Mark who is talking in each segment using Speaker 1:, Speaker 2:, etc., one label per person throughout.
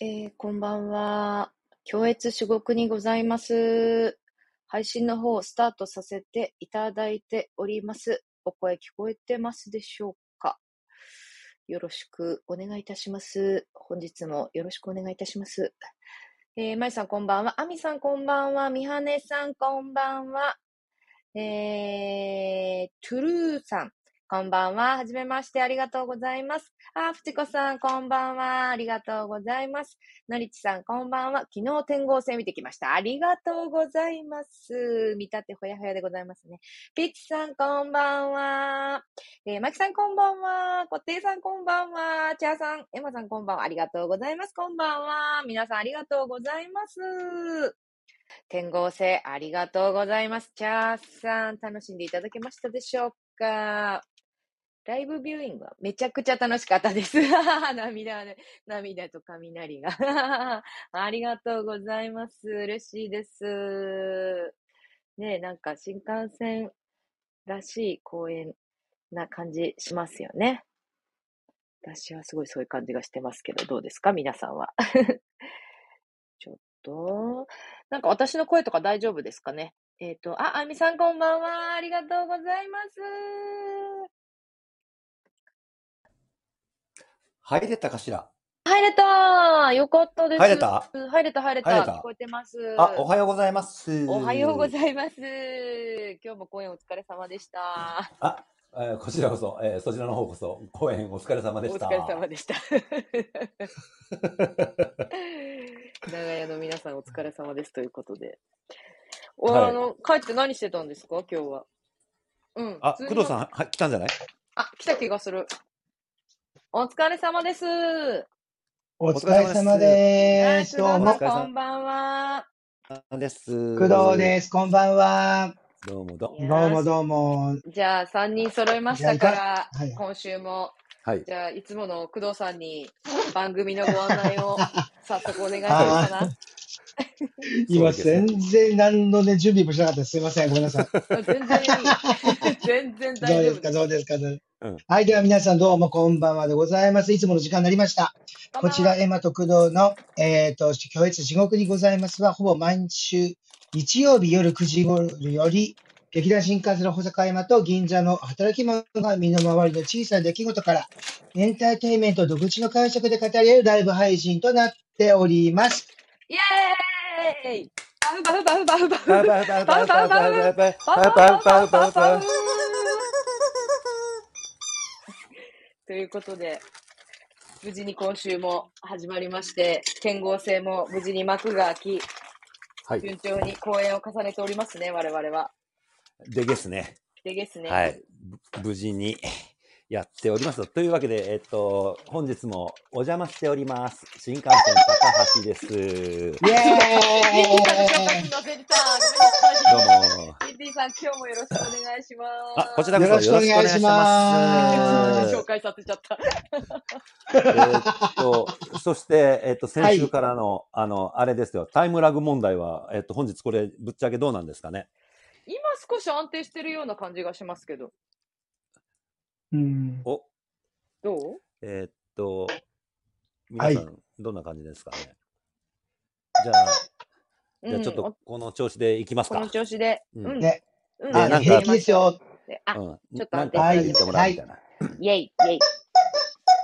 Speaker 1: えー、こんばんは。共越至極にございます。配信の方をスタートさせていただいております。お声聞こえてますでしょうかよろしくお願いいたします。本日もよろしくお願いいたします。えー、まゆさんこんばんは。あみさんこんばんは。みはねさんこんばんは。えー、トゥルーさん。こんばんは。はじめまして。ありがとうございます。あー、ふちこさん、こんばんは。ありがとうございます。のりちさん、こんばんは。昨日、天号戦見てきました。ありがとうございます。見たってほやほやでございますね。ピッチさん、こんばんは。えー、まきさん、こんばんは。こっていさん、こんばんは。ちゃーさん、えまさん、こんばんは。ありがとうございます。こんばんは。皆さん、ありがとうございます。天号戦、ありがとうございます。ちゃーさん、楽しんでいただけましたでしょうかライブビューイングはめちゃくちゃ楽しかったです。 涙ね、涙と雷が。 ありがとうございます。嬉しいです。ねえ、なんか新幹線らしい公演な感じしますよね。私はすごいそういう感じがしてますけど、どうですか皆さんは。 ちょっと、なんか私の声とか大丈夫ですかねえっ、と、あ、あみさんこんばんは。ありがとうございます。
Speaker 2: 入れたかしら
Speaker 1: 入れたよかったです。
Speaker 2: 入れた
Speaker 1: 入れた、入れた。
Speaker 2: 入れた
Speaker 1: 聞こえてます。
Speaker 2: あ、おはようございます。
Speaker 1: おはようご
Speaker 2: い
Speaker 1: ざいます。今日も公演お疲れ様でした。
Speaker 2: ます。あ、えーこちらこそ、えーそちらの方こそ、公演お疲れ様
Speaker 1: お
Speaker 2: でした。
Speaker 1: 疲れ様でした。長屋の皆さんお疲れ様ですということで。お
Speaker 2: はい
Speaker 1: あの帰って何してたんですか今日は。うん。
Speaker 2: あ、
Speaker 1: 普通
Speaker 2: 工
Speaker 1: に
Speaker 2: 藤さん、は来たんじゃない
Speaker 1: あ、来た気がする。お疲れ様です。
Speaker 3: お疲れ様で
Speaker 1: あ
Speaker 3: す。
Speaker 1: 工
Speaker 3: どう
Speaker 1: 藤
Speaker 3: も、
Speaker 1: さんこんばんは。
Speaker 2: です。
Speaker 3: 工藤です。こんばんは。
Speaker 2: す。どうもどうも。
Speaker 3: どうもどうも。
Speaker 1: じゃあ、3人揃いましたから、
Speaker 3: じゃあいかはい
Speaker 1: 今週も、
Speaker 2: はい。
Speaker 1: じゃあ、いつもの工藤さんに番組のご案内を早速お願いしようかな。
Speaker 3: 今、
Speaker 2: そうです
Speaker 3: 全
Speaker 2: ね
Speaker 3: 然何のね、準備もしなかったです。すいません。ごめん なさい。
Speaker 1: 全然いい。全然
Speaker 3: どう
Speaker 1: 大
Speaker 3: で
Speaker 1: 丈
Speaker 3: す
Speaker 1: 夫
Speaker 3: か
Speaker 1: です。
Speaker 3: どうですかね
Speaker 2: うん
Speaker 3: はい。では皆さんどうもこんばんはでございます。いつもの時間になりました。こちら、エマと工藤の、えっ、と、教室地獄にございますは、ほぼ毎週、日曜日夜9時頃より、劇団新幹線の保坂エマと銀座の働き者が身の回りの小さな出来事から、エンターテインメントを独自の解釈で語り合うライブ配信となっております。
Speaker 1: イエーイバフバフバフバフ
Speaker 2: バ
Speaker 1: バ
Speaker 2: イ
Speaker 1: フ
Speaker 2: バイバイバイバイバイバイバ
Speaker 1: バ
Speaker 2: イ
Speaker 1: フ
Speaker 2: バ
Speaker 1: バ
Speaker 2: イ
Speaker 1: フ
Speaker 2: バ
Speaker 1: バ
Speaker 2: イ
Speaker 1: フ
Speaker 2: バ
Speaker 1: バ
Speaker 2: イ
Speaker 1: フ
Speaker 2: バ
Speaker 1: バ
Speaker 2: イ
Speaker 1: フということで、無事に今週も始まりまして、天号制も無事に幕が開き、
Speaker 2: はい。
Speaker 1: 順調に公演を重ねておりますね、我々は。
Speaker 2: でですね。
Speaker 1: でですね。
Speaker 2: はい。ぶ無事にやっております。というわけで、えっと、本日もお邪魔しております。新幹線高橋です。
Speaker 3: イ
Speaker 1: ミ
Speaker 3: ェー
Speaker 1: ッキーさんの紹介に載せてた。ごめんなさい。ミッ
Speaker 2: ど
Speaker 3: イ
Speaker 2: うも。
Speaker 1: キーさん、今日もよろしくお願いします。
Speaker 2: あ、こちらこそよろしくお願いし
Speaker 3: ら
Speaker 2: ま
Speaker 1: いつ
Speaker 2: す
Speaker 1: も。紹介させちゃった。
Speaker 2: えーっと、そして、えーっと、先週からの、あの、あれですよ、タイムラグ問題は、えーっと、本日これ、ぶっちゃけどうなんですかね。
Speaker 1: 今少し安定してるような感じがしますけど。
Speaker 3: うん
Speaker 2: お、
Speaker 1: どう
Speaker 2: えーっと、皆
Speaker 3: はい
Speaker 2: さん、どんな感じですかね。じゃあ、じゃあち
Speaker 1: う
Speaker 2: ょっ
Speaker 1: ん
Speaker 2: と、この調子でいきます
Speaker 1: こ
Speaker 2: か。
Speaker 1: の調子で。
Speaker 2: う
Speaker 1: うんん。
Speaker 3: ね
Speaker 1: うん
Speaker 2: でな
Speaker 3: あ
Speaker 2: んか
Speaker 3: 平気です。よ。
Speaker 1: あ、
Speaker 2: うん、
Speaker 1: ちょっと
Speaker 2: なん
Speaker 1: 安定
Speaker 2: か
Speaker 3: はい
Speaker 2: 言ってもらうみたいな。
Speaker 1: イェイ、イェイ。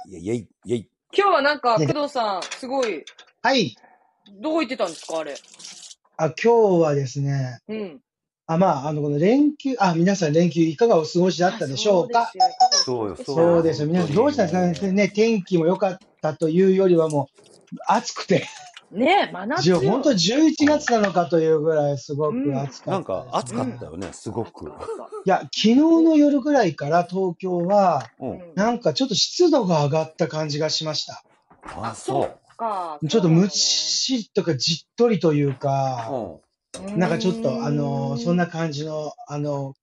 Speaker 2: いや、いやい、いやい。
Speaker 1: 今日はなんか、
Speaker 3: ね
Speaker 1: 工藤さん、すごい、
Speaker 3: はい。
Speaker 1: どこ行ってたんですか、あれ。
Speaker 3: あ、今日はですね、
Speaker 1: うん。
Speaker 3: あ、まあ、あの、この連休、あ、皆さん連休いかがお過ごしだったでしょうか
Speaker 1: あ。そ
Speaker 2: そうう
Speaker 1: で
Speaker 2: よ
Speaker 1: すよ
Speaker 2: そ
Speaker 3: そうですよ。
Speaker 2: 本当に
Speaker 3: 皆さん、どうしたんですかねね、天気も良かったというよりはもう、暑くて、
Speaker 1: ねえ、真夏
Speaker 3: じゅ
Speaker 1: よ。
Speaker 3: 本当11月なのかというぐらいすごく暑
Speaker 2: な
Speaker 3: か
Speaker 2: んか
Speaker 3: ったで、す
Speaker 2: 暑
Speaker 3: ね、
Speaker 2: かったよね、すごく。
Speaker 3: いや、昨日の夜ぐらいから東京は、
Speaker 2: う。
Speaker 1: うんん
Speaker 3: なんかちょっと湿度が上がった感じがしました。
Speaker 2: あ、そう。
Speaker 1: か
Speaker 3: ちょっとムシッとかじっとりというか、
Speaker 2: うん。
Speaker 3: なんかちょっと、あの、そん
Speaker 1: な
Speaker 3: な感じの、あの、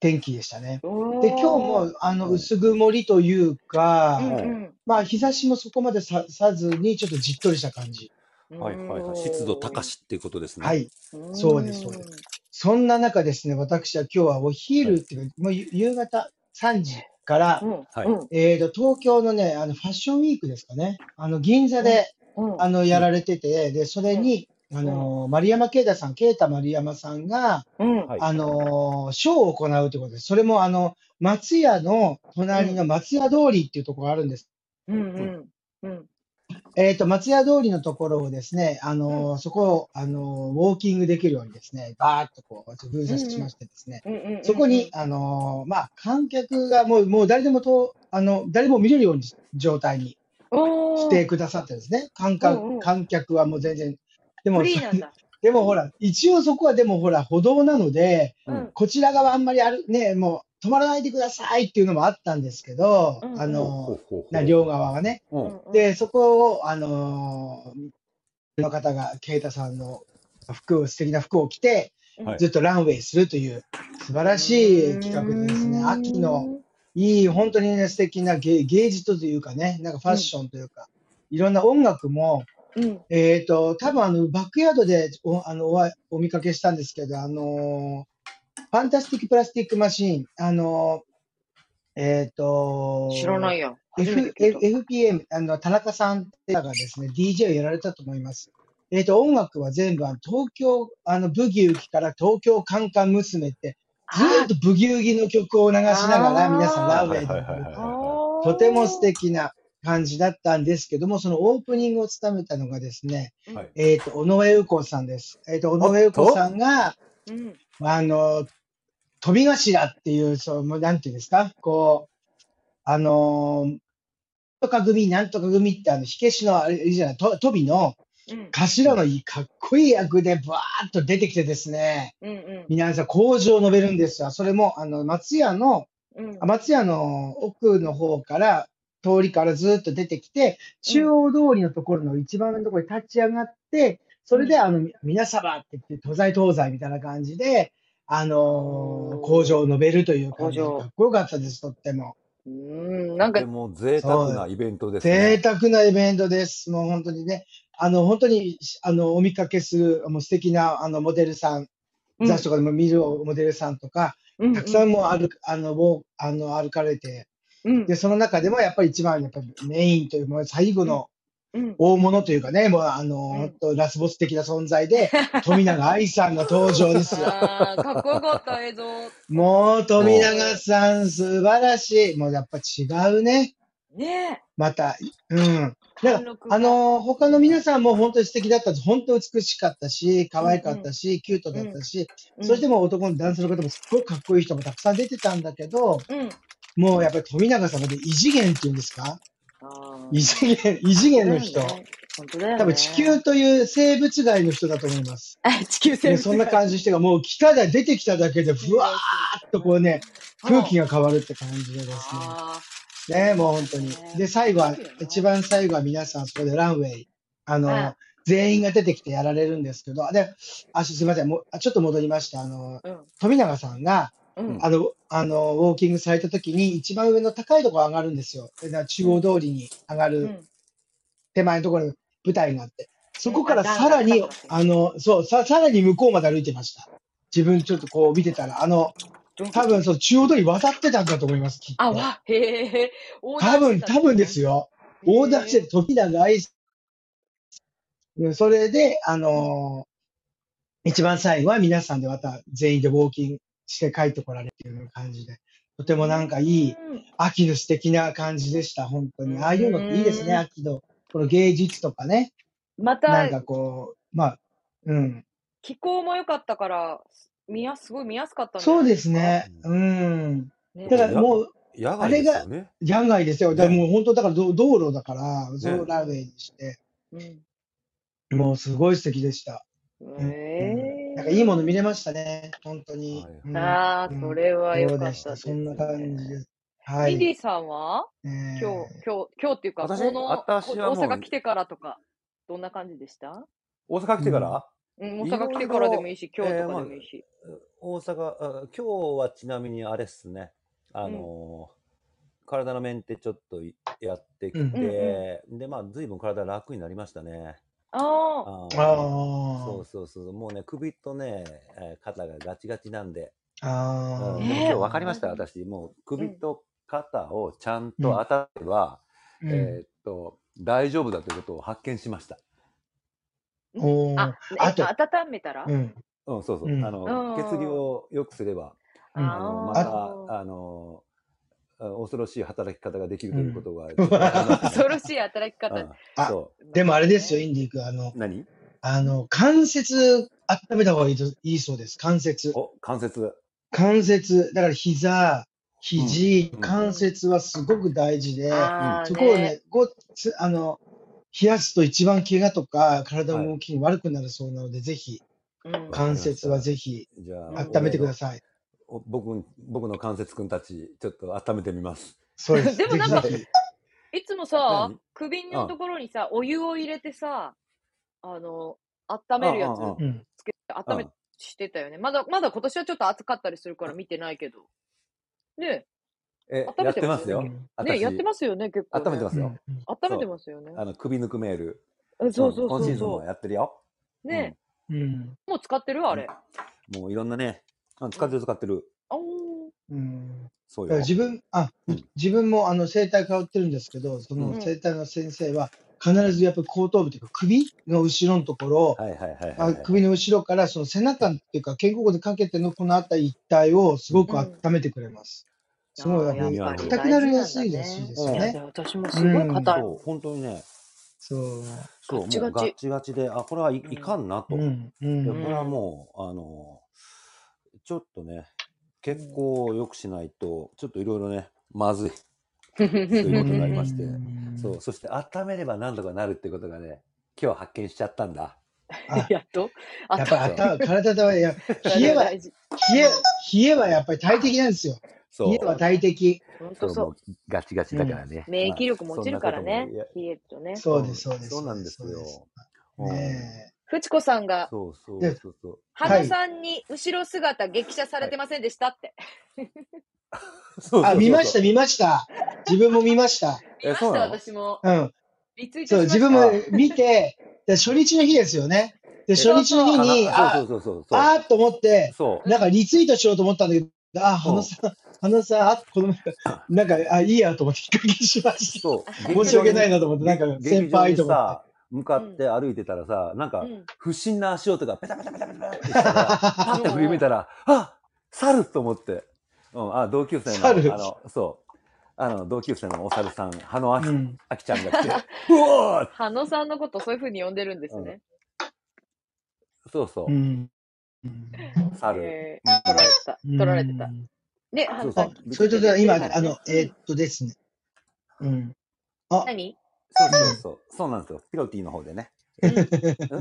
Speaker 3: 天気でしたね。
Speaker 1: で
Speaker 3: で、今日も、あの、薄曇りというか、
Speaker 1: うん
Speaker 3: まあ、日差しもそこまでささずに、ちょっとじっとりした感じ。
Speaker 1: うん
Speaker 2: はいはいはい。湿度高しっていうことですね。
Speaker 3: はい。
Speaker 1: うん
Speaker 3: そうですそうでそんな中ですね、私は今日はお昼っていうか、もう夕夕方3時から
Speaker 1: う、ん
Speaker 2: はい
Speaker 1: うん
Speaker 3: えーと、東京のね、あの、ファッションウィークですかね。あの、銀座で、
Speaker 1: うん
Speaker 3: あの、やられてて、で、それに、あの、丸山慶太さん、慶太丸山さんが、
Speaker 1: うん
Speaker 2: はい
Speaker 3: あの、ショーを行うということです。それも、あの、松屋の隣の松屋通りっていうところがあるんです。
Speaker 1: うんうんうん
Speaker 3: えっ、と、松屋通りのところをですね、あの、そこを、あの、ウォーキングできるようにですね、バーッとこう、封鎖しましてですね、
Speaker 1: うんうんうん
Speaker 3: そこに、あのまあ、観客がもう、もう誰でもと、あの、誰も見れるように状態に
Speaker 1: おー
Speaker 3: してくださってですね、観
Speaker 1: うんうん
Speaker 3: 客、観客はもう全然、でも
Speaker 1: フ、リーなんだ。
Speaker 3: でもほら、一応そこはでもほら、歩道なので、
Speaker 1: うん
Speaker 3: こちら側あんまりある、ね、もう止まらないでくださいっていうのもあったんですけど、
Speaker 1: うんうん
Speaker 3: あ
Speaker 2: ほう
Speaker 3: の、
Speaker 2: ほうほう
Speaker 3: な両側はね。
Speaker 2: う
Speaker 1: うん
Speaker 2: ん
Speaker 1: うん
Speaker 3: で、そこを、あのーの方が、ケイタさんの服を、素敵な服を着て、
Speaker 2: はい
Speaker 3: ずっとランウェイするという、素晴らしい企画でですね、秋の、いい、本当にね、素敵な芸芸術というかね、なんかファッションというか、いろんな音楽も、
Speaker 1: うん
Speaker 3: えっ、と、多分あの、バックヤードでお、あの、お会いお見かけしたんですけど、あのーファンタスティックプラスティックマシーン、あのーえっ、と
Speaker 1: 知らないよ。初めて
Speaker 3: F
Speaker 1: 聞いた
Speaker 3: FPM、あの、田中さんって方がですね、DJ をやられたと思います。えっ、と、音楽は全部、あの東京、あの、ブギウギから東京カンカン娘って、ずーっとブギウギの曲を流しなが
Speaker 1: あ
Speaker 3: ら、
Speaker 1: ー
Speaker 3: 皆さん
Speaker 2: は
Speaker 3: ラン
Speaker 2: い
Speaker 3: ウ
Speaker 2: は
Speaker 3: ェ
Speaker 2: い
Speaker 3: イ
Speaker 2: はい
Speaker 3: で
Speaker 2: はいはいは
Speaker 1: と
Speaker 3: とても素。敵な感じだったんですけども、そのオープニングを務めたのがですね、
Speaker 1: うん
Speaker 2: はい
Speaker 3: えっ、と、尾上右子さんです。えっ、と、尾上右子さんが、
Speaker 1: うん
Speaker 3: あの、飛び頭っていう、そう、もうなんていうんですか、こう、あのー、なんとか組、なんとか組って、あの、火消しの、あれいいじゃない、と飛びの
Speaker 1: うん
Speaker 3: 頭のいい、かっこいい役で、バーッと出てきてですね、
Speaker 1: うんうん
Speaker 3: 皆さん、工場を述べるんですよ。それも、あの、松屋の、
Speaker 1: うん
Speaker 3: 松屋の奥の方から、通りからずっと出てきて、中央通りのところの一番のところに立ち上がって、それで、あの、み皆様って言って、東西東西みたいな感じで、あの
Speaker 1: おー
Speaker 3: ー、工場を述べるという感じで、
Speaker 1: 工場
Speaker 3: かっこよかったです、とっても。
Speaker 1: うんなん
Speaker 2: い。
Speaker 1: か
Speaker 2: でも贅沢なイベントです
Speaker 3: 贅
Speaker 2: ね。
Speaker 3: 沢なイベントです。もう本当にね、あの、本当に、あの、お見かけする、もう素敵な、あの、モデルさん、
Speaker 1: うん
Speaker 3: 雑誌とかでも見るモデルさんとか、たくさんもう歩く、あの、もうあの、歩かれて、
Speaker 1: うん
Speaker 3: で、その中でもやっぱり一番やっぱりメインという、もう最後の
Speaker 1: うん
Speaker 3: 大物というかね、もうあの、
Speaker 1: ん
Speaker 3: 本当ラスボス的な存在で、富永愛さんの登 場ですよ。
Speaker 1: あーかっこよかった映像。
Speaker 3: もう富永さん素晴らしい。もうやっぱ違うね。
Speaker 1: ね
Speaker 3: また、うん。
Speaker 1: え。
Speaker 3: だか
Speaker 1: 貫
Speaker 3: ら
Speaker 1: 禄が
Speaker 3: あの、他の皆さんも本当に素敵だったです。本当美しかったし、可愛かったし、キュートだったし、そしてもう男の男性の方もすっごくかっこいい人もたくさん出てたんだけど、
Speaker 1: うん
Speaker 3: もうやっぱり富永様で異次元っていうんですか
Speaker 1: あー
Speaker 3: 異次元、異次元の人。
Speaker 1: そうだよね本当だよね
Speaker 3: 多分地球という生物外の人だと思います。
Speaker 1: あ地球生
Speaker 3: でそんな感じしてが、もう来ただ、出てきただけで、ふわーっとこうね、空気が変わるって感じでです
Speaker 1: あ
Speaker 3: ね。ね、もう本当に。で、最後は
Speaker 1: そうだよ、な
Speaker 3: 一番最後は皆さんそこでランウェイ、あ
Speaker 1: ああ
Speaker 3: の、全員が出てきてやられるんですけど、で、あ、すいません、もう、あちょっと戻りまして、あの、
Speaker 1: ーうん
Speaker 3: 富永さんが、
Speaker 1: うん
Speaker 3: あの、あの、ウォーキングされた時に、一番上の高いところ上がるんですよ。で中央通りに上がる。
Speaker 1: うん
Speaker 3: 手前のところに舞台があって、そこから
Speaker 1: うん
Speaker 3: さらに
Speaker 1: 段が高くなって、る
Speaker 3: あの、そう、さ、さらに向こうまで歩いてました。自分ちょっとこう見てたら、あの、
Speaker 1: どういうこと
Speaker 3: 多分その中央通り渡ってたんだと思います、きっ
Speaker 1: あ、
Speaker 3: と。
Speaker 1: わ、へえ。
Speaker 3: 多分、多分です
Speaker 1: よ。
Speaker 3: よ。
Speaker 1: へー
Speaker 3: 横断してる時だが愛し、うんそれで、あのー一番最後は皆さんでまた全員でウォーキングして帰ってこられるっていう感じで、とてもなんかいい、秋の素敵な感じでした、本当に。ああいうのっていいです
Speaker 1: う
Speaker 3: ね、
Speaker 1: ん
Speaker 3: 秋の。この芸術とかね。
Speaker 1: ま
Speaker 3: なん
Speaker 1: た
Speaker 3: か、こう、まあ、うん。
Speaker 1: 気候も良かったから、見やす、すごい見やすかったんじゃ
Speaker 3: そ
Speaker 1: な
Speaker 3: う
Speaker 1: い
Speaker 3: です
Speaker 1: か。
Speaker 3: ね。うん。
Speaker 1: ね
Speaker 3: だからもう、
Speaker 2: 野外ですよね。
Speaker 3: 野外ですよ。だから
Speaker 2: ね
Speaker 3: もう本当、だからど道路だから、そのランウェイにして、
Speaker 1: うん
Speaker 3: もうすごい素敵でした。うん
Speaker 1: ええ。
Speaker 3: なんかいいもの見れましたね。本当に
Speaker 2: はい。
Speaker 3: うん
Speaker 1: ああ、それは良
Speaker 3: そ
Speaker 1: か
Speaker 3: う
Speaker 1: ったで
Speaker 3: ですし
Speaker 1: ね
Speaker 3: た。そんな感じです。は
Speaker 1: ミ
Speaker 3: い。
Speaker 1: リーさんは
Speaker 3: えー
Speaker 1: 今日、今日、今日っていうか、こ
Speaker 2: 私
Speaker 1: の、
Speaker 2: 私は
Speaker 1: こ
Speaker 2: もう
Speaker 1: 大阪来てからとか、どんな感じでした
Speaker 2: 大阪来てから、
Speaker 3: う
Speaker 1: うん、大
Speaker 2: いろいろ
Speaker 1: 阪来てからでもいいし、今日とかでもいいし。
Speaker 2: 大阪あ、今日はちなみにあれっすね、あのー体のメンテちょっといやってきて、
Speaker 3: うん
Speaker 2: で、まあ、随分体楽になりましたね。
Speaker 1: ああ、
Speaker 2: あーそ
Speaker 3: あ
Speaker 2: うそうそう、もうね、首とね、えー肩がガチガチなんで、
Speaker 3: あ。ああ。
Speaker 2: うんでも
Speaker 1: ね
Speaker 2: 今日分かりました、
Speaker 1: ね
Speaker 2: 私、もう首と肩をちゃんと当たれば、
Speaker 3: うん
Speaker 2: えーっと、大丈夫だということを発見しました。
Speaker 3: おー
Speaker 1: あ、
Speaker 3: あ
Speaker 1: えっと、
Speaker 3: と
Speaker 1: 温めたら、
Speaker 3: うん。
Speaker 2: うん、そうそう。
Speaker 3: うん
Speaker 2: あの、
Speaker 1: うん
Speaker 2: 血流を良くすれば、
Speaker 3: うん
Speaker 2: あのまた、あの、あ恐ろしい働き方ができるということが、ちょっとわかりました
Speaker 1: 恐ろしい働き方。
Speaker 2: うん
Speaker 3: あ
Speaker 2: そ
Speaker 3: でもあれですよ、インディー君。あの
Speaker 2: う。、何
Speaker 3: あの、関節、温めた方がいいといいそうです。関節。
Speaker 2: お、関節。
Speaker 3: 関節、だから膝、肘、
Speaker 2: うん
Speaker 3: 関節はすごく大事で、
Speaker 1: あー
Speaker 3: そこをね、ごつあの、冷やすと一番怪我とか体の動きに悪くなるそうなので、ぜひ、
Speaker 1: うん
Speaker 2: か
Speaker 3: 関節はぜひ
Speaker 2: じゃあ、
Speaker 3: 温めてください。
Speaker 2: お僕ん僕の関節くんたち、ちょっと温めてみます。
Speaker 3: そうで す。
Speaker 1: でもなんか
Speaker 3: ぜひぜ
Speaker 1: いつもさ
Speaker 2: 何、
Speaker 1: 首のところにさ、お湯を入れてさ、あの、温めるやつ
Speaker 2: うんうんうん
Speaker 3: ひ。うん。
Speaker 1: つけて、温め
Speaker 2: うん
Speaker 1: してたよね。まだ、まだ今年はちょっと暑かったりするから見てないけど。ね
Speaker 2: え、
Speaker 1: 温
Speaker 2: や
Speaker 1: め
Speaker 2: っててま
Speaker 1: ますす
Speaker 3: う
Speaker 1: よ
Speaker 2: よ。
Speaker 3: ん
Speaker 1: え、ねえやってますよね、結構、ね。
Speaker 2: 温めてますよ。
Speaker 3: うん
Speaker 1: 温めてますよね。
Speaker 2: あの、首抜くメール。
Speaker 1: えそうそう
Speaker 2: 今
Speaker 1: そ
Speaker 2: シ
Speaker 1: う
Speaker 2: ーズン
Speaker 1: そ
Speaker 2: もやってるよ。
Speaker 1: う。ね
Speaker 3: うん。
Speaker 1: え、もう使ってるあれ。
Speaker 2: うんもういろんなね、うん使ってる使ってる。
Speaker 1: あおー
Speaker 3: うん。
Speaker 2: そう
Speaker 3: だか
Speaker 2: よ。
Speaker 3: ら自分、あ
Speaker 2: うん、
Speaker 3: 自分もあの、整体通ってるんですけど、そ
Speaker 2: うん
Speaker 3: の整体の先生は、必ずやっぱり後頭部というか首の後ろのところを、
Speaker 2: はいはいはいはいは
Speaker 3: あ
Speaker 2: い。
Speaker 3: 首の後ろからその背中っていうか肩甲骨かけてのこの辺り一帯をすごく温めてくれます。すごい
Speaker 1: あーやっぱり
Speaker 2: 硬
Speaker 3: くなりやすいらしいです
Speaker 2: よ
Speaker 1: 大事な
Speaker 2: ね
Speaker 1: んだいや私もすごい硬い。
Speaker 2: そう、本当にね、
Speaker 3: そう。
Speaker 2: そう、
Speaker 1: ガチ
Speaker 2: もう
Speaker 1: ガチ
Speaker 2: ガッチガチで、あ、これはいいかんなと。
Speaker 3: うん。う
Speaker 2: いや
Speaker 3: ん。
Speaker 2: これはもう、あのちょっとね、結構良くしないと、ちょっといろいろね、まずい。
Speaker 1: と
Speaker 2: ということに
Speaker 3: が
Speaker 2: な
Speaker 3: あ
Speaker 2: りまして
Speaker 3: ん
Speaker 2: そう、そして温めれば何とかなるってことがね、今日発見しちゃったんだ。
Speaker 3: あ
Speaker 1: やっと。あ
Speaker 3: やっぱり頭、体だわ、や冷 えは、冷
Speaker 1: 大事
Speaker 3: え、冷えはやっぱり大敵なんですよ。
Speaker 2: そう。
Speaker 3: 冷えは大敵。
Speaker 1: 本
Speaker 2: そ
Speaker 1: 当
Speaker 2: う
Speaker 1: そ
Speaker 2: もうガチガチだからね。
Speaker 1: う。免疫力も
Speaker 2: まあ
Speaker 1: 落ちるからね
Speaker 2: そんなこ。
Speaker 1: 冷えるとね。
Speaker 2: とも
Speaker 3: そうです、そうです。
Speaker 2: そうなんですよ。
Speaker 3: そうですね
Speaker 1: ふちこさん
Speaker 2: うん
Speaker 1: が、
Speaker 2: そうそう
Speaker 3: で
Speaker 2: そうそう。
Speaker 1: 羽野さんに後ろ姿激写されてませんでしたって。
Speaker 2: そうそうそう
Speaker 3: あ、見ました、見ました。自分も見ました。
Speaker 1: 見ま
Speaker 2: え
Speaker 1: し
Speaker 2: そう
Speaker 1: た、
Speaker 2: なの
Speaker 1: 私も。
Speaker 3: うん。
Speaker 1: リツイート
Speaker 3: そう、
Speaker 1: しました
Speaker 3: 自分も見て、で初日の日ですよね。で、初日の日に、
Speaker 2: あ
Speaker 3: あ、
Speaker 2: そうそうそうそう。
Speaker 3: あーっと思って、
Speaker 2: そう。
Speaker 3: なんかリツイートしようと思ったんだけど、あ、
Speaker 2: うん
Speaker 3: 花さん、 花さん、あ、この前、なんか、あ、いいやと思って、引っ掛けしました。
Speaker 2: そう。
Speaker 3: 申し訳ないなと思って、なん
Speaker 2: 劇場
Speaker 3: か
Speaker 2: に。、
Speaker 3: 先
Speaker 2: 劇場
Speaker 3: 輩
Speaker 2: に
Speaker 3: と思っ
Speaker 2: さ、向かって歩いてたらさ、なんか
Speaker 1: う、ん
Speaker 2: 不審な足音がペタペタペタペタってしたから、パッて振り向いたら、あ猿と思って、うん、あ同級生の、あ
Speaker 3: 猿
Speaker 2: の、そう、あの、同級生のお猿さん、羽野あき,、
Speaker 3: て。うん。
Speaker 2: あきちゃんが来て、うおー
Speaker 1: 羽野さんのことそういう風に呼んでるんですね。
Speaker 2: そうそうう、
Speaker 3: ん。
Speaker 2: 猿。
Speaker 1: えー取られてた。
Speaker 3: うん
Speaker 1: 取られてた。。ね、羽
Speaker 2: そ
Speaker 1: 野
Speaker 2: うそ
Speaker 1: さ。
Speaker 2: うん
Speaker 3: それとじゃあ今、
Speaker 1: うん
Speaker 3: あの、えーっとですね。うん。あ、
Speaker 1: 何
Speaker 2: そうそうそう、そうなんですよ。ピロティの方でね。
Speaker 1: うん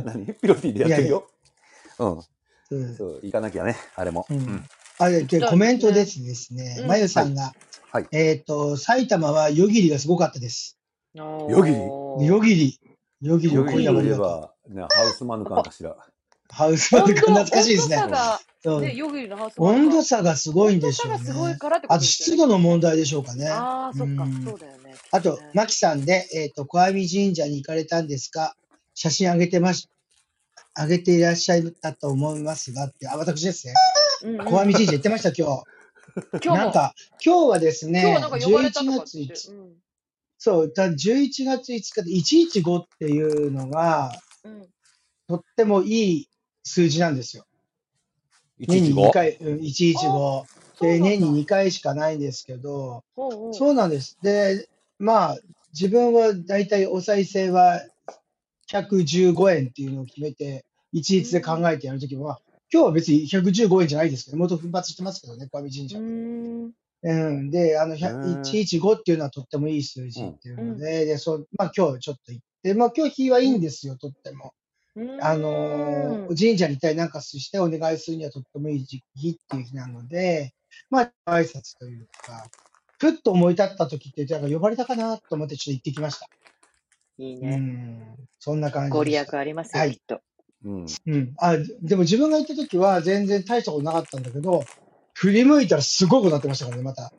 Speaker 2: ん何ピロティでやってるよ。
Speaker 3: うん
Speaker 2: うん、そう、行かなきゃね、あれも。
Speaker 3: うん
Speaker 2: うん
Speaker 3: あ、ででコメントですです
Speaker 1: う
Speaker 3: ね。
Speaker 1: ん
Speaker 3: まゆさんが、
Speaker 2: はい
Speaker 3: えーっと、埼玉は夜霧がすごかったです。
Speaker 2: よぎり
Speaker 3: 夜霧。夜霧を
Speaker 2: よく
Speaker 3: 今夜もあ
Speaker 2: 言
Speaker 3: り
Speaker 2: え
Speaker 3: がと
Speaker 2: ば、ね、ハウスマヌカンかしら。
Speaker 3: う。ハウスマ
Speaker 1: 本
Speaker 3: ル
Speaker 1: 当
Speaker 3: カ懐かしいですね。
Speaker 1: 温度差
Speaker 3: そ
Speaker 1: が、
Speaker 3: う
Speaker 1: ね、ヨギリのハウスマン
Speaker 3: 温
Speaker 1: が
Speaker 3: 度差がすごいんでしょうね
Speaker 1: 温度差がすごいからってこ
Speaker 3: あ
Speaker 1: と
Speaker 3: と
Speaker 1: です
Speaker 3: 湿
Speaker 1: よね。
Speaker 3: 度の問題でしょうかね。
Speaker 1: ああ、そっか
Speaker 3: うん、
Speaker 1: そうだよね。
Speaker 3: あと、
Speaker 1: ま
Speaker 3: マキさんで、えっ、と、小網神社に行かれたんですが、写真上げてまし、上げていらっしゃったと思いますがって、あ、私ですね。小網神社行ってました、今日。
Speaker 1: 今日
Speaker 3: な
Speaker 1: も
Speaker 3: ん、か、今日はです
Speaker 1: 今日
Speaker 3: ね、
Speaker 1: なんか呼ばれたと
Speaker 3: 11
Speaker 1: かって
Speaker 3: 月
Speaker 1: 言って
Speaker 3: 1、そう、た11月5日で115っていうのが、
Speaker 1: うんうん
Speaker 3: とってもいい数字なんですよ。 年に2
Speaker 2: 115。
Speaker 3: 回、うん、115。
Speaker 1: そうな
Speaker 3: で、
Speaker 1: んだ
Speaker 3: 年に2回しかないんですけど、
Speaker 1: ほうほう
Speaker 3: そうなんです。で、まあ、自分はだいたいお賽銭は115円っていうのを決めて、一律で考えてやるときは、今日は別に115円じゃないですけど、もっと奮発してますけどね、小網神
Speaker 1: う
Speaker 3: 社。
Speaker 1: ーん
Speaker 3: うん。で、あの、
Speaker 2: うん
Speaker 3: 100 115っていうのはとってもいい数字っていうので、で、そう、まあ今日ちょっと行って、まあ今日日はいいんですよ、とっても。
Speaker 1: うーん
Speaker 3: あのー神社に一体なんかしてお願いするにはとってもいい時期っていう日なので、まあ、挨拶というか、ふっと思い立った時って、なんか呼ばれたかなと思ってちょっと行ってきました。
Speaker 1: いいうね。
Speaker 3: ん。そんな感じ
Speaker 1: ご
Speaker 3: で
Speaker 1: 利
Speaker 3: し
Speaker 1: 益
Speaker 3: た。
Speaker 1: ありますよ、
Speaker 3: はい
Speaker 1: きっと。
Speaker 2: うん。
Speaker 3: うん。あ、でも自分が行った時は全然大したことなかったんだけど、振り向いたらすごくなってましたからね、また。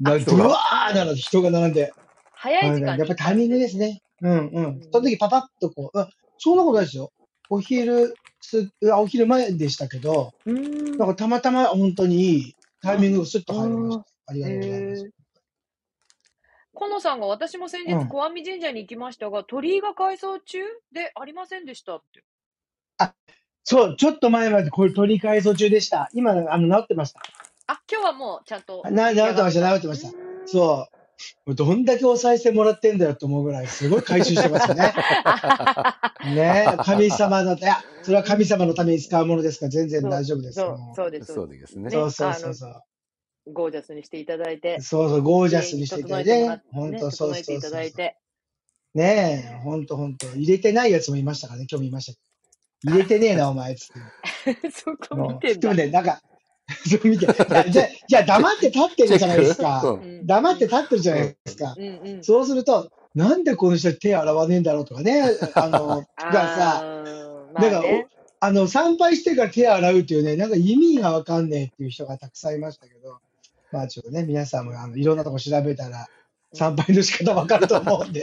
Speaker 3: な
Speaker 2: 人
Speaker 3: ド
Speaker 2: が
Speaker 3: ワーなの人が並んで。
Speaker 1: 早い時間
Speaker 3: あ
Speaker 1: に。
Speaker 3: やっぱりタイミングですね。うんう
Speaker 1: うん
Speaker 3: ん。その時パパッとこう、あそんなことないですよ。お昼す、あお昼前でしたけど、
Speaker 1: うーん
Speaker 3: なんかたまたま本当にいいタイミングをスッと入りまし
Speaker 1: あ
Speaker 3: た。あり
Speaker 1: ー
Speaker 3: がとうございま
Speaker 1: へ
Speaker 3: す
Speaker 1: ー。このさんが私も先
Speaker 3: う
Speaker 1: 日、
Speaker 3: ん
Speaker 1: 小網神社に行きましたが、鳥居が改装中でありませんでしたって。
Speaker 3: そう、ちょっと前までこれ取り改装中でした。今、あの、治ってました。
Speaker 1: あ、今日はもうちゃんと。
Speaker 3: な治ってました、治ってました。そう。どんだけお賽銭もらってんだよと思うぐらい、すごい回収してますよ ね。ねえ神様だって、いや、それは神様のために使うものですから、全然大丈夫です
Speaker 1: そ
Speaker 3: よ
Speaker 1: う。そうです。
Speaker 2: そ
Speaker 1: そうう
Speaker 2: ですね。
Speaker 1: ね
Speaker 3: そうそうそうそう。
Speaker 1: ですゴージャスにしていただいて。
Speaker 3: そうそう、ゴージャスにしていただいて
Speaker 1: 整えもらっ
Speaker 3: ね。本当、そう
Speaker 1: 整えて
Speaker 3: そう
Speaker 1: い
Speaker 3: そ
Speaker 1: た
Speaker 3: う
Speaker 1: だいて。
Speaker 3: ねえ、本当本当入れてないやつもいましたからね、今日見ましたけど。入れてね えな、お前、つって。
Speaker 1: そこ
Speaker 3: も
Speaker 1: 見てん
Speaker 3: うで
Speaker 1: だ
Speaker 3: も。ね、なんか、 そう見て、いや じゃあ、じゃあ黙って立ってるじゃないです
Speaker 2: う
Speaker 3: か。
Speaker 2: ん
Speaker 1: うん
Speaker 3: 黙って立ってるじゃないですか。
Speaker 1: うんうん。
Speaker 3: そうすると、なんでこの人手洗わねえんだろうとかね、あの、がさ、
Speaker 1: あー、ま
Speaker 3: なん
Speaker 1: あ
Speaker 3: か
Speaker 1: ね。
Speaker 3: お、あの、参拝してから手洗うっていうね、なんか意味がわかんねえっていう人がたくさんいましたけど、まあちょっとね、皆さんもあのいろんなとこ調べたら、参拝の仕方わかると思う んで、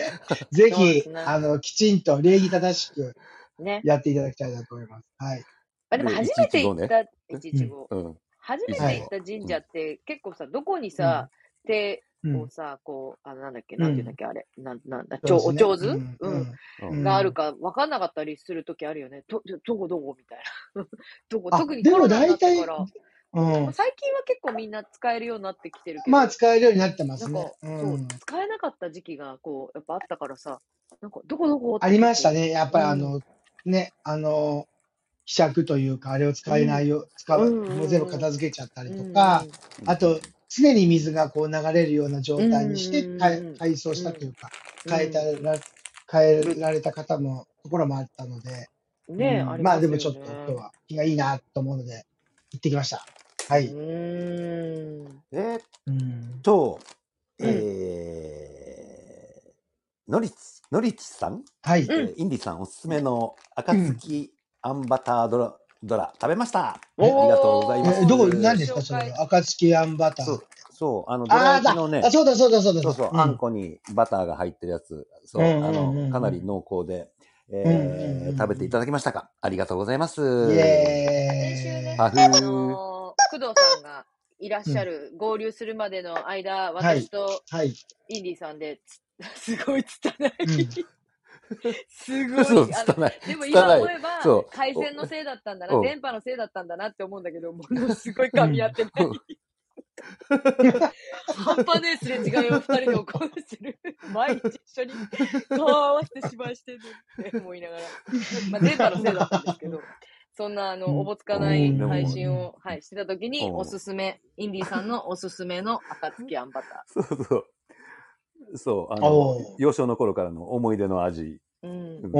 Speaker 3: ぜ
Speaker 1: そうで
Speaker 3: ひ
Speaker 1: す、ね
Speaker 3: あの、きちんと礼儀正しく
Speaker 1: ね。
Speaker 3: やっていただきたいなと思います。はい。
Speaker 1: あ、でも
Speaker 2: で
Speaker 1: 初めて行った、
Speaker 3: 115
Speaker 1: 115。
Speaker 2: うん。
Speaker 1: 初めて行った神社って、結構さ、どこにさ、手をさ、こう、あ、なんだっけ、なんていうんだっけ、あれ、なん、なんだ、ちょお上手
Speaker 3: うんう
Speaker 1: うん
Speaker 3: ん。
Speaker 2: うん
Speaker 1: があるか分かんなかったりするときあるよね。と、どどこどこみたいな。 どこ、
Speaker 3: あ
Speaker 1: 特に
Speaker 3: で
Speaker 1: コロ
Speaker 3: も
Speaker 1: ナにな
Speaker 3: 大
Speaker 1: って
Speaker 3: 体
Speaker 1: から。
Speaker 3: うん。
Speaker 1: 最近は結構みんな使えるようになってきてるけど。
Speaker 3: まあ使えるようになってま
Speaker 1: な
Speaker 3: す
Speaker 1: んか
Speaker 3: ね。、う、。
Speaker 1: そうん使えなかった時期が、こう、やっぱあったからさ、なんか、どこどこって
Speaker 3: ありましたね。やっぱり
Speaker 1: うん
Speaker 3: あの、ね、あの、希釈というか、あれを使えないよ、使
Speaker 1: うん
Speaker 3: う、
Speaker 1: うんうん
Speaker 3: もう全部片付けちゃったり
Speaker 1: 結構
Speaker 3: とか、あと、常に水がこう流れるような状態にして、
Speaker 1: うん
Speaker 3: かえ改装したというか、
Speaker 1: うん
Speaker 3: 変えたら、変えられた方も、ところもあったので、
Speaker 1: うんねえ、
Speaker 3: うん
Speaker 1: あり
Speaker 3: ま
Speaker 1: ますよね。
Speaker 3: あでもちょっと今日は気がいいなと思うので、行ってきました。は
Speaker 1: う
Speaker 3: い。
Speaker 1: ーん。
Speaker 2: えーっ
Speaker 3: うん。
Speaker 2: と、
Speaker 1: うん
Speaker 2: えー、のりち、のりちさん、
Speaker 3: はい。
Speaker 1: うん
Speaker 2: えーインディさんおすすめの暁アンバタードラ、ドラ食べました。
Speaker 1: おー
Speaker 2: ありがとうございます。
Speaker 3: え、どこ、
Speaker 1: うん
Speaker 3: 何ですか、それ。暁あんバター。
Speaker 2: そう、そう、あの、どら
Speaker 3: ああ、
Speaker 2: 焼
Speaker 3: だ、
Speaker 2: きのね
Speaker 3: あ、、そうだ、そうだ、そうだ。
Speaker 2: そうそう、
Speaker 3: ん
Speaker 2: あんこにバターが入ってるやつ、そう、
Speaker 3: うんうん
Speaker 2: あ
Speaker 3: うんう
Speaker 2: の、
Speaker 3: ん
Speaker 2: かなり濃厚で、
Speaker 3: うんうんうん
Speaker 2: え
Speaker 3: うん
Speaker 2: ー、食べていただきましたかありがとうございます。
Speaker 3: イ
Speaker 1: 先週ね
Speaker 3: エ、ー
Speaker 2: パ
Speaker 3: イ。
Speaker 2: フ
Speaker 1: あ
Speaker 2: ー。
Speaker 1: のー工藤さんがいらっしゃる、合流するまでの間、
Speaker 3: はい
Speaker 1: 私と
Speaker 3: はい。
Speaker 1: インディさんで、つ すごい拙い。
Speaker 3: うん
Speaker 1: すご
Speaker 2: そう、
Speaker 1: い。あ
Speaker 2: つ
Speaker 1: の
Speaker 2: たない。
Speaker 1: でも
Speaker 2: つた
Speaker 1: 今
Speaker 2: な
Speaker 1: 思
Speaker 2: い。
Speaker 1: えば
Speaker 2: そう、
Speaker 1: 回線のせいだったんだ
Speaker 2: お
Speaker 1: な、
Speaker 2: うん
Speaker 1: 電波のせいだったんだなって思うんだけど、ものすごい噛み合ってない。半端ねえすれ違いを二人で起こして る。毎日一緒に顔合わせて芝居してるって思いながら。まあ、電波のせいだったんですけど、そんなあ
Speaker 3: うん
Speaker 1: の、おぼつかない
Speaker 2: うん
Speaker 1: 配信を、はい、してた時に
Speaker 2: う、ん
Speaker 1: おすすめ、インディさんのおすすめの暁あんバタ
Speaker 2: そうそう。そう、あの
Speaker 3: おー、
Speaker 2: 幼少の頃からの思い出の味、
Speaker 1: ー。うん。
Speaker 2: うん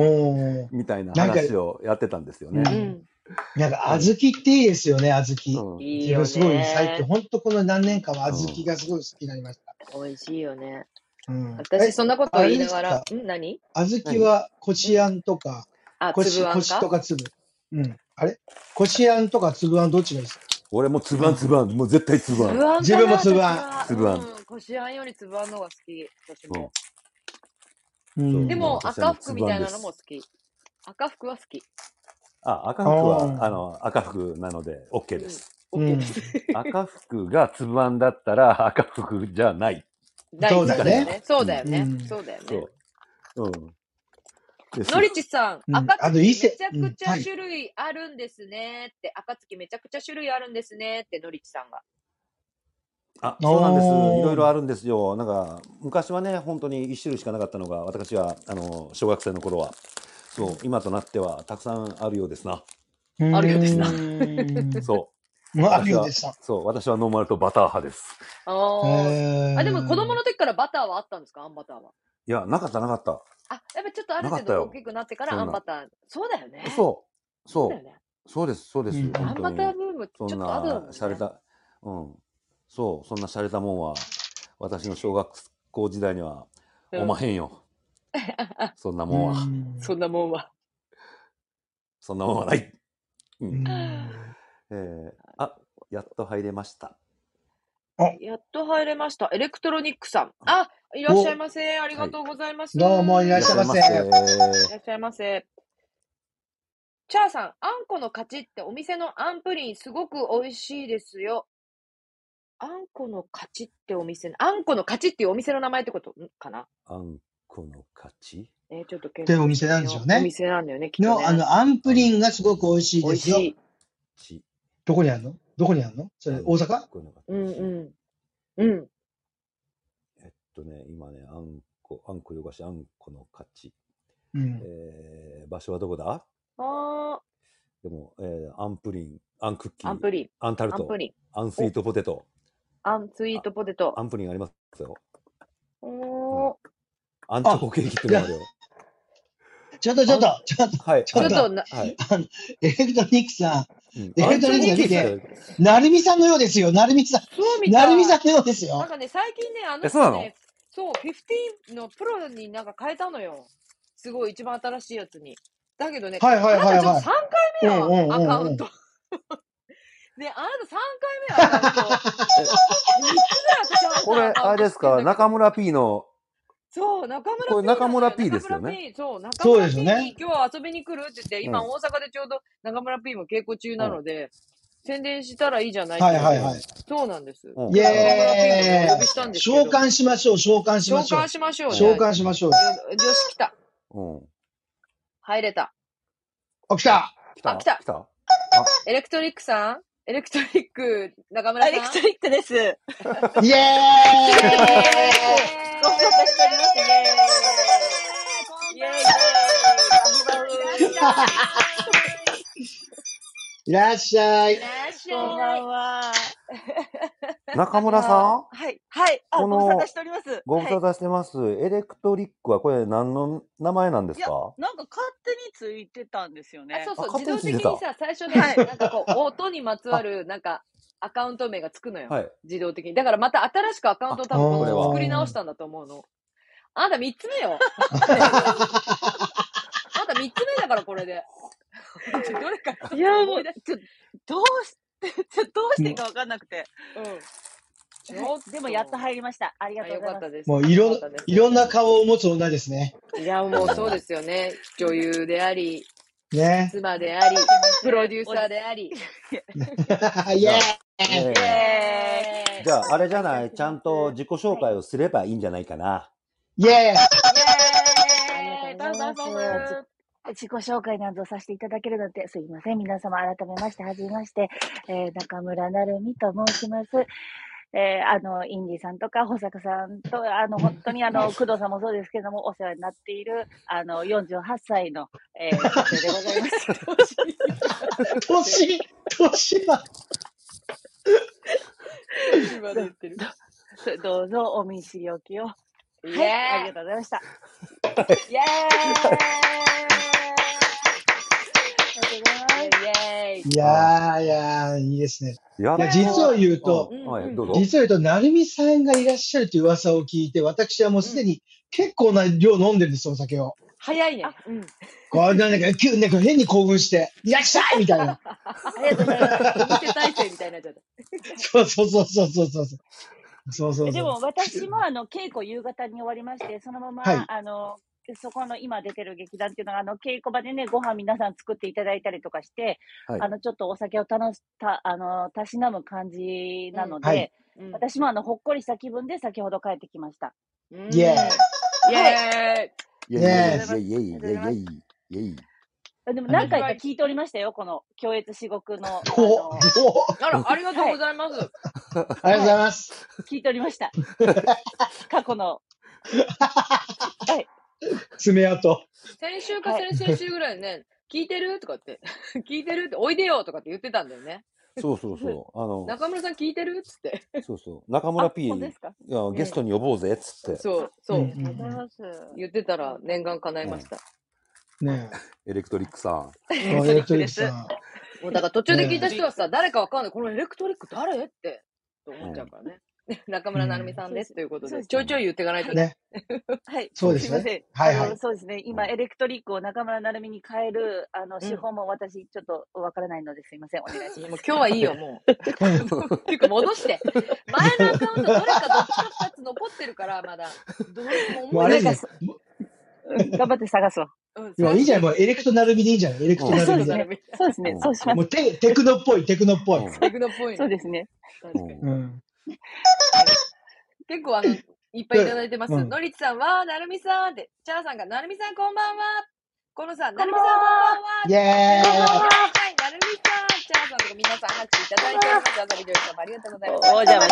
Speaker 3: おー。
Speaker 2: みたいな
Speaker 3: なん か
Speaker 2: 話をやってたんですよ
Speaker 3: う
Speaker 2: ね。
Speaker 1: うん。
Speaker 3: なんか、小豆っていいですよね、小豆。
Speaker 2: うん。
Speaker 1: いい
Speaker 3: 自
Speaker 1: よ
Speaker 3: 分すごい最近、
Speaker 1: ね。
Speaker 3: ほんとこの何年かは小豆がすごい好きになりまし
Speaker 1: 美味しいよね。
Speaker 3: た。うん。
Speaker 1: 私、そんなことを言いなが
Speaker 3: あれ
Speaker 1: ら
Speaker 3: で、
Speaker 1: ん何
Speaker 3: すか小豆は、こしあんとか、
Speaker 1: あ、
Speaker 3: こ
Speaker 1: つぶ
Speaker 3: し、
Speaker 1: あ
Speaker 3: こ
Speaker 1: ん
Speaker 3: しと
Speaker 1: か
Speaker 3: か粒。うん。あれこしあんとか粒あんどっちがいいですか
Speaker 2: 俺もつぶあんつぶあん、もう絶対つ
Speaker 1: つぶ
Speaker 2: ぶあん。
Speaker 1: あんかな
Speaker 3: 自分もつぶあん
Speaker 1: 私は
Speaker 2: つぶあん
Speaker 1: うん。こしあんよりつぶあんの方が好き。私も。
Speaker 3: う
Speaker 2: そう
Speaker 1: で
Speaker 3: ん。
Speaker 1: も、
Speaker 2: 私は
Speaker 1: 赤
Speaker 2: もう
Speaker 1: 服みたいなのも好
Speaker 2: つ
Speaker 1: き。赤服は好き。
Speaker 2: あ、赤服
Speaker 3: あー
Speaker 2: は、あの、赤服なので、OK です。
Speaker 1: オッケーです。
Speaker 2: 赤服がつぶあんだったら、赤服じゃない。
Speaker 1: 第
Speaker 3: そう
Speaker 1: 一
Speaker 3: だ
Speaker 1: そうだよ
Speaker 3: ね。
Speaker 1: ね。そうだよね
Speaker 3: う。ん
Speaker 1: そうだよね。
Speaker 2: そう。うん。です
Speaker 1: のりちさん、
Speaker 3: うん
Speaker 1: 赤
Speaker 3: あの伊
Speaker 1: 月め
Speaker 3: 勢
Speaker 1: ちゃ
Speaker 3: う
Speaker 1: く
Speaker 3: ん
Speaker 1: ちゃ
Speaker 3: はい
Speaker 1: 種類あるんですねって、赤月めちゃくちゃ種類あるんですねって、のりちさんが。
Speaker 2: あ、
Speaker 3: おー
Speaker 2: そうなんです。いろいろあるんですよ。なんか、昔はね、本当に一種類しかなかったのが、私は、あの、小学生の頃は、そう、今となっては、たくさんあるようですな。
Speaker 1: あるようですな
Speaker 3: うーん
Speaker 2: そ
Speaker 3: も
Speaker 2: う。
Speaker 3: うあ
Speaker 2: 私
Speaker 3: るよう
Speaker 2: は
Speaker 3: でした。、
Speaker 2: そう、私はノーマルとバター派です。
Speaker 1: あーあ、でも子供の時からバターはあったんですかあんバターは。
Speaker 2: いや、なかった、なかった。
Speaker 1: あ、やっぱちょっとある
Speaker 2: なか
Speaker 1: 程
Speaker 2: ったよ
Speaker 1: 度大きくなってから
Speaker 2: そん
Speaker 1: あ
Speaker 2: なん
Speaker 1: バター。そうだよね。
Speaker 2: そう、
Speaker 1: そう
Speaker 2: そ
Speaker 1: だよ
Speaker 2: う、
Speaker 1: ね。
Speaker 2: そうです、そうです、
Speaker 3: うん
Speaker 1: あ
Speaker 2: 本
Speaker 1: ん
Speaker 2: 当
Speaker 1: バター
Speaker 2: に。
Speaker 1: ブームって
Speaker 2: そ
Speaker 1: ちょ
Speaker 2: ん
Speaker 1: っと後だ
Speaker 2: な、
Speaker 1: もん
Speaker 2: 洒落
Speaker 1: ね。
Speaker 2: た、うん、そう、そんな洒落たもんは、私の小学校時代には、
Speaker 1: うん
Speaker 2: おまへん よ。そんなもんは、
Speaker 3: うん
Speaker 1: そんなもんは。
Speaker 2: そんなもんはない。う。
Speaker 3: うんん
Speaker 2: えー、あ、やっと入れました。
Speaker 1: やっと入れました。エレクトロニックさん。あ、いらっしゃいませ。ありがとうございます。
Speaker 3: どうもいらっしゃいませ
Speaker 2: いらっしゃいま
Speaker 1: い
Speaker 2: せ。
Speaker 1: らっしゃいませ。チャーさん、あんこの勝ちってお店のあんプリンすごく美味しいですよ。あんこの勝ちってお店の、あんこの勝ちっていうお店の名前ってことんかな
Speaker 2: あんこの勝ち
Speaker 1: えーちょっと検
Speaker 3: て
Speaker 1: 索
Speaker 3: お店なんでしょうね
Speaker 1: お店なんだよね、きっと、ね。
Speaker 3: の、あの、アンプリンがすごく美味しい
Speaker 1: 美
Speaker 3: で
Speaker 1: 味
Speaker 3: す
Speaker 1: し
Speaker 3: よ。
Speaker 1: い。
Speaker 2: ち
Speaker 3: どこにあるのどこにあるのそれ、大阪
Speaker 2: あんこの形
Speaker 1: うんうん。うん。
Speaker 2: えっとね、今ね、あんこ、あんこよがし、あんこの勝ち。
Speaker 3: うん。
Speaker 2: えー場所はどこだ
Speaker 1: あ
Speaker 2: でも、えーアンプリン、アンクッキ
Speaker 1: ー、アン
Speaker 2: ー、
Speaker 1: プリン、
Speaker 2: アンタル
Speaker 1: アン
Speaker 2: ト
Speaker 1: プ、リン、
Speaker 2: アンスイートポテト、
Speaker 1: アンスイートポテト
Speaker 2: ア。ンプリンありますよ。
Speaker 1: おー
Speaker 2: アンチョコケーキってのもあるよ。
Speaker 3: ちょっとちょっと、ちょっと、
Speaker 2: はい。
Speaker 1: ちょっ
Speaker 3: ちょっ
Speaker 1: とな、
Speaker 2: はい。
Speaker 3: エレクトニックさ
Speaker 2: うん
Speaker 3: え
Speaker 2: アンチョコケーキっ
Speaker 3: ちょっと
Speaker 2: て
Speaker 3: ん、なるみさんのようですよ、なるみさ
Speaker 1: そうみ
Speaker 3: ん。
Speaker 1: たい
Speaker 3: なるみさんのようです
Speaker 1: なん
Speaker 3: よ。
Speaker 1: かね、最近ね、あの
Speaker 2: えそうな
Speaker 1: 人
Speaker 2: の
Speaker 1: ね、そう、15のプロになんか変えたのよ。すごい、一番新しいやつに。だけどね、
Speaker 3: はいはいはい
Speaker 1: あなたちょっ
Speaker 3: は
Speaker 1: と
Speaker 3: い
Speaker 1: 3。回目
Speaker 3: うんうんうんう
Speaker 1: よ、
Speaker 3: ん
Speaker 1: アカウント。 ね、あなた3回目よ、アカウント。3つ
Speaker 2: こ
Speaker 1: ぐ
Speaker 2: れ、
Speaker 1: らい私あなたのアカウント
Speaker 2: あれですか、中村 P の、
Speaker 1: そう、中村 P
Speaker 2: これ中村 P
Speaker 1: なんだ
Speaker 2: ですよ
Speaker 1: 中
Speaker 2: ね
Speaker 1: 村 P そう、中
Speaker 3: そう
Speaker 1: 村
Speaker 3: です
Speaker 1: P
Speaker 3: よ
Speaker 1: に
Speaker 3: ね
Speaker 1: 今日は遊びに来るって言って、今
Speaker 2: うん
Speaker 1: 大阪でちょうど中村 P も稽古中なので、宣伝したらいいじゃないって
Speaker 3: は
Speaker 1: 言わ
Speaker 3: いは
Speaker 1: れ
Speaker 3: い
Speaker 1: て
Speaker 3: はい。
Speaker 1: そうなんです。
Speaker 2: うん
Speaker 3: イ
Speaker 1: 中村 P も
Speaker 3: エ
Speaker 1: お呼びした
Speaker 3: ー
Speaker 1: ん
Speaker 3: イ
Speaker 1: ですけど。
Speaker 3: 召喚しましょう、召喚し
Speaker 1: 召
Speaker 3: ましょう
Speaker 1: 喚。しましょうね。
Speaker 3: 召喚しましょう。
Speaker 1: よよし、来た。
Speaker 2: うん。
Speaker 1: 入れた。
Speaker 3: あ、来た
Speaker 2: 来た
Speaker 1: あ来た
Speaker 2: 来た
Speaker 1: エレクトリックさんエレクトリック、中村
Speaker 4: エ
Speaker 1: さん
Speaker 4: レクトリックです。ご無沙
Speaker 3: イエーイ
Speaker 4: 汰しておりますね。イェーイ。イェーイ。こんばんは。
Speaker 3: いらっしゃい。
Speaker 4: こんばんは。
Speaker 2: 中村さん
Speaker 4: はい。はい。あ、
Speaker 2: こ
Speaker 4: ご
Speaker 2: の
Speaker 4: 無沙汰しております。
Speaker 2: ご無沙
Speaker 4: はい
Speaker 2: 汰してます。エレクトリックはこれ何の名前なんです
Speaker 4: いや
Speaker 2: か
Speaker 4: なんか勝手についてたんですよ
Speaker 1: あ
Speaker 4: ね
Speaker 1: そう。そう、
Speaker 2: あ
Speaker 1: 自動的に
Speaker 2: 勝手
Speaker 1: さ、最初
Speaker 4: は
Speaker 1: ね、
Speaker 4: い
Speaker 1: なんかこう、音にまつわる、なんか、アカウント名がつくのよ。
Speaker 2: はい。
Speaker 1: 自動的に。だからまた新しくアカウントを多分
Speaker 2: あこれは
Speaker 1: 作り直したんだと思うの。あんた3つ目 よ。あんた3つ目だからこ れで。どれか
Speaker 4: いや、も
Speaker 1: 思
Speaker 4: う
Speaker 1: い出し、
Speaker 4: ちょ、どうして、ちょ、どうしていいかわかんなくて。
Speaker 1: うん。ちょっと
Speaker 4: でもやっと入りました。ありが
Speaker 1: あ
Speaker 4: とう
Speaker 1: よ
Speaker 4: ござ
Speaker 1: か
Speaker 4: いま
Speaker 1: っ
Speaker 4: す
Speaker 1: た。です。
Speaker 3: もういろ
Speaker 1: よかったです、
Speaker 3: いろんな顔を持つ女ですね。
Speaker 1: いや、もうそうですよね。女優であり、
Speaker 3: ね。
Speaker 1: 妻であり、プロデューサーであ り。
Speaker 3: イエ
Speaker 2: え
Speaker 3: ーイ
Speaker 4: イ
Speaker 2: え
Speaker 4: エーイ。
Speaker 2: じゃあ、あれじゃない、ちゃんと自己紹介をすればいいんじゃないかな。
Speaker 3: イエーイ
Speaker 4: イエーイバンバンバンバン
Speaker 5: 自己紹介などさせていただけるなんてすいません。皆様改めまして、はじめまして、えー中村なるみと申します。えーあの、インディさんとか、保坂さんと、あの、本当にあの、工藤さんもそうですけども、お世話になっている、あの、48歳の、えー、女性でございます。
Speaker 3: 年、年は。
Speaker 1: 今で言ってる。
Speaker 5: どどうぞお見知りおきを。は
Speaker 1: イ
Speaker 5: い、
Speaker 1: エーイ
Speaker 5: ありがとうございました。
Speaker 1: イエーイ
Speaker 5: ありがとうございます。
Speaker 1: イエーイ
Speaker 3: いやー、いやー、いいですね。
Speaker 2: やっ
Speaker 3: い
Speaker 2: と
Speaker 3: や、実を言うと、
Speaker 2: ん
Speaker 1: うん
Speaker 2: はい、どうぞ。
Speaker 3: 実を言うと、なるみさんがいらっしゃるという噂を聞いて、私はもうすでに結構な量飲んでるんです、お酒を。
Speaker 1: 早いね。うん。
Speaker 3: こう、なんか、急になんか変に興奮して、いらっしゃいみたい な。
Speaker 1: ありがとうございます。お店体制みたいになっちゃった。
Speaker 3: そうそうそうそうそうそう。そうそうそう。
Speaker 5: でも私もあの稽古夕方に終わりま して、そのまま、
Speaker 3: はい
Speaker 5: あのそこの今出てる劇団っていうのがあの稽古場でねご飯皆さん作っていただいたりとかして、
Speaker 2: はい
Speaker 5: あのちょっとお酒を楽したあのたしなむ感じな
Speaker 3: う
Speaker 5: ので、
Speaker 3: んはい
Speaker 1: うん
Speaker 5: 私もあのほっこりした気分で先ほど帰ってきました。
Speaker 1: うん
Speaker 3: イエ
Speaker 1: イエ
Speaker 2: イェイ
Speaker 3: ね
Speaker 2: イェイイェイイェイイェイイェイイェイ。
Speaker 5: でも何回か聞いておりましたよ、この共越至 極のあ
Speaker 3: お
Speaker 5: の
Speaker 3: お
Speaker 1: ーイあら、ありがとうございます。
Speaker 3: ありがとうございます。
Speaker 5: 聞いており ました。過去の
Speaker 3: 爪痕。。
Speaker 1: 先週か先々週ぐらいね、聞いてるとかって、 聞いてるって、おいでよとかって言ってたんだよね。
Speaker 2: そうそうそう。あの、
Speaker 1: 中村さん聞いてるっつって。
Speaker 2: そうそう。中村 P、い
Speaker 5: あ本当ですか
Speaker 2: やゲストに呼ぼうぜ、っつって。
Speaker 1: そう、そううん
Speaker 4: バン。ありがとうございます。
Speaker 1: 言ってたら念願叶いました。
Speaker 3: ね
Speaker 2: エレクトリックさん。
Speaker 3: え。もうエレクトリックさん。
Speaker 1: もうだから途中で聞いた人はさ、誰かわかんない。このエレクトリック誰って、と思っちゃうからね。 中村成美さんですということで、
Speaker 5: そうです
Speaker 1: ちょいちょい言っていかないとね。
Speaker 3: ね。
Speaker 5: はい。
Speaker 3: そうですね
Speaker 5: いません。
Speaker 3: はいはい
Speaker 5: あのそうですね。今、エレクトリックを中村なるみに変える、あの、手法も私、ちょっとわからないので、すいません。お願いします。
Speaker 1: もう今日はいいよ、もう。っていうか戻して。前のアカウントどれかどっちか2つ残ってるから、まだ。どうにも思
Speaker 3: もう
Speaker 1: えな
Speaker 3: あれ
Speaker 1: い
Speaker 3: ですね。
Speaker 5: 頑張って探すわ。
Speaker 1: うん
Speaker 3: いやいいじゃん。もうエレクトなるみでいいんじゃないエレクトな
Speaker 5: そう
Speaker 3: るみで。
Speaker 5: ですね。そうですね。そうします。
Speaker 3: もうテテクノっぽい、テクノっぽい。
Speaker 1: テクノっぽいね
Speaker 5: そうですね。
Speaker 1: 確かに
Speaker 2: うん
Speaker 3: うん。
Speaker 1: 結構あの、いっぱいいただいてます。
Speaker 3: うん
Speaker 1: のりちさん、わー、なるみさんって、チャーさんが、なるみさんこんばんは。このさん、なるみさんこんばんは。
Speaker 3: イェ
Speaker 1: なるみさん、
Speaker 3: ーイ
Speaker 1: チャーさんとか皆さん拍手いただいております。チャーさん、みどりさんもありがとうございます。
Speaker 4: お邪魔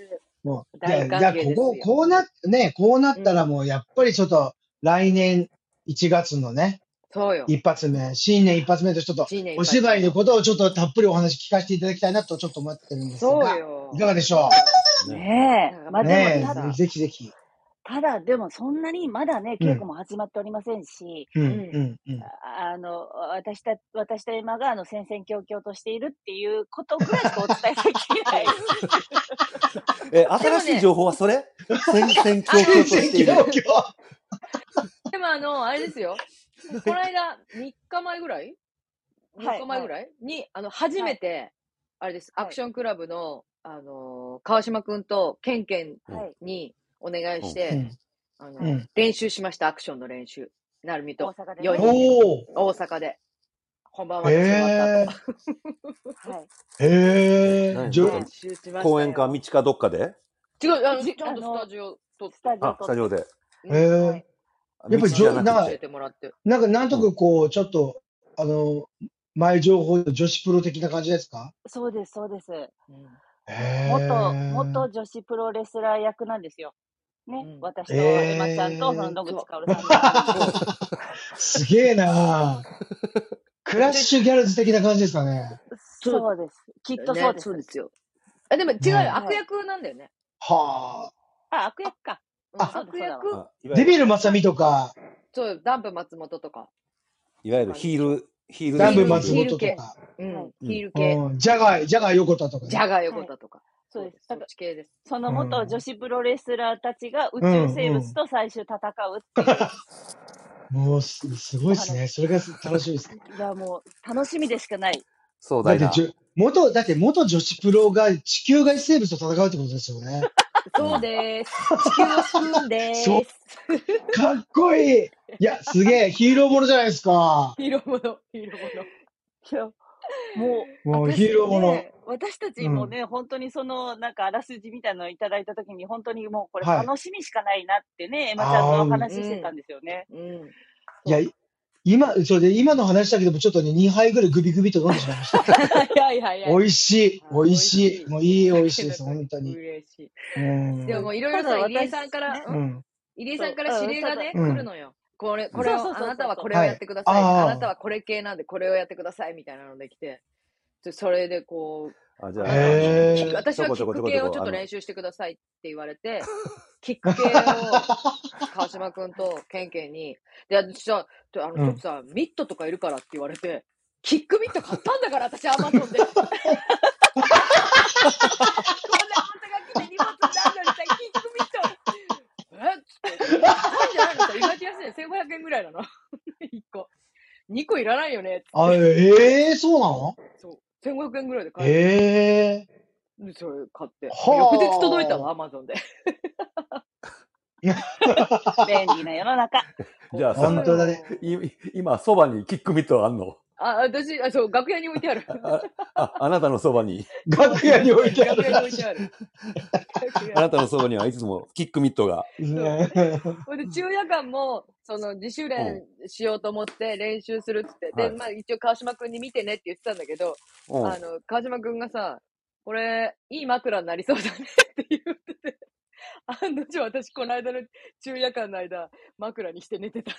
Speaker 4: します
Speaker 3: もう、じゃあ、
Speaker 1: 大
Speaker 3: じゃ
Speaker 1: 歓
Speaker 3: あ
Speaker 1: 迎です
Speaker 3: こ
Speaker 1: よ
Speaker 3: こ、こうな、ね、こうなったらもう、やっぱりちょっと、来年1月のね、
Speaker 1: そうよ。
Speaker 3: 一発目、新年一発目とちょっと
Speaker 1: 新年一
Speaker 3: お
Speaker 1: 発目
Speaker 3: 芝居のことをちょっとたっぷりお話聞かせていただきたいなとちょっと思ってるんです
Speaker 1: そう
Speaker 3: が、
Speaker 1: よ。
Speaker 3: いかがでしょ
Speaker 5: ね
Speaker 1: なん
Speaker 5: え。
Speaker 1: かまだ
Speaker 3: うね
Speaker 5: まあでも
Speaker 1: ま
Speaker 5: た
Speaker 1: だ
Speaker 3: え、ぜひぜひ。
Speaker 5: ただ、でもそんなにまだね、
Speaker 3: うん
Speaker 5: 稽古も始まっておりませんし、
Speaker 3: うん、
Speaker 1: うん
Speaker 3: うん、うん。
Speaker 5: あの、私た、私と今が、あの、戦々恐々としているっていうことぐらいしかお伝えできない。
Speaker 2: え、新しい情報はそれ戦々恐々として いる。
Speaker 3: 全然今
Speaker 1: でもあの、あれです よ。この間、3日前ぐらい
Speaker 5: はい
Speaker 1: ?4 日前ぐらい、に、あの、初めて、あれです、
Speaker 5: はい
Speaker 1: アクションクラブの、あのー川島くんとケンケン
Speaker 5: はい。
Speaker 1: にお願いし
Speaker 3: 日う
Speaker 1: て、
Speaker 3: ん
Speaker 1: あの、
Speaker 3: うん
Speaker 1: 練習しました、アクションの練習。なるみ
Speaker 5: 大
Speaker 1: と、
Speaker 5: 阪で
Speaker 1: 四
Speaker 5: ね。
Speaker 1: 人
Speaker 3: お
Speaker 1: 大
Speaker 3: ー
Speaker 1: 阪で。本番終わってすぐ終わった後。
Speaker 3: へ
Speaker 5: はい。
Speaker 3: え、へえ、
Speaker 2: 何
Speaker 3: じゃ
Speaker 2: どっ
Speaker 5: ね
Speaker 2: か
Speaker 1: 練習しましたよ。
Speaker 2: 公園か道かどっかで
Speaker 1: 違う、あの、
Speaker 5: じ
Speaker 1: ちゃんとスタジオ撮って
Speaker 5: ス。タジオ
Speaker 2: あ、
Speaker 5: と
Speaker 2: スタジオで。
Speaker 1: うん
Speaker 3: へ
Speaker 5: は
Speaker 3: え
Speaker 5: い、
Speaker 3: やっ
Speaker 2: 道
Speaker 3: ぱり
Speaker 2: じゃな
Speaker 3: な
Speaker 2: く
Speaker 1: 教え
Speaker 2: て。
Speaker 1: てもらって。
Speaker 3: なんかなんとなくこう、ちょっと、あの、前情報女子プロ的な感じですか
Speaker 5: そうです、そうです。
Speaker 1: うん。
Speaker 3: へ
Speaker 5: 元、
Speaker 3: え
Speaker 5: 元。女子プロレスラー役なんですよ。
Speaker 1: う
Speaker 5: ね。
Speaker 1: ん
Speaker 5: 私とエマちゃんと、そ
Speaker 3: え
Speaker 5: の
Speaker 3: え、
Speaker 5: 野口
Speaker 1: そ
Speaker 5: かおる
Speaker 1: う。
Speaker 5: さんが。
Speaker 1: そう。
Speaker 3: すげえなクラッシュギャルズ的な感じですかね。
Speaker 1: そう
Speaker 5: そうです。きっとそう
Speaker 1: ね、
Speaker 5: で。
Speaker 1: そうですすよ。あでも違うよ、
Speaker 3: ね
Speaker 1: 悪
Speaker 5: はい
Speaker 1: 役なんだよね。
Speaker 3: は
Speaker 5: あ、悪役か。
Speaker 1: うん、
Speaker 3: あ
Speaker 5: そうです
Speaker 1: 悪役、
Speaker 5: そ
Speaker 2: あい
Speaker 3: あ。
Speaker 5: う
Speaker 2: わゆ
Speaker 3: デ
Speaker 2: る
Speaker 3: ビルマサミとか、
Speaker 1: そうよ、ダンプ松本とか。
Speaker 2: いわゆるヒール、ヒール
Speaker 3: ダン
Speaker 2: ですよ
Speaker 3: ブ
Speaker 2: ね。
Speaker 1: ル
Speaker 3: 松
Speaker 1: ヒール
Speaker 3: 本と
Speaker 1: 系。
Speaker 3: か、
Speaker 1: う
Speaker 5: は
Speaker 1: ん
Speaker 5: い、
Speaker 1: ヒール系、
Speaker 3: うん、ジャガイ、ジャガイ横田とか
Speaker 1: ジ
Speaker 3: ね。
Speaker 1: ャガー横田とか。
Speaker 5: そう
Speaker 1: そう
Speaker 5: で
Speaker 1: ですす、。
Speaker 5: だ
Speaker 1: そ
Speaker 5: か
Speaker 1: っ
Speaker 5: ら、
Speaker 1: ち系です。
Speaker 5: その元女子プロレスラーたちが宇
Speaker 3: う
Speaker 5: 宙
Speaker 3: ん、
Speaker 5: 生
Speaker 3: う。
Speaker 5: 物と最終戦うっていうん
Speaker 3: もうす、すごい
Speaker 5: お
Speaker 3: ですね。
Speaker 5: 話。
Speaker 3: それが楽しみですね。
Speaker 5: いや、もう、楽しみでしかない。
Speaker 2: 壮
Speaker 3: だっ
Speaker 2: 大
Speaker 3: て
Speaker 2: な。
Speaker 3: じゅ、元、だって元女子プロが地球外生物と戦うってことですよね。
Speaker 1: そう です。地球を救うんで
Speaker 3: そう
Speaker 1: す。
Speaker 3: かっこいい。いや、すげえ、ヒーローものじゃないですか。
Speaker 1: ヒーローもの、ヒーローもの。
Speaker 5: いや、もう、
Speaker 3: もう
Speaker 5: 私
Speaker 3: ヒーローもの。
Speaker 5: ね、私たち
Speaker 3: う
Speaker 5: も
Speaker 3: ん。
Speaker 5: ね、本当にその、なんか、あらすじみたいなのをいただいたときに、本当にもう、これ
Speaker 3: はい。
Speaker 5: 楽しみしかないなってね、エマちゃ
Speaker 3: あ
Speaker 5: んと
Speaker 3: あ、
Speaker 5: お
Speaker 3: うん。
Speaker 5: 話ししてたんですよね。
Speaker 1: うん。
Speaker 3: いや、
Speaker 1: そう。
Speaker 3: い今、それで今の話だけでもちょっとね、2杯ぐらいグビグビと飲んでしまいまし た。
Speaker 1: いやいやいやい
Speaker 3: 美味しい、
Speaker 1: や。
Speaker 3: 美味しい。もういい美味し
Speaker 1: 酒
Speaker 3: いで
Speaker 1: の
Speaker 3: す、
Speaker 1: 鳥
Speaker 3: 本当に。
Speaker 1: 嬉しい。
Speaker 3: う
Speaker 1: でもも
Speaker 3: ん。
Speaker 1: ういろいろ
Speaker 5: た
Speaker 1: そ
Speaker 5: だ
Speaker 1: う、入江
Speaker 5: 私、
Speaker 1: さんから、
Speaker 5: ね、
Speaker 1: ん
Speaker 3: うん。
Speaker 1: 入江さ
Speaker 5: そ
Speaker 1: ん
Speaker 5: う、
Speaker 1: から
Speaker 5: う
Speaker 1: 指
Speaker 5: ん、
Speaker 1: 令
Speaker 5: た
Speaker 1: が
Speaker 5: だ、
Speaker 1: ね、
Speaker 3: う
Speaker 1: 来る
Speaker 3: ん。
Speaker 1: のよ。これ、
Speaker 2: うん
Speaker 1: これ
Speaker 5: そう
Speaker 1: を、
Speaker 5: そう
Speaker 1: あ
Speaker 5: そう
Speaker 1: なたは
Speaker 5: そう
Speaker 1: これを
Speaker 3: は
Speaker 1: やっ
Speaker 3: い。
Speaker 1: てください。あなた
Speaker 3: あ
Speaker 1: はこれ系なんで、これをやってください。みたいなので来て。でそれでこう、
Speaker 2: あ、じ
Speaker 1: あ
Speaker 2: ゃ
Speaker 3: あ。
Speaker 1: なたはキック、キッ
Speaker 3: へ
Speaker 1: ク、
Speaker 3: え。
Speaker 2: あ、ち
Speaker 1: 私
Speaker 2: ょ
Speaker 1: は
Speaker 2: こち
Speaker 1: キ
Speaker 2: ょ
Speaker 1: ック
Speaker 2: こちょこち
Speaker 1: 系
Speaker 2: ょ
Speaker 1: をちょ
Speaker 2: こ、
Speaker 1: っと
Speaker 2: あの、
Speaker 1: 練習してくださいって言われて、キック系を川島くんとケンケンに、で、私さ、ちょあの、
Speaker 3: う
Speaker 1: ちょっとさ、
Speaker 3: ん。
Speaker 1: ミットとかいるからって言われて、キックミット買ったんだから、私ア マゾンで。こんなことが来て荷物になるのにさ、キックミット。えっつって、高いんじゃないのさ、意外と安いね。1500円ぐらいなの。1個。2個いらないよね。つっ
Speaker 3: あ、
Speaker 1: て。
Speaker 3: ええ、そうなの
Speaker 1: そう。1500円ぐらいで買える
Speaker 3: ええ。
Speaker 1: の。でそれ買って。もう翌日届いたわ、
Speaker 3: は
Speaker 1: アマゾンで。
Speaker 5: 便利な世の中。
Speaker 2: じゃあ
Speaker 3: あ。
Speaker 2: さ
Speaker 1: 本
Speaker 3: 本
Speaker 1: 当
Speaker 3: 当だね。
Speaker 1: よ。
Speaker 2: い今、そばにキックミットあんの
Speaker 1: あ、私、あ、そう、楽屋に置いてある。
Speaker 2: あ、あ、あなたのそばに、
Speaker 3: 楽屋に置いてあ
Speaker 1: 楽
Speaker 3: る
Speaker 1: 屋に
Speaker 3: ら
Speaker 1: 置い
Speaker 3: しい。
Speaker 1: てある。楽屋
Speaker 2: あ
Speaker 1: に
Speaker 2: なたのそばにはいつもキックミットが。
Speaker 1: そう。
Speaker 3: ね
Speaker 1: ほんで、昼夜間も、その、自主
Speaker 2: う
Speaker 1: 練
Speaker 2: ん。
Speaker 1: しようと思って練習するっつって。
Speaker 2: は
Speaker 1: で、
Speaker 2: い。
Speaker 1: まあ、一応川島くんに見てねって言ってたんだけど、
Speaker 2: う
Speaker 1: あ
Speaker 2: ん。
Speaker 1: の、川島くんがさ、これ、いい枕になりそうだねって言ってて、案の定私、この間の昼夜間の間、枕にして寝てた。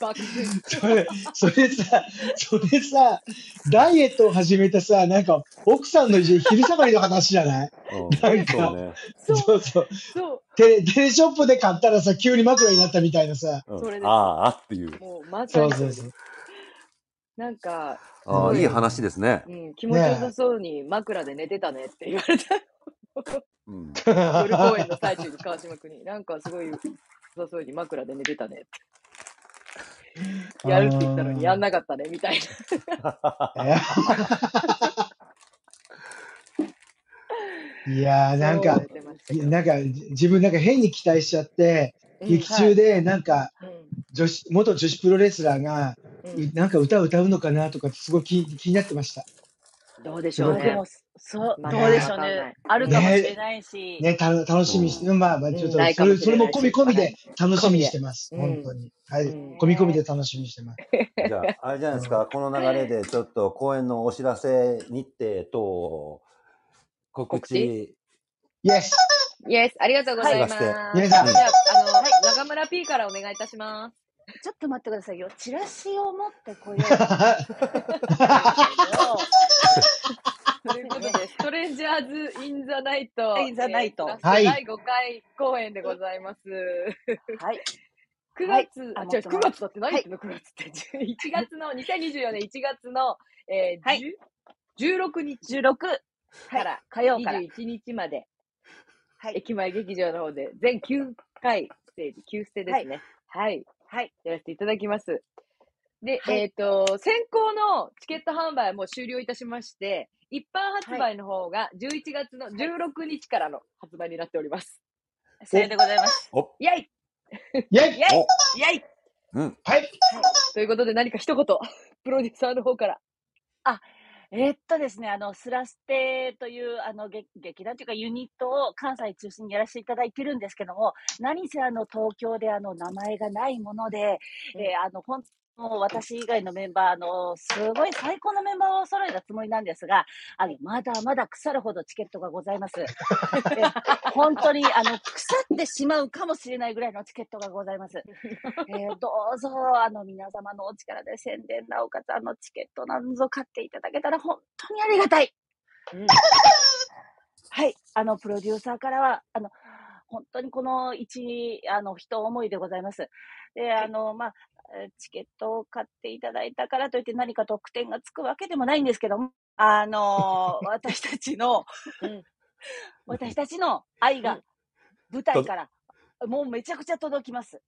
Speaker 1: 爆睡。
Speaker 3: それ、それさ、それさ、ダイエットを始めたさ、なんか、奥さんの家昼下がりの話じゃない
Speaker 2: うん。
Speaker 3: なん
Speaker 2: そう
Speaker 3: か、
Speaker 2: ね。
Speaker 1: そう、
Speaker 3: そうそう。
Speaker 1: そう。
Speaker 3: テレ、テレショップで買ったらさ、急に枕になったみたいなさ。
Speaker 2: うん。
Speaker 1: それ
Speaker 2: あ
Speaker 1: です。
Speaker 2: あ、あっていう。
Speaker 1: もう、まさ
Speaker 3: そう
Speaker 1: にそ
Speaker 3: そう
Speaker 1: れ
Speaker 3: そ
Speaker 1: で
Speaker 3: う。
Speaker 1: す。なんか、す
Speaker 2: ああ、
Speaker 1: ご
Speaker 2: いい
Speaker 1: い、
Speaker 2: 話ですね。
Speaker 1: うん、気持ちよ
Speaker 3: ね
Speaker 1: さそうに枕で寝てたねって言われた。
Speaker 2: うん。
Speaker 3: え。
Speaker 1: 夜公演の最中に川島くん に、なんかすごい良さそうに枕で寝てたねって。やるって言ったのにやん
Speaker 3: あ
Speaker 1: なかったね、みたいな。
Speaker 3: ーいやいやー、なん
Speaker 1: そう、
Speaker 3: か、
Speaker 1: 寝てました
Speaker 3: い
Speaker 1: け
Speaker 3: や
Speaker 1: ど。
Speaker 3: なんか、じ自分なんか変に期待しちゃって、
Speaker 1: うん、
Speaker 3: 劇
Speaker 5: は
Speaker 3: 中
Speaker 5: い。
Speaker 3: で、なんか、
Speaker 1: うん。
Speaker 3: 女子、元女子プロレスラーが、
Speaker 1: うん
Speaker 3: なんか歌を歌うのかなとかってすごい気気になってました。
Speaker 1: どうでし
Speaker 5: で
Speaker 1: ょうね。
Speaker 5: も、そう、
Speaker 1: ま
Speaker 3: だ
Speaker 5: どうでしょう
Speaker 1: わかんな
Speaker 5: ね
Speaker 1: い。
Speaker 5: あるかもしれないし。
Speaker 3: ね、たの楽しみにして、まあまあ、ちょっ
Speaker 1: うんな
Speaker 3: と
Speaker 1: いか
Speaker 3: そ
Speaker 1: も
Speaker 3: れ、
Speaker 1: しれ
Speaker 3: それも
Speaker 1: ないし
Speaker 3: 込み込みで楽しみにしてます。
Speaker 1: 込みで
Speaker 3: 本当に。はい。
Speaker 1: うん
Speaker 3: 込み込みで楽しみにしてます。
Speaker 2: じゃあ、あれじゃないですか、この流れでちょっと公演のお知らせ、日程等、告
Speaker 1: 告知
Speaker 2: 知、
Speaker 3: Yes!
Speaker 1: イエス、ありがとうございます。
Speaker 2: はい
Speaker 3: 皆さん
Speaker 1: じゃあ、あの、中村 P からお願いいたします。
Speaker 5: ちょっと待ってくださいよ。チラシを持ってこよう と思ったん ですけど。
Speaker 1: ということで、ストレンジャーズ・イン・ザ・ナイト。
Speaker 5: インザナイト
Speaker 1: えー
Speaker 3: はい
Speaker 1: 第5回公演でございます。
Speaker 5: はい。
Speaker 1: 9
Speaker 5: はい
Speaker 1: 月、
Speaker 5: あ
Speaker 1: あ、違う、
Speaker 5: 持って
Speaker 1: 9
Speaker 5: ます
Speaker 1: 月だって何言ってんの、9月って。1月 の、2024年1月の、えー
Speaker 5: はい
Speaker 1: 10 16日
Speaker 5: 16、
Speaker 1: か
Speaker 5: はい
Speaker 1: ら、
Speaker 5: 火曜から。
Speaker 1: 21日まで、
Speaker 5: はい
Speaker 1: 駅前劇場の方で、全9回ステージ、9ステですね。はい。
Speaker 5: はい。
Speaker 1: やらせていただきます。で、
Speaker 5: はい
Speaker 1: えっ、と、先行のチケット販売はもう終了いたしまして、一般発売の方が11月の16日からの発売になっております。
Speaker 5: さようでございます。
Speaker 2: お、
Speaker 1: イェイ
Speaker 3: イェイ
Speaker 5: イェイ
Speaker 2: お、
Speaker 5: イェイ
Speaker 2: うん。
Speaker 3: はい
Speaker 1: ということで何か一言、プロデューサーの方から。
Speaker 5: えーっとですね、あの、スラステという、あの、劇劇団というかユニットを関西中心にやらせていただいてるんですけども、何せあの、東京であの、名前がないもので、
Speaker 1: うん
Speaker 5: えーあの、ほんもう私以外のメンバー、あの、すごい最高のメンバーを揃えたつもりなんですが、あの、まだまだ腐るほどチケットがござ います。えー本当に、あの、腐ってしまうかもしれないぐらいのチケットがございます。えーどうぞ、あの、皆様のお力で宣伝、なおかつ、あの、チケットなんぞ買っていただけたら、本当にありがたい。
Speaker 1: うん
Speaker 5: はい。あの、プロデューサーからは、あの、本当にこの一、あの、人思いでございます。で、あの、まあ、えーチケットを買っていただいたからといって何か特典がつくわけでもないんですけども、あ の、私たちの、
Speaker 1: うん
Speaker 5: 私たちの愛が舞台から、もうめちゃくちゃ届きます。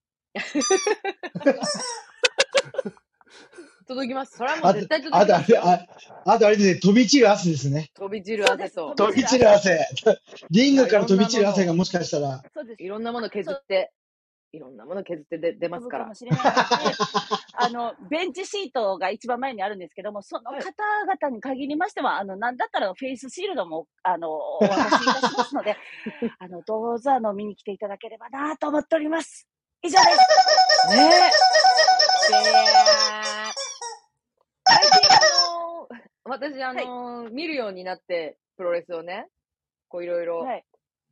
Speaker 1: 届きます。それはもう
Speaker 3: あ
Speaker 1: 絶
Speaker 3: と
Speaker 1: 対、届
Speaker 3: あ
Speaker 1: きま
Speaker 3: とあ
Speaker 1: す
Speaker 3: れ、
Speaker 1: よ。
Speaker 3: ああとあれですね、飛び散る汗ですね。
Speaker 1: 飛び散る汗と、
Speaker 3: 飛び散る汗。リングから飛び散る汗がもしかしたら。
Speaker 5: そうです。
Speaker 1: いろんなもの削って、いろんなもの削ってで出ま
Speaker 5: 飛
Speaker 1: す
Speaker 5: ぶ
Speaker 1: か
Speaker 5: からも。しれないので、あの、ベンチシートが一番前にあるんですけども、その方々に限りましては、あの、なんだったらフェイスシールドも、あの、お渡しいたしますの で、あの、どうぞ、あの、見に来ていただければなと思っております。以上です。
Speaker 1: ねえ。で、最近あの、私あの、見るようになって、プロレスをね、こういろいろ
Speaker 5: はい。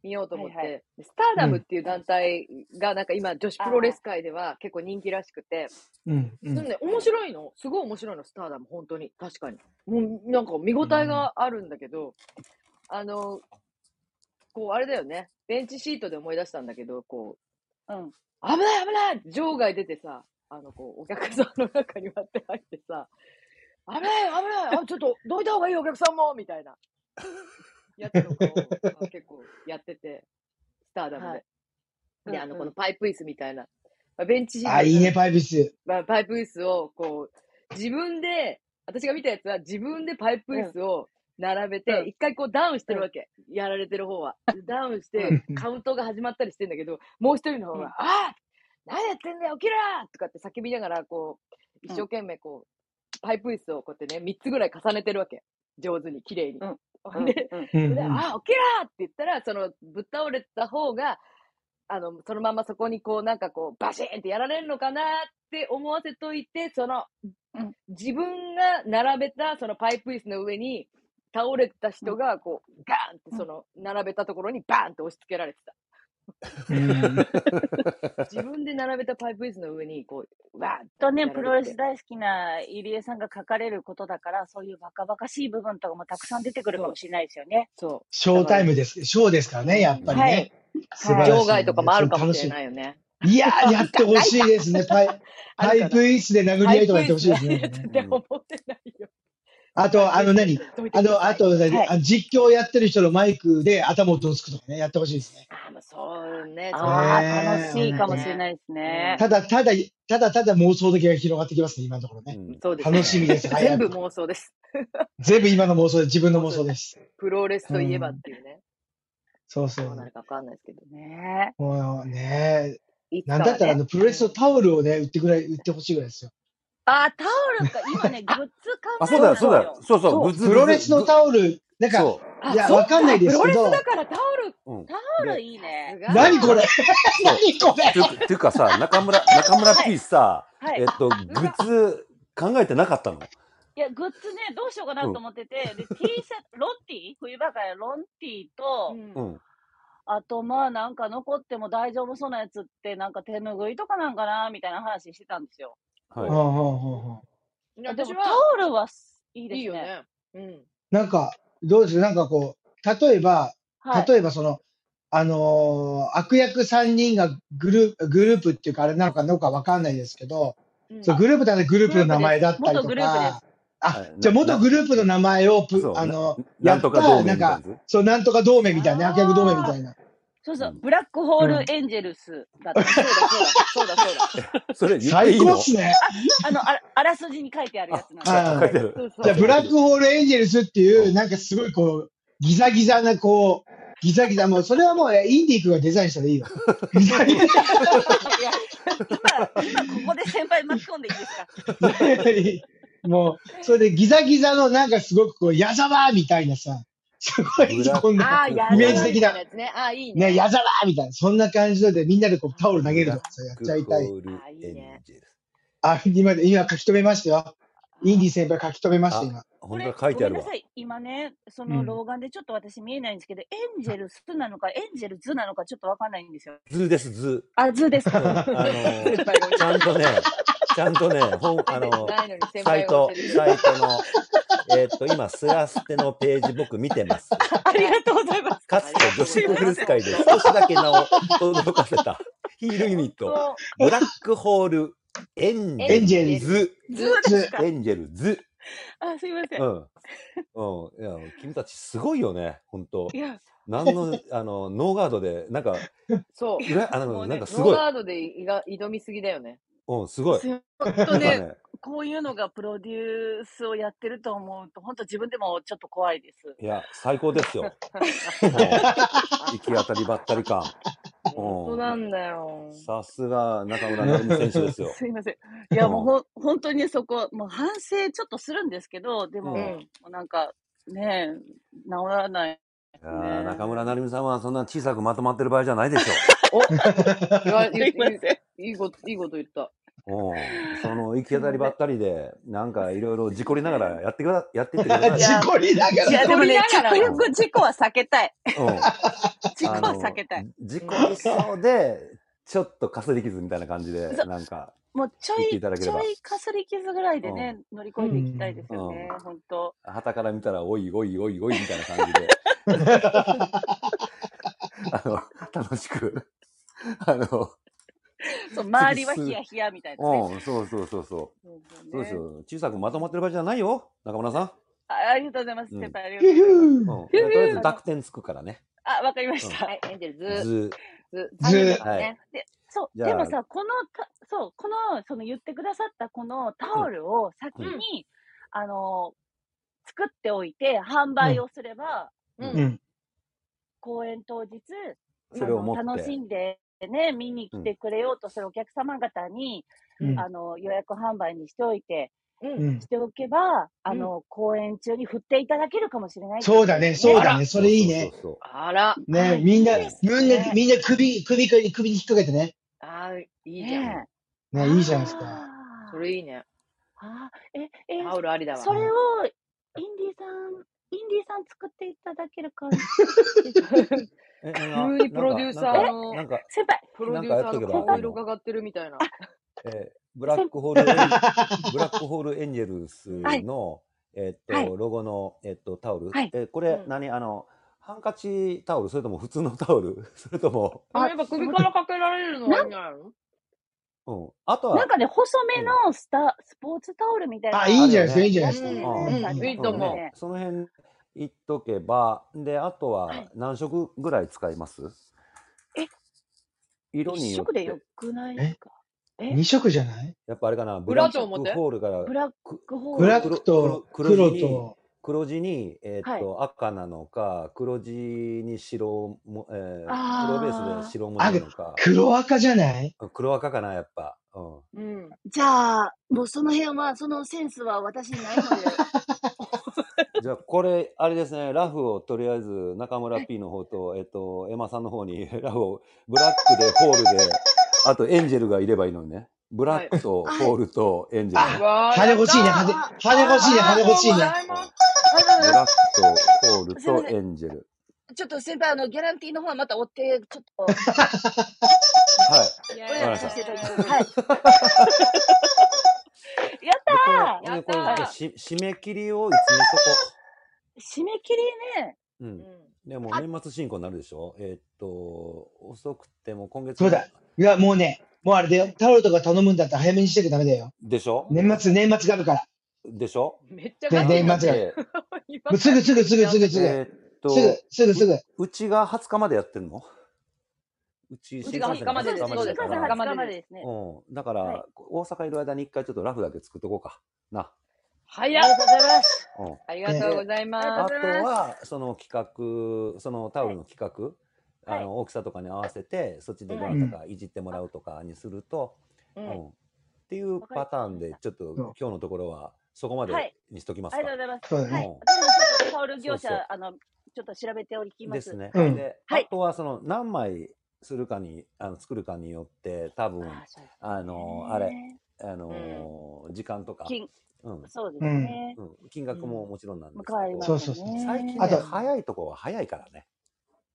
Speaker 1: 見ようと思って、
Speaker 5: はいは
Speaker 1: スターダムっていう団体がなんか今女子プロレス界では結構人気らしくて、
Speaker 3: うん、う
Speaker 1: でも
Speaker 3: ん。
Speaker 1: ね、面白いの。すごい面白いの、スターダム、本当に。確かに。もうなんか見応えがあるんだけど、あの、こうあれだよね、ベンチシートで思い出したんだけど、こう、
Speaker 5: うん。
Speaker 1: 危ない危ない場外出てさ、あの、こう、お客さんの中に割って入ってさ、危ない危ないあ、ちょっと、どいた方がいいよお客さんもみたいな、やつとかをあ結構やってて、スターダムで。
Speaker 5: はい
Speaker 1: で、
Speaker 5: うん
Speaker 1: あの、
Speaker 5: うん
Speaker 1: このパイプ椅子みたいな、まあ、ベンチシート
Speaker 3: あ、いいね、パイプス。
Speaker 1: まあ、パイプ椅子を、こう、自分で、私が見たやつは自分でパイプ椅子を並べて
Speaker 5: う、ん
Speaker 1: 一回こうダウンしてるわけ。やられてる方は。 ダウンして、カウントが始まったりしてんだけど、もう一人の方
Speaker 5: うん
Speaker 1: が、ああ何やってんだよ起きろとかって叫びながら、こう、一生懸命こう、パイプ椅子をこうやってね、三つぐらい重ねてるわけ。上手に、綺麗に。
Speaker 5: うん
Speaker 1: ほんで、
Speaker 5: うん
Speaker 3: うん、う
Speaker 1: で、
Speaker 3: ん。
Speaker 1: あ、起きろって言ったら、その、ぶっ倒れた方が、あの、そのままそこにこう、なんかこう、バシーンってやられるのかなって思わせといて、その、
Speaker 5: うん
Speaker 1: 自分が並べた、そのパイプ椅子の上に、倒れた人が、こう、ガーンって、その、並べたところにバーンって押し付けられてた。
Speaker 3: うん
Speaker 1: 自分で並べたパイプ椅子の上に、こう、わーン
Speaker 5: とね、
Speaker 1: やられて
Speaker 5: プロレス大好きな入江さんが書かれることだから、そういうバカバカしい部分とかもたくさん出てくるかもしれないですよね。
Speaker 1: そ
Speaker 3: ショータイムです。ショーですからね、やっぱり
Speaker 5: は
Speaker 3: ね
Speaker 5: い。
Speaker 3: 素晴
Speaker 1: う。
Speaker 3: らしい
Speaker 1: 場外とかもあるかも
Speaker 3: 楽
Speaker 1: し
Speaker 3: し
Speaker 1: れ
Speaker 3: い
Speaker 1: ないよね。
Speaker 3: いやー、やってほしいで すね。パイパイプ椅子で殴り
Speaker 1: パ
Speaker 3: 合い
Speaker 1: イ
Speaker 3: と
Speaker 1: プ
Speaker 3: かやって
Speaker 1: 椅
Speaker 3: ほし
Speaker 1: 子
Speaker 3: い
Speaker 1: の
Speaker 3: ですね。
Speaker 1: やつ
Speaker 3: なんかね
Speaker 1: って思ってないよ。
Speaker 3: あと、あの何、
Speaker 1: どいてくだ
Speaker 3: あの、
Speaker 1: さ
Speaker 3: あ
Speaker 1: い。
Speaker 3: と、
Speaker 5: はい
Speaker 3: あの実況やってる人のマイクで頭をどつくとかね、やってほしいですね。
Speaker 1: ああ、まあ、そうね、そういうの
Speaker 5: あ
Speaker 1: も
Speaker 5: あ、
Speaker 1: ね、
Speaker 5: 楽
Speaker 3: ねえ
Speaker 5: し
Speaker 1: そう
Speaker 5: い
Speaker 1: だ
Speaker 5: かもしれ
Speaker 1: ね。
Speaker 5: ないですね。
Speaker 3: ただ、ただ、ただただ妄想だけが広がってきますね、今のところ
Speaker 2: う
Speaker 3: ね。
Speaker 2: ん。
Speaker 1: そうですね。
Speaker 3: 楽しみです。はい。
Speaker 1: 全部妄想です。
Speaker 3: 全部今の妄想で、自分の妄想です。
Speaker 1: プロレスといえば
Speaker 3: う
Speaker 1: っ
Speaker 3: ん
Speaker 1: ていうね。
Speaker 3: そうそ
Speaker 1: どうな
Speaker 3: う。
Speaker 1: るかわかんないですけど。
Speaker 5: ね
Speaker 3: もうね、
Speaker 1: いつ
Speaker 3: なん
Speaker 1: か
Speaker 3: だ
Speaker 1: は
Speaker 3: ったら、あ
Speaker 1: ね。
Speaker 3: の、プロレスのタオルをね、売ってぐらい、売ってほしいぐらいですよ。
Speaker 4: あ、タオルか。今ね、グッズ
Speaker 2: あ、
Speaker 4: 考
Speaker 2: そ
Speaker 4: え
Speaker 2: う
Speaker 4: たの
Speaker 2: だ、
Speaker 4: よ。
Speaker 2: そうだ、そうそう、
Speaker 4: そう
Speaker 2: グッズ。
Speaker 3: プロレスのタオル、なん
Speaker 2: グッズ
Speaker 3: か、
Speaker 2: そ
Speaker 1: あ
Speaker 3: いや
Speaker 1: そっか
Speaker 3: わかんないですけど
Speaker 1: プロレスだからタオル。
Speaker 2: う。うん。
Speaker 4: タオルいいね。
Speaker 3: 何 これ何これ
Speaker 2: ていうかていうかさ、中村、中村 P さ、
Speaker 4: はい
Speaker 2: えっと、グッズ考えてなかったの。
Speaker 4: いや、グッズね、どうしようかなと思ってて、で、T シ ャツ、ロンティ冬場からロンティと、
Speaker 1: うん
Speaker 2: うん。
Speaker 4: あと、まあ、なんか残っても大丈夫そうなやつって、なんか手ぬぐいとかなんかな、みたいな話してたんですよ。
Speaker 2: はい。
Speaker 3: うんうんうんうん
Speaker 1: いや
Speaker 4: でも、
Speaker 1: 私
Speaker 4: タ
Speaker 1: は、
Speaker 4: オルはいいで
Speaker 1: い
Speaker 4: す
Speaker 1: い
Speaker 4: ね。
Speaker 1: よね。うん。
Speaker 3: なんか、どうですなんかこう、例えば、
Speaker 4: はい。
Speaker 3: 例えばその、あのー悪役3人がグループ、グループっていうかあれなのかどうかわかんないですけど、
Speaker 1: うん
Speaker 3: そうグループだってグループの名前だったりと
Speaker 4: グループです元グループで
Speaker 3: か
Speaker 4: す、
Speaker 3: あ
Speaker 2: はい、
Speaker 3: じゃあ元グループの名前をプ
Speaker 2: そう、
Speaker 3: あの、
Speaker 2: な
Speaker 3: や
Speaker 2: ん
Speaker 3: っ
Speaker 2: と
Speaker 3: た
Speaker 2: か同盟
Speaker 3: ら、
Speaker 2: みた
Speaker 3: ない
Speaker 2: なや
Speaker 3: んか
Speaker 2: つ、
Speaker 3: そう、なんとか同盟みたいな、悪役同盟みたいな。
Speaker 4: そうそう
Speaker 2: う、ん
Speaker 4: ブラックホールエンジェルスだった。
Speaker 1: そう だそうだ、そうだそうだ。
Speaker 2: それ言ってい
Speaker 3: 最
Speaker 2: いの
Speaker 3: 高っすね。
Speaker 4: あの、あらあらすじに書いてあるやつなんです
Speaker 3: あ
Speaker 2: 書いてある。
Speaker 1: そうそう
Speaker 3: じゃあ、ブラックホールエンジェルスっていうう、
Speaker 2: ん
Speaker 3: なんかすごいこう、ギザギザなこう、ギザギザ、もうそれはもうえインディー君がデザインしたらいいよ。ギザギザ
Speaker 4: いや、今、今ここで先輩巻き込んでいいですか
Speaker 3: もう、それでギザギザのなんかすごくこう、矢沢みたいなさ、すごいこん
Speaker 1: あ
Speaker 3: な、
Speaker 1: あ、
Speaker 2: イ
Speaker 1: や
Speaker 3: メージ的な
Speaker 1: やつね。ああ、いいね。
Speaker 3: ね、矢沢みたいな、そんな感じのでみんなでこうタオル投げるとかさ、やっ
Speaker 2: ブ
Speaker 3: ちゃ
Speaker 2: ラッ
Speaker 3: い
Speaker 2: ク
Speaker 3: たい。
Speaker 2: ホールエンジェルス。
Speaker 3: あ、今、今書き留めましたよ。インディ先輩書き留めました、今
Speaker 2: あ。、
Speaker 4: こ
Speaker 2: 本当
Speaker 4: れ
Speaker 2: だ、書い
Speaker 4: ご
Speaker 2: てあ
Speaker 4: めん
Speaker 2: る
Speaker 4: な
Speaker 2: わ
Speaker 4: さ。い、今ね、そうの
Speaker 3: ん
Speaker 4: 老眼でちょっと私見えないんですけど、エンジェルスなのか、エンジェルズなのか、ちょっとわかんないんですよ。
Speaker 2: 図です、図。
Speaker 4: あ、図です
Speaker 2: うん、あ
Speaker 4: か。
Speaker 2: の
Speaker 1: 先輩が
Speaker 2: ー、ちゃんとね、ちゃんとね、本、あ
Speaker 1: 出て
Speaker 2: の
Speaker 1: ないのに
Speaker 2: ー、
Speaker 1: 先
Speaker 2: サイ
Speaker 1: 輩が
Speaker 2: ト
Speaker 1: 教えて、くれ
Speaker 2: サイ
Speaker 1: る。
Speaker 2: トの、えーっと、今、スラステのページ僕見てます。
Speaker 4: ありがとうござい ます。
Speaker 2: か
Speaker 1: あ
Speaker 2: つ
Speaker 1: り
Speaker 2: て
Speaker 1: がとうござい
Speaker 2: 女子プ
Speaker 1: ます
Speaker 2: ロレス界で少しだけ名を轟かせたヒールユニット、
Speaker 4: そ
Speaker 2: ブラックホール、エンジ
Speaker 3: エンジ
Speaker 2: ェ
Speaker 3: ェ
Speaker 2: ル
Speaker 3: ルズ。
Speaker 2: ズ、
Speaker 4: う、図
Speaker 1: ず
Speaker 4: ですか。
Speaker 2: エンジェルズ。
Speaker 4: あ、すいません
Speaker 2: う。ん。うん。いや、君たちすごいよね、本当
Speaker 4: いや、
Speaker 2: 何の、あの、ノーガードで、なんか、
Speaker 1: そう
Speaker 2: ら、あ
Speaker 4: も
Speaker 2: の、
Speaker 4: う
Speaker 2: な
Speaker 4: ね
Speaker 2: んかす
Speaker 1: う。ノー
Speaker 2: ごい。
Speaker 1: ガードでいが挑みすぎだよね。
Speaker 2: うん、すごい。
Speaker 4: 本当
Speaker 2: なんか
Speaker 4: ね、
Speaker 2: ね、
Speaker 4: こういうのがプロデュースをやってると思うと、本当自分でもちょっと怖いです。
Speaker 2: いや、最高ですよ。うん。行き当たりばったり感。
Speaker 1: 本当
Speaker 2: う。
Speaker 1: なんんだよ。
Speaker 2: さすが、中村成美選手ですよ。
Speaker 4: すいません。いや、
Speaker 2: うん
Speaker 4: もうほ、本当にね、そこ、もう反省ちょっとするんですけど、で
Speaker 1: うん。
Speaker 4: も、もうなんか、ねえ、治らない
Speaker 2: いや
Speaker 4: ね
Speaker 2: ー中村成美さんはそんな小さくまとまってる場合じゃないでし
Speaker 1: お、言わ、
Speaker 4: す
Speaker 1: 言
Speaker 4: いま
Speaker 1: 言
Speaker 4: せん。
Speaker 1: いいこと、いいこと言った。
Speaker 2: ょ。うん。そ の行き
Speaker 4: すい
Speaker 2: 当た
Speaker 4: ませ
Speaker 2: り
Speaker 4: ん
Speaker 2: ばったりで、なんかいろいろ事故りながらやってくだ、 やっていってください
Speaker 4: や
Speaker 2: よ。
Speaker 3: 事故りなが
Speaker 4: いや、
Speaker 3: ら。
Speaker 4: でも
Speaker 1: 事故
Speaker 4: ね、
Speaker 1: りなが
Speaker 4: 極
Speaker 1: ら
Speaker 2: よ
Speaker 4: 力事故は避けたい。
Speaker 2: うん。
Speaker 4: 事
Speaker 2: あ
Speaker 4: 故は避
Speaker 2: の
Speaker 4: けたい。、
Speaker 2: 事故りそうで、ちょっとかすり傷みたいな感じで、
Speaker 4: そう
Speaker 2: なんか
Speaker 4: もうちょ
Speaker 2: 言って
Speaker 4: い、
Speaker 2: いただけ
Speaker 4: ち
Speaker 2: れ
Speaker 4: ょ
Speaker 2: ば。
Speaker 4: いかすり傷ぐらいでね、乗り越えていきたいですよね、
Speaker 2: う
Speaker 4: 本当。
Speaker 2: 旗から見たら、おいおいおいおいみたいな感じで、 あの、楽しく、あの、
Speaker 4: そう、周
Speaker 2: 次
Speaker 4: りは
Speaker 2: す
Speaker 4: ヒ
Speaker 2: ぐ、
Speaker 4: ヤヒヤみたいなね。
Speaker 2: うん、そうそうそうそう。
Speaker 4: そうです
Speaker 2: そうです
Speaker 4: ね。
Speaker 2: よ。小さくまとまってる場合じゃないよ、中村さ
Speaker 4: あありがとうございます。
Speaker 2: うん
Speaker 4: 先輩、ありが
Speaker 3: ヒ
Speaker 4: と
Speaker 3: ュ
Speaker 4: う
Speaker 3: ー
Speaker 4: ご
Speaker 3: ヒ
Speaker 4: ざいます。
Speaker 3: ュ
Speaker 2: ん。
Speaker 3: ー
Speaker 2: うん。だからとりあえず
Speaker 4: あの
Speaker 2: 濁点つくからね。
Speaker 4: あ、わかりまし
Speaker 2: うん
Speaker 4: た。
Speaker 1: はい、エンジェルズ、
Speaker 2: ず、
Speaker 1: ズ。あ、いいで
Speaker 3: ズ
Speaker 1: す
Speaker 2: はい。
Speaker 1: ね。
Speaker 4: で、そう、
Speaker 2: じ
Speaker 4: で
Speaker 2: ゃ
Speaker 4: も
Speaker 2: あ、
Speaker 4: さ、このた、そう、この、その言ってくださったこのタオルを先
Speaker 2: う
Speaker 4: に、
Speaker 2: ん、
Speaker 4: あの、作っておいて、販売をすれば、
Speaker 1: う。
Speaker 3: うんん。
Speaker 4: 公演当日、
Speaker 1: うん
Speaker 2: そ
Speaker 4: あ
Speaker 2: れを
Speaker 4: の、
Speaker 2: 持っ、
Speaker 4: 楽してんでね、見に
Speaker 2: う
Speaker 4: 来
Speaker 2: ん、
Speaker 4: てくれようとするお客様方に、
Speaker 1: う。
Speaker 3: うんん。
Speaker 4: あの、予約販売にしておいて、
Speaker 1: う。
Speaker 3: うんん。
Speaker 4: しておけば、あ
Speaker 1: うん。
Speaker 4: の、公演中に振っていただけるかもしれないって
Speaker 3: そう
Speaker 4: こと
Speaker 3: だ
Speaker 4: で
Speaker 3: ね、
Speaker 4: す
Speaker 3: そ
Speaker 1: あ
Speaker 3: う
Speaker 4: ね。
Speaker 3: だ
Speaker 1: ら
Speaker 3: ね、そ
Speaker 2: そう
Speaker 3: れいい
Speaker 2: そうそう
Speaker 3: ね。
Speaker 2: そ
Speaker 1: あら。
Speaker 4: あ、
Speaker 3: ね、
Speaker 4: い
Speaker 3: みん
Speaker 4: い
Speaker 3: な、
Speaker 4: です
Speaker 2: う、
Speaker 3: みんな、
Speaker 4: ね。
Speaker 3: みんな首、首から、首に引っ掛けてね。
Speaker 1: ああ、いいじゃん。
Speaker 4: ね
Speaker 2: ん、
Speaker 4: え。
Speaker 3: ね、いいじゃないですか。
Speaker 4: あ
Speaker 1: そ
Speaker 4: あ。
Speaker 1: れいいね。
Speaker 4: あーえ、え、
Speaker 1: タオルありだわ。
Speaker 4: それ
Speaker 3: ね
Speaker 4: を、インディーさん、インディーさん作っていただける 感じですか
Speaker 2: うん。え、な
Speaker 1: 急
Speaker 2: んか、
Speaker 1: にプ
Speaker 2: な
Speaker 1: ロ
Speaker 2: ん
Speaker 1: デュ
Speaker 2: か、
Speaker 1: ーサ
Speaker 2: なん
Speaker 1: ー
Speaker 2: か、
Speaker 1: の、
Speaker 2: なんか、
Speaker 4: 先輩、
Speaker 1: プロ
Speaker 2: なん
Speaker 1: デ
Speaker 2: か
Speaker 1: ュー
Speaker 2: や
Speaker 1: サー
Speaker 2: っと
Speaker 1: の
Speaker 2: けば、
Speaker 1: 顔
Speaker 2: あ
Speaker 1: 色
Speaker 2: の、
Speaker 1: 伺ってるみたいな。
Speaker 2: えーブラッ
Speaker 4: 先
Speaker 2: ク ホールエン、ブラックホールエンジェルス
Speaker 1: うん。
Speaker 4: はい、
Speaker 2: の、えっ
Speaker 4: はい、
Speaker 2: と、ロゴの、えっと、タオル。
Speaker 4: はい。
Speaker 2: えーこ
Speaker 1: う
Speaker 2: れ、
Speaker 1: ん。
Speaker 2: 何あの、ハンカチタオルそれとも普通のタオル それとも、
Speaker 1: でも
Speaker 4: あ、
Speaker 1: やっぱ首
Speaker 4: も
Speaker 1: からかけられるの
Speaker 4: な
Speaker 1: はいいんじゃないの
Speaker 2: うん。あと
Speaker 4: なん
Speaker 2: は、
Speaker 4: かね、細め
Speaker 2: うん。
Speaker 4: のスタ、スポーツタオルみたい
Speaker 3: あ、
Speaker 4: ない
Speaker 2: あ
Speaker 3: いん
Speaker 2: る
Speaker 3: じゃな
Speaker 2: よ
Speaker 3: いですか、いい
Speaker 2: ね。
Speaker 3: んじゃない
Speaker 4: や
Speaker 1: うん、
Speaker 3: です
Speaker 4: つ
Speaker 3: か。
Speaker 4: の
Speaker 2: う
Speaker 4: ね、
Speaker 1: うん、いいと思
Speaker 2: ん。そうね。
Speaker 4: ありますよね。
Speaker 2: その辺言っとけば、で、あと
Speaker 4: は。
Speaker 2: はい何色ぐらい使います
Speaker 4: え、
Speaker 2: 色
Speaker 4: 一
Speaker 2: によ
Speaker 4: 色
Speaker 2: っ
Speaker 4: で
Speaker 2: て、
Speaker 4: よくないです
Speaker 3: え
Speaker 4: かえ、
Speaker 3: 二色じゃない
Speaker 2: やっぱあれかな、
Speaker 1: う。
Speaker 2: ブラ
Speaker 1: 裏
Speaker 2: ッ
Speaker 1: と思っ
Speaker 2: ク
Speaker 1: て。
Speaker 2: ホールから
Speaker 4: ブラッ
Speaker 2: く
Speaker 4: クホー
Speaker 3: ブ
Speaker 2: 黒
Speaker 3: ラッ
Speaker 4: ル。
Speaker 2: 黒
Speaker 3: クと
Speaker 2: 黒黒地
Speaker 3: 黒
Speaker 2: に
Speaker 3: と、
Speaker 2: 黒地に、えーっ
Speaker 4: はい。
Speaker 2: と赤なのか黒地に白も、えー黒ベースで
Speaker 4: あ
Speaker 2: 白文字
Speaker 3: あ、
Speaker 2: なのか
Speaker 3: 黒赤じゃない
Speaker 2: 黒赤かなやっぱうん
Speaker 1: うん。
Speaker 5: じゃあ、もうその辺は、そのセンスは私にないので。
Speaker 2: じゃあこれあれですねラフをとりあえず中村 P の方と、えっと、エマさんの方に ラフをブラックでホールであとエンジェルがいればいいのにねブラックと
Speaker 5: はい
Speaker 2: ホールとエンジェルね、
Speaker 3: あ
Speaker 1: わ
Speaker 3: 羽欲しいね、羽。羽欲しいね、羽欲しいね。
Speaker 2: ブラックとホール
Speaker 5: すいま
Speaker 2: と
Speaker 5: せ
Speaker 2: エンジェル
Speaker 5: ちょっと先輩、あの、ギャランティーの方はまた追って、ちょっと、
Speaker 2: はい
Speaker 5: お
Speaker 2: わかり
Speaker 5: 願
Speaker 2: ま
Speaker 5: い
Speaker 2: した
Speaker 5: させていただきます。
Speaker 1: い。
Speaker 5: はい。
Speaker 2: でこ
Speaker 5: やったー
Speaker 2: れ
Speaker 1: や
Speaker 2: で
Speaker 1: っ
Speaker 2: こ
Speaker 1: た
Speaker 2: れ
Speaker 1: ー
Speaker 2: じゃあし締め切りをいつにしとこ
Speaker 5: 締め切りね。
Speaker 2: う、う、
Speaker 1: うんん
Speaker 2: でも
Speaker 5: あ
Speaker 2: 年末進行になるでしょえっと遅くても今月
Speaker 3: そう
Speaker 2: の
Speaker 3: だいや、もうね、もうあれだよ。タオルとか頼むんだったら早めにしなきゃダメだよ。
Speaker 2: でしょ
Speaker 3: 年末、年末があるから。
Speaker 2: でしょ
Speaker 1: めっちゃ
Speaker 3: で
Speaker 1: ガチ
Speaker 3: 年
Speaker 1: にな
Speaker 2: なん
Speaker 1: っ
Speaker 3: 末
Speaker 1: て
Speaker 3: が
Speaker 1: る。
Speaker 2: で
Speaker 1: 今
Speaker 3: もうすぐすぐすぐすぐすぐ。
Speaker 2: えっと
Speaker 3: すぐ、すぐすぐ。
Speaker 2: うちが20日までやってるのうち
Speaker 1: う
Speaker 2: 新
Speaker 1: ちが20日
Speaker 2: 幹線が
Speaker 1: まで
Speaker 5: そう
Speaker 2: 20
Speaker 1: で
Speaker 5: で
Speaker 1: す。
Speaker 2: 日
Speaker 5: すね。
Speaker 2: ま
Speaker 1: そ
Speaker 2: で
Speaker 1: う
Speaker 5: 新
Speaker 1: です。20日ま
Speaker 2: だから
Speaker 5: 幹線20日ま
Speaker 1: で
Speaker 5: で
Speaker 1: です。
Speaker 5: ですね。
Speaker 2: うん、だから、
Speaker 5: はい
Speaker 2: 大阪いる間に一回ちょっとラフだけ作っとこうかな、
Speaker 1: 早
Speaker 5: あり
Speaker 1: っ
Speaker 5: がとうございます。
Speaker 2: うん、
Speaker 1: ありがとうござい
Speaker 5: ありがとう
Speaker 1: ま
Speaker 5: ご
Speaker 2: あ
Speaker 1: す。
Speaker 5: ざい
Speaker 2: と
Speaker 5: ます。
Speaker 2: はその企画そのタオルの企画、
Speaker 5: はい
Speaker 2: あの大きさとかに合わせてそっちでど
Speaker 5: は。
Speaker 2: ないたかいじってもらうとかにすると、
Speaker 1: う。
Speaker 2: うんん、っていう
Speaker 5: わかり
Speaker 2: パターン
Speaker 5: まし
Speaker 2: で
Speaker 5: た。
Speaker 2: ちょっと
Speaker 3: そう
Speaker 2: 今日のところはそこま
Speaker 5: は
Speaker 2: で
Speaker 5: い
Speaker 2: にしときます
Speaker 5: ありがと
Speaker 2: か。
Speaker 5: うござ
Speaker 3: そう
Speaker 5: います。
Speaker 3: だ
Speaker 5: はい。
Speaker 3: ね。
Speaker 5: 私もちょっとタオル
Speaker 2: そ
Speaker 5: 業
Speaker 2: う
Speaker 5: 者
Speaker 2: そう、
Speaker 5: あの、ちょっと調べておきま
Speaker 2: です
Speaker 5: す。
Speaker 2: ね。
Speaker 3: うん
Speaker 2: で、
Speaker 5: は
Speaker 2: あ
Speaker 5: い。
Speaker 2: とはその何枚するかに、あの作るかによって、多
Speaker 5: あ
Speaker 2: 分
Speaker 5: あ、そうです
Speaker 2: あの、あれ、
Speaker 5: ね。
Speaker 2: あ
Speaker 1: うん。
Speaker 2: の時間とか、
Speaker 5: 金、
Speaker 2: うん、
Speaker 5: そうで
Speaker 3: う
Speaker 5: す
Speaker 3: ん。
Speaker 5: ね。
Speaker 2: うん、金
Speaker 1: う
Speaker 2: 額も
Speaker 1: ん。
Speaker 2: もちろんなん
Speaker 5: まあ、
Speaker 2: ですけ
Speaker 5: 変わりま
Speaker 3: そう
Speaker 2: ど、
Speaker 5: せ
Speaker 3: そうんそうそう。
Speaker 2: 最
Speaker 5: ね。
Speaker 2: 近
Speaker 3: あ
Speaker 2: ね、
Speaker 3: と、
Speaker 2: 早いとこは早いからね。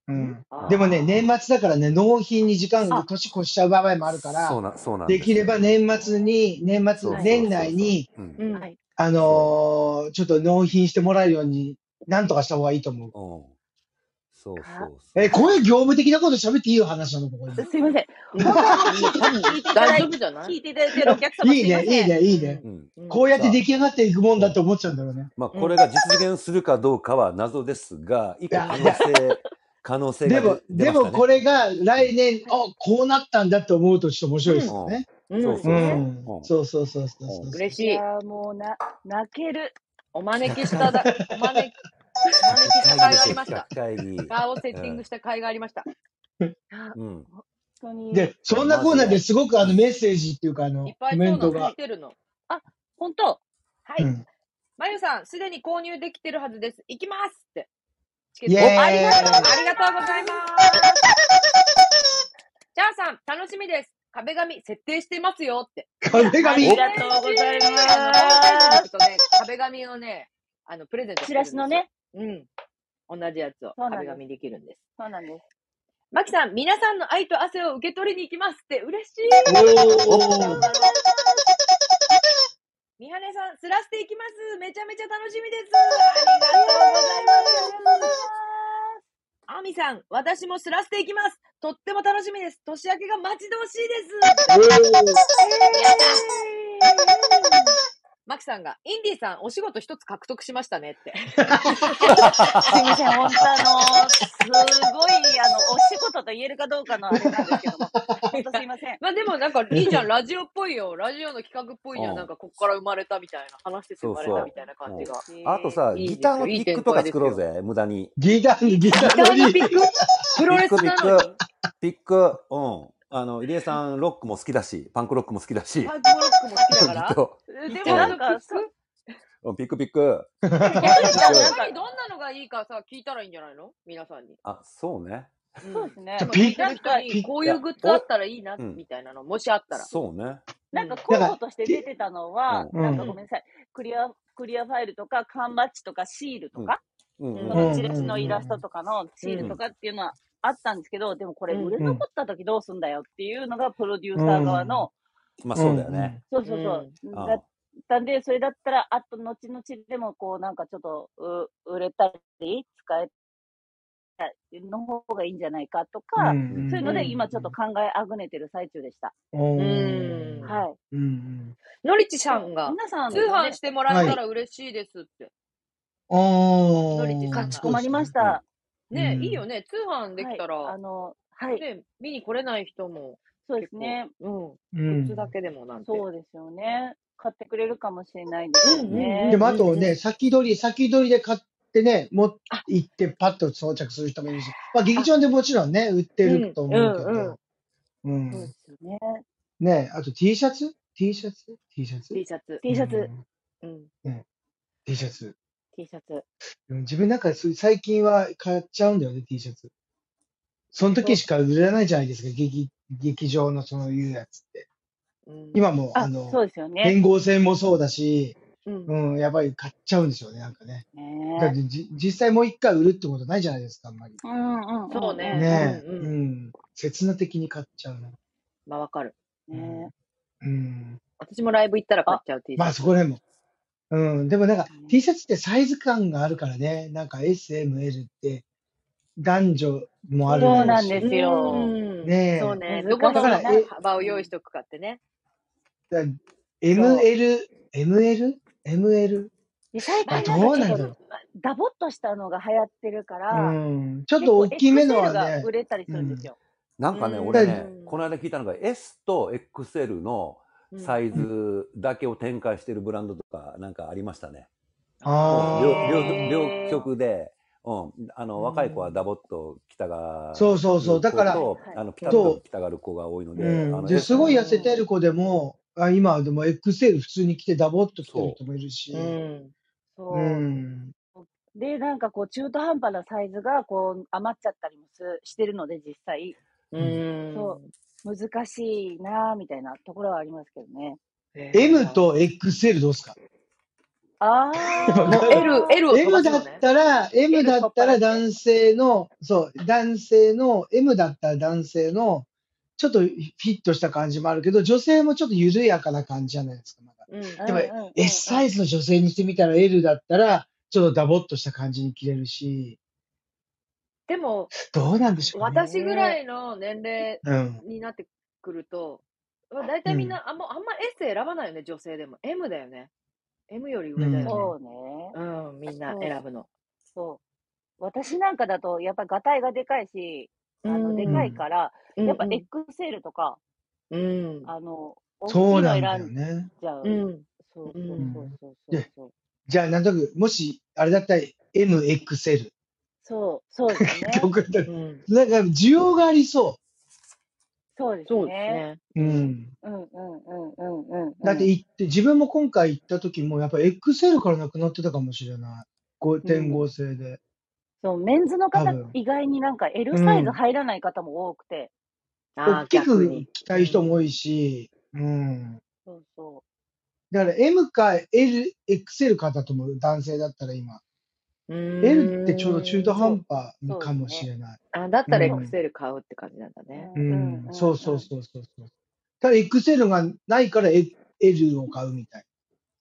Speaker 3: うん。でもね、
Speaker 1: あ
Speaker 3: 年末だからね、納品に時間、
Speaker 5: あ、
Speaker 3: 年越しちゃう場合もあるか
Speaker 2: そ
Speaker 3: ら、
Speaker 2: うな、そうなん
Speaker 3: で
Speaker 2: で
Speaker 3: き
Speaker 2: す
Speaker 3: れ
Speaker 2: よ。
Speaker 3: ば年末に、年末、
Speaker 2: そう
Speaker 5: は
Speaker 2: そ
Speaker 5: い。
Speaker 2: う
Speaker 3: 年
Speaker 2: そう
Speaker 3: 内
Speaker 2: そ
Speaker 3: に、
Speaker 2: う。うん
Speaker 1: あ。う
Speaker 5: は
Speaker 1: ん。
Speaker 5: い。
Speaker 3: あ
Speaker 2: そ
Speaker 3: のーちょっと納品してもらえるように、なんとかした方がいいと思う。
Speaker 2: う。うん。そう
Speaker 5: か、
Speaker 2: そうそ
Speaker 3: え、
Speaker 2: う
Speaker 3: こ
Speaker 2: そう
Speaker 3: いう
Speaker 2: う。
Speaker 3: 業務的なこと喋っていい話なの、ここ今。
Speaker 5: すいません。
Speaker 1: い
Speaker 5: 本当にも
Speaker 1: い
Speaker 5: う聞いて、聞いていた
Speaker 1: 大丈
Speaker 5: だい
Speaker 1: 夫じゃない
Speaker 5: 聞いていただいているお客様
Speaker 3: い
Speaker 5: す
Speaker 3: い
Speaker 5: いま
Speaker 3: ね、い
Speaker 5: せ
Speaker 3: い
Speaker 5: ん。
Speaker 3: ね、いいうね。
Speaker 1: ん。
Speaker 2: うん。
Speaker 1: う
Speaker 3: こ
Speaker 1: ん。
Speaker 3: うやっ
Speaker 2: じ
Speaker 3: て
Speaker 2: ゃ
Speaker 3: 出
Speaker 2: あ、
Speaker 3: 来上がっていくもん
Speaker 2: う
Speaker 3: だ
Speaker 2: ん。
Speaker 3: と思っちゃうんだろうね。
Speaker 2: まあ、
Speaker 1: う
Speaker 2: これ
Speaker 1: ん。
Speaker 2: が実現するかどうかは謎ですが、一
Speaker 3: い
Speaker 2: 個
Speaker 3: や、
Speaker 2: 可
Speaker 3: い
Speaker 2: 能
Speaker 3: や、
Speaker 2: 性、可能性
Speaker 3: で
Speaker 2: が
Speaker 3: も、
Speaker 2: 出出
Speaker 3: で
Speaker 2: まし
Speaker 3: も
Speaker 2: た
Speaker 3: こ
Speaker 2: ね。
Speaker 3: れが
Speaker 2: うん。
Speaker 3: 来年、
Speaker 5: はい。
Speaker 3: あ、こうなったんだって思うとちょっと面白いで
Speaker 1: うん。。
Speaker 3: すよ
Speaker 2: うん。
Speaker 3: ね。
Speaker 2: そううんそう
Speaker 3: う
Speaker 2: そ
Speaker 5: ね。
Speaker 3: ん。
Speaker 2: う。うん。
Speaker 3: そうそうそうそうそうそう
Speaker 1: 嬉し
Speaker 5: い
Speaker 1: い。
Speaker 5: やー、もうな、泣ける。
Speaker 1: お招きしただ、お招き、お招
Speaker 2: 企
Speaker 1: き
Speaker 2: 画
Speaker 1: した
Speaker 2: 会議
Speaker 1: 甲
Speaker 2: で
Speaker 1: 斐がありました。
Speaker 2: すよ、企画会議。
Speaker 1: バーをセッテ
Speaker 2: う
Speaker 1: ィング
Speaker 2: ん。
Speaker 1: した甲斐がありました。
Speaker 5: いや、
Speaker 2: うん。
Speaker 5: 本当に。
Speaker 3: で、
Speaker 2: いや、
Speaker 3: そんな
Speaker 2: マ
Speaker 3: コー
Speaker 2: ジ
Speaker 3: ナーで
Speaker 2: で。
Speaker 3: すごくあ
Speaker 2: う
Speaker 3: の
Speaker 2: ん。
Speaker 3: メッセージっていうかあ
Speaker 1: いっ
Speaker 3: の
Speaker 1: ぱ
Speaker 3: コ
Speaker 1: い
Speaker 3: メ
Speaker 1: そう
Speaker 3: ン
Speaker 1: な
Speaker 3: ト
Speaker 1: の
Speaker 5: は
Speaker 3: が。
Speaker 1: 来
Speaker 5: い。
Speaker 1: てるの。
Speaker 5: あ、本当。は
Speaker 3: う
Speaker 5: い。
Speaker 3: ん。
Speaker 1: まゆさん、すでに購入できてるはずです。行きますって。チケッ
Speaker 3: イ
Speaker 1: ト
Speaker 5: お、
Speaker 1: です。
Speaker 5: ありがと
Speaker 3: エーイ
Speaker 5: う
Speaker 1: ありがとうございま。
Speaker 5: ございます
Speaker 1: チャーさん、楽しみです。壁紙設定してますよって。
Speaker 3: 壁
Speaker 5: あ
Speaker 3: 紙
Speaker 5: り
Speaker 2: お
Speaker 5: がとうござい
Speaker 1: 嬉しいあの、ホームページに
Speaker 5: ま
Speaker 1: 行く
Speaker 5: す。
Speaker 1: とね、壁紙をね、あの、プレゼントし
Speaker 5: チ
Speaker 1: て
Speaker 5: ラ
Speaker 1: る
Speaker 5: シ
Speaker 1: んで
Speaker 5: の
Speaker 1: すよ。
Speaker 5: ね。
Speaker 1: うん。同じやつを
Speaker 5: そう
Speaker 1: 壁
Speaker 5: なんです。
Speaker 1: 紙できるんです。
Speaker 5: そうなんです。
Speaker 1: マキさん、皆さんの愛と汗を受け取りに行きますって嬉しい。ありがとう
Speaker 2: お
Speaker 3: お
Speaker 1: ご
Speaker 3: ー。
Speaker 1: ざいます。みはねさん、すらしていきます。めちゃめちゃ楽しみです。ありが
Speaker 5: イエーイ
Speaker 1: とうござい
Speaker 5: ありがとうござい
Speaker 1: ます。
Speaker 5: ます。
Speaker 1: あみさん、私もすらしていきます。とっても楽しみです。年明けが待ち遠しいです。
Speaker 3: おー。
Speaker 1: やった
Speaker 5: えー
Speaker 1: マキさんが、インディーさん、お仕事一つ獲得しましたねって。
Speaker 5: すいません、本当あの、すごい、あの、お仕事と言えるかどうかのあれなんですけども、本当すいません。
Speaker 1: まあでもなんか、いいじゃん、ラジオっぽいよ。ラジオの企画っぽいじゃん。
Speaker 2: う
Speaker 1: なん
Speaker 2: ん。
Speaker 1: か、こっから生まれたみたいな。話してて
Speaker 2: そ
Speaker 1: 生
Speaker 2: う
Speaker 1: まれた
Speaker 2: そ
Speaker 1: みたいな
Speaker 2: う。
Speaker 1: 感
Speaker 2: う
Speaker 1: じ
Speaker 2: ん。
Speaker 1: が。
Speaker 2: あと
Speaker 5: え
Speaker 2: さ、
Speaker 1: い
Speaker 2: ギ
Speaker 1: いで
Speaker 2: ター
Speaker 1: すよ。
Speaker 2: の
Speaker 1: い
Speaker 2: ピ
Speaker 1: い
Speaker 2: ッ
Speaker 1: 展
Speaker 2: クとか
Speaker 1: 開で
Speaker 2: 作
Speaker 1: す
Speaker 2: ろう
Speaker 1: よ。
Speaker 2: ぜ、無駄に。
Speaker 3: ギターの、
Speaker 1: ギ
Speaker 3: ギタ
Speaker 1: ギ
Speaker 3: ー
Speaker 1: タ
Speaker 3: の
Speaker 1: ーの
Speaker 3: リ
Speaker 1: ピックプロ
Speaker 2: ピッ
Speaker 1: レ
Speaker 2: ク
Speaker 1: ス
Speaker 2: ピッ
Speaker 1: なの
Speaker 2: ク、
Speaker 1: に
Speaker 2: ピック、うん。あの、入江さん、ロックも好きだし、パンクロックも好きだし、
Speaker 1: パンクロックも好きだか
Speaker 2: きっ
Speaker 1: ら
Speaker 2: と。
Speaker 5: ー、
Speaker 1: ギ
Speaker 5: で
Speaker 1: タ
Speaker 5: も
Speaker 1: ーの
Speaker 2: うん
Speaker 5: な
Speaker 1: ピッ
Speaker 5: か、そ、
Speaker 1: ク
Speaker 2: うん。ピックピック、
Speaker 5: え、
Speaker 1: 逆
Speaker 2: ピックピ
Speaker 5: 逆に
Speaker 1: に
Speaker 2: ッ
Speaker 5: じゃあ
Speaker 1: 他
Speaker 5: なん
Speaker 2: ク。
Speaker 5: か、
Speaker 1: にどんなのがいいかさ、聞いたらいいんじゃないの皆さんに。
Speaker 2: あ、そうね。
Speaker 1: う
Speaker 5: そうで
Speaker 1: ん。
Speaker 5: す
Speaker 1: で
Speaker 5: ね。
Speaker 1: も
Speaker 3: ピ
Speaker 1: 聞い
Speaker 3: ック、
Speaker 1: て
Speaker 5: な
Speaker 1: る
Speaker 5: ん
Speaker 1: 人
Speaker 5: か、
Speaker 1: に、
Speaker 3: ピ
Speaker 1: こう
Speaker 2: い
Speaker 1: いう
Speaker 2: や、
Speaker 1: グッズあっ
Speaker 2: お、
Speaker 1: たらいいな、
Speaker 2: うん。
Speaker 1: みたいなの、もしあったら。
Speaker 2: そうね。
Speaker 1: う
Speaker 5: なんか
Speaker 1: ん。
Speaker 3: ック、だか
Speaker 5: 候
Speaker 3: ら、
Speaker 5: 補として
Speaker 3: ピ
Speaker 5: 出てたの
Speaker 2: う
Speaker 5: は、
Speaker 2: ん。
Speaker 3: う
Speaker 5: なんか
Speaker 1: う
Speaker 5: ご
Speaker 3: ん、
Speaker 5: めん
Speaker 1: ん。
Speaker 5: なさい、クリア、クリアファイルとか、缶バッジとか、シール
Speaker 2: う
Speaker 5: と
Speaker 2: ん。
Speaker 5: か、
Speaker 2: うん
Speaker 1: う
Speaker 5: そ
Speaker 3: うん
Speaker 5: の
Speaker 1: ん。
Speaker 5: チ
Speaker 3: ん、
Speaker 5: ラシ
Speaker 3: う
Speaker 5: のイラスト
Speaker 3: ん、
Speaker 5: とかのシ
Speaker 1: う
Speaker 5: ール
Speaker 2: う
Speaker 5: と
Speaker 1: ん。
Speaker 2: ん。
Speaker 5: かっていうのはあったんですけど、でもこれ
Speaker 1: う
Speaker 5: 売
Speaker 1: ん。
Speaker 5: れ
Speaker 3: うん、うん、
Speaker 5: 残った時どうすんだよっていうのがプロデュー
Speaker 3: う
Speaker 5: サー側
Speaker 3: ん、
Speaker 5: の、
Speaker 2: まあ
Speaker 3: う
Speaker 2: そうだよね。
Speaker 3: ん、
Speaker 5: そう
Speaker 1: う
Speaker 5: そうそ
Speaker 1: ん。
Speaker 5: う。だ
Speaker 2: あ
Speaker 5: ったんで、それだったら、あと後々でも、こう、なんかちょっと、う売れたり、使えたりの方がいいんじゃないかと
Speaker 3: うん、う
Speaker 5: か、
Speaker 2: うん
Speaker 5: そういう
Speaker 1: う
Speaker 5: ので、
Speaker 1: ん。
Speaker 5: 今ちょっと考えあぐねてる最中でした。
Speaker 3: ん、お
Speaker 1: う
Speaker 3: ー
Speaker 1: ん。
Speaker 5: はい。
Speaker 3: うん、
Speaker 1: のりち
Speaker 5: で
Speaker 1: さんが、
Speaker 5: 皆さ
Speaker 1: 通
Speaker 5: ん
Speaker 2: お
Speaker 5: が
Speaker 1: 販
Speaker 5: ね、
Speaker 1: してもら
Speaker 3: は
Speaker 1: えた
Speaker 3: い、
Speaker 1: ら嬉しいですって。のりちさんが。
Speaker 3: おー、そう
Speaker 5: かしこま
Speaker 3: で
Speaker 5: り
Speaker 3: す
Speaker 5: まし
Speaker 3: ね。
Speaker 5: た。
Speaker 3: う
Speaker 1: ねえ、いいよ
Speaker 3: ん、
Speaker 1: ね。通販で
Speaker 5: は
Speaker 1: き
Speaker 5: い。
Speaker 1: たら、
Speaker 5: あの、はい。
Speaker 1: ねえ、見に来れない人も
Speaker 5: そうで
Speaker 1: 結
Speaker 5: す
Speaker 1: 構、
Speaker 5: ね。
Speaker 1: うん。
Speaker 3: う
Speaker 1: グッズだ
Speaker 3: ん。
Speaker 1: けでもなんて。
Speaker 5: そうですよね。買ってくれるかもしれないです
Speaker 1: うん
Speaker 5: よ
Speaker 1: うん
Speaker 3: で
Speaker 5: ね。
Speaker 3: も、
Speaker 1: う
Speaker 3: あ
Speaker 1: んうん
Speaker 3: と
Speaker 1: う
Speaker 3: ね、
Speaker 1: ん。
Speaker 3: 先取り、先取りで買ってね、持って
Speaker 1: あ、
Speaker 3: 行ってパッと装着する人もいるし、まあ、劇
Speaker 1: あ、
Speaker 3: 場でもちろんね、売って
Speaker 1: う
Speaker 3: る
Speaker 1: ん、
Speaker 3: と
Speaker 1: う
Speaker 3: 思うけ
Speaker 1: ん、うん。
Speaker 3: ど、う
Speaker 5: そうで
Speaker 3: ん、
Speaker 5: すよね。
Speaker 3: ねえ、あと T シャツ ?T シャツ ?T シャツ
Speaker 1: T シャツ。
Speaker 5: T シャツ
Speaker 3: うん
Speaker 1: うん。
Speaker 3: T シャツ。
Speaker 1: T シャツ。
Speaker 3: うん自分なんかそう最近は買っちゃうんだよね、T シャツ。その時しか売れないじゃないですか、劇劇場のそのいうやつって。
Speaker 1: うん、
Speaker 3: 今もう、あ
Speaker 5: あ、そう
Speaker 3: の、
Speaker 5: ですよね。
Speaker 3: 連合戦もそうだし、
Speaker 1: うん。
Speaker 3: うん、やっぱり買っちゃうんですよね、なんかね。だっ
Speaker 5: ね
Speaker 3: てじ実際もう一回売るってことないじゃないですか、あんまり。
Speaker 5: うんうんん
Speaker 1: そうね
Speaker 3: ねえ、
Speaker 1: うん
Speaker 3: う。
Speaker 1: うん
Speaker 3: 刹那的に買っちゃうな。
Speaker 1: まあわかる。
Speaker 5: ね
Speaker 3: うん。
Speaker 1: 私もライブ行ったら買っちゃう T シャツ。
Speaker 3: まあそこら辺も。うん。でもなんか
Speaker 5: うん
Speaker 3: T シャツってサイズ感があるからね。なんか S、M、L って男女もあるだろ
Speaker 5: そうなん
Speaker 3: し
Speaker 5: です
Speaker 1: う
Speaker 5: よ
Speaker 1: ーん
Speaker 3: ねえ
Speaker 1: そうね。
Speaker 5: 難しい
Speaker 1: どこの
Speaker 3: だからえ
Speaker 1: 幅を用意しとくかってね。
Speaker 3: だ ML、ML、ML。
Speaker 5: で最
Speaker 3: まあ
Speaker 5: 近な
Speaker 3: どう
Speaker 5: んかちょ
Speaker 3: なん
Speaker 5: っ
Speaker 3: だ
Speaker 5: と
Speaker 3: ろ
Speaker 5: ダボっとしたのが流行ってるか
Speaker 3: う。
Speaker 5: ら、
Speaker 3: うん。ちょっと大きめのは
Speaker 5: 結構 XL
Speaker 3: ね
Speaker 5: が、売れたりするんですよ。
Speaker 2: なんかね、
Speaker 1: うん
Speaker 2: 俺ね
Speaker 3: う、
Speaker 2: この間聞いたのが S と XL の
Speaker 1: うん
Speaker 2: サイズだけを展開してるブランドとかなんかありましたね。
Speaker 3: あ
Speaker 2: もう
Speaker 3: ー
Speaker 2: 両
Speaker 5: へ
Speaker 2: 両
Speaker 5: ー
Speaker 2: 両極で、うん、あ
Speaker 1: う
Speaker 2: の
Speaker 1: ん
Speaker 2: 若い子はダボっと着たがる子と
Speaker 3: そうそうそうだから
Speaker 5: はい
Speaker 2: あのピタッ
Speaker 3: そ
Speaker 2: と
Speaker 3: う
Speaker 2: 着たがる子が多いので、
Speaker 3: う
Speaker 2: あ
Speaker 3: ん。
Speaker 2: の
Speaker 3: で、
Speaker 2: S
Speaker 3: すごい痩せてる子でも、あ今はでも XL 普通に着てダボっと着てる人もいるし。
Speaker 1: うん。
Speaker 5: そうう。
Speaker 3: ん。
Speaker 5: で、なんかこう、中途半端なサイズが、こう、余っちゃったりもすしてるので、実際。
Speaker 1: う
Speaker 5: そ
Speaker 1: ん。
Speaker 5: 難しいなぁ、みたいなところはありますけどね。
Speaker 1: えー
Speaker 3: M と XL どうすか
Speaker 5: ああ。
Speaker 1: もう L、L を飛
Speaker 3: M
Speaker 1: ばす
Speaker 3: だ
Speaker 1: の
Speaker 3: っ
Speaker 1: ね。
Speaker 3: たら、M だったら
Speaker 5: L 取っ払って
Speaker 3: 男性の、そう、男性の、M だったら男性の、ちょっとフィットした感じもあるけど、女性もちょっと緩やかな感じじゃないですか、まだ。
Speaker 1: うん。
Speaker 3: でも
Speaker 5: うんうんうんうん
Speaker 3: S サイズの女性にしてみたら L だったら、ちょっとダボっとした感じに着れるし、
Speaker 1: でも、
Speaker 3: どうなんでしょうね。
Speaker 1: 私ぐらいの年齢
Speaker 3: うん。
Speaker 1: になってくると、まあ大体みんな、あんま、あんま S 選ばないよね、女性でも。M だよね。M より上だよね。
Speaker 5: そうね。
Speaker 1: うん、みんな選ぶの。
Speaker 5: そう。私なんかだと、やっぱりガタイがでかいし、あ
Speaker 1: う
Speaker 5: の、
Speaker 1: ん
Speaker 5: でかいから、やっぱ
Speaker 1: うん
Speaker 5: XL とか、
Speaker 1: うん。
Speaker 5: あの、大
Speaker 3: そ
Speaker 5: き
Speaker 3: う
Speaker 5: いの
Speaker 3: なんだ
Speaker 5: 選
Speaker 3: よ
Speaker 5: ん
Speaker 3: ね。
Speaker 5: じゃう。
Speaker 1: うん。
Speaker 5: そう
Speaker 1: う
Speaker 5: そうんそうそうそうそう。
Speaker 3: じゃあ、なんとなく、もし、あれだったら M、XL。
Speaker 5: そう、そうですね。
Speaker 3: どこだ
Speaker 1: うん。
Speaker 3: なんか、需要がありそ
Speaker 5: そ うです
Speaker 1: そうです
Speaker 5: ね。
Speaker 1: ね。
Speaker 3: う。うん。
Speaker 5: うんうんうんうんうんうん。
Speaker 3: だって行って、自分も今回行った時も、やっぱ XL からなくなってたかもしれない。5.5制で。
Speaker 5: そう、メンズの
Speaker 3: 多
Speaker 5: 方
Speaker 3: 分、
Speaker 5: 意外になんか L
Speaker 3: うん
Speaker 5: サイズ入らない方も多くて。
Speaker 1: あ
Speaker 3: 大
Speaker 1: あ、
Speaker 3: き
Speaker 1: 逆
Speaker 3: く
Speaker 1: に。
Speaker 3: 着たい人も多いし、うん。
Speaker 5: そうそ
Speaker 3: だから M か L、XL かだと思う、男性だったら今。
Speaker 1: うーん
Speaker 3: L ってちょうど中途半端
Speaker 5: そうそうですね
Speaker 3: かもしれない。
Speaker 1: あ、だったら
Speaker 3: うん
Speaker 1: XL 買うって感じなんだ
Speaker 5: う。
Speaker 1: ね。
Speaker 3: う
Speaker 5: うんうん
Speaker 3: ん。そうそう
Speaker 5: うん。
Speaker 3: そうそうそう。ただ XL がないから L L を買うみたい。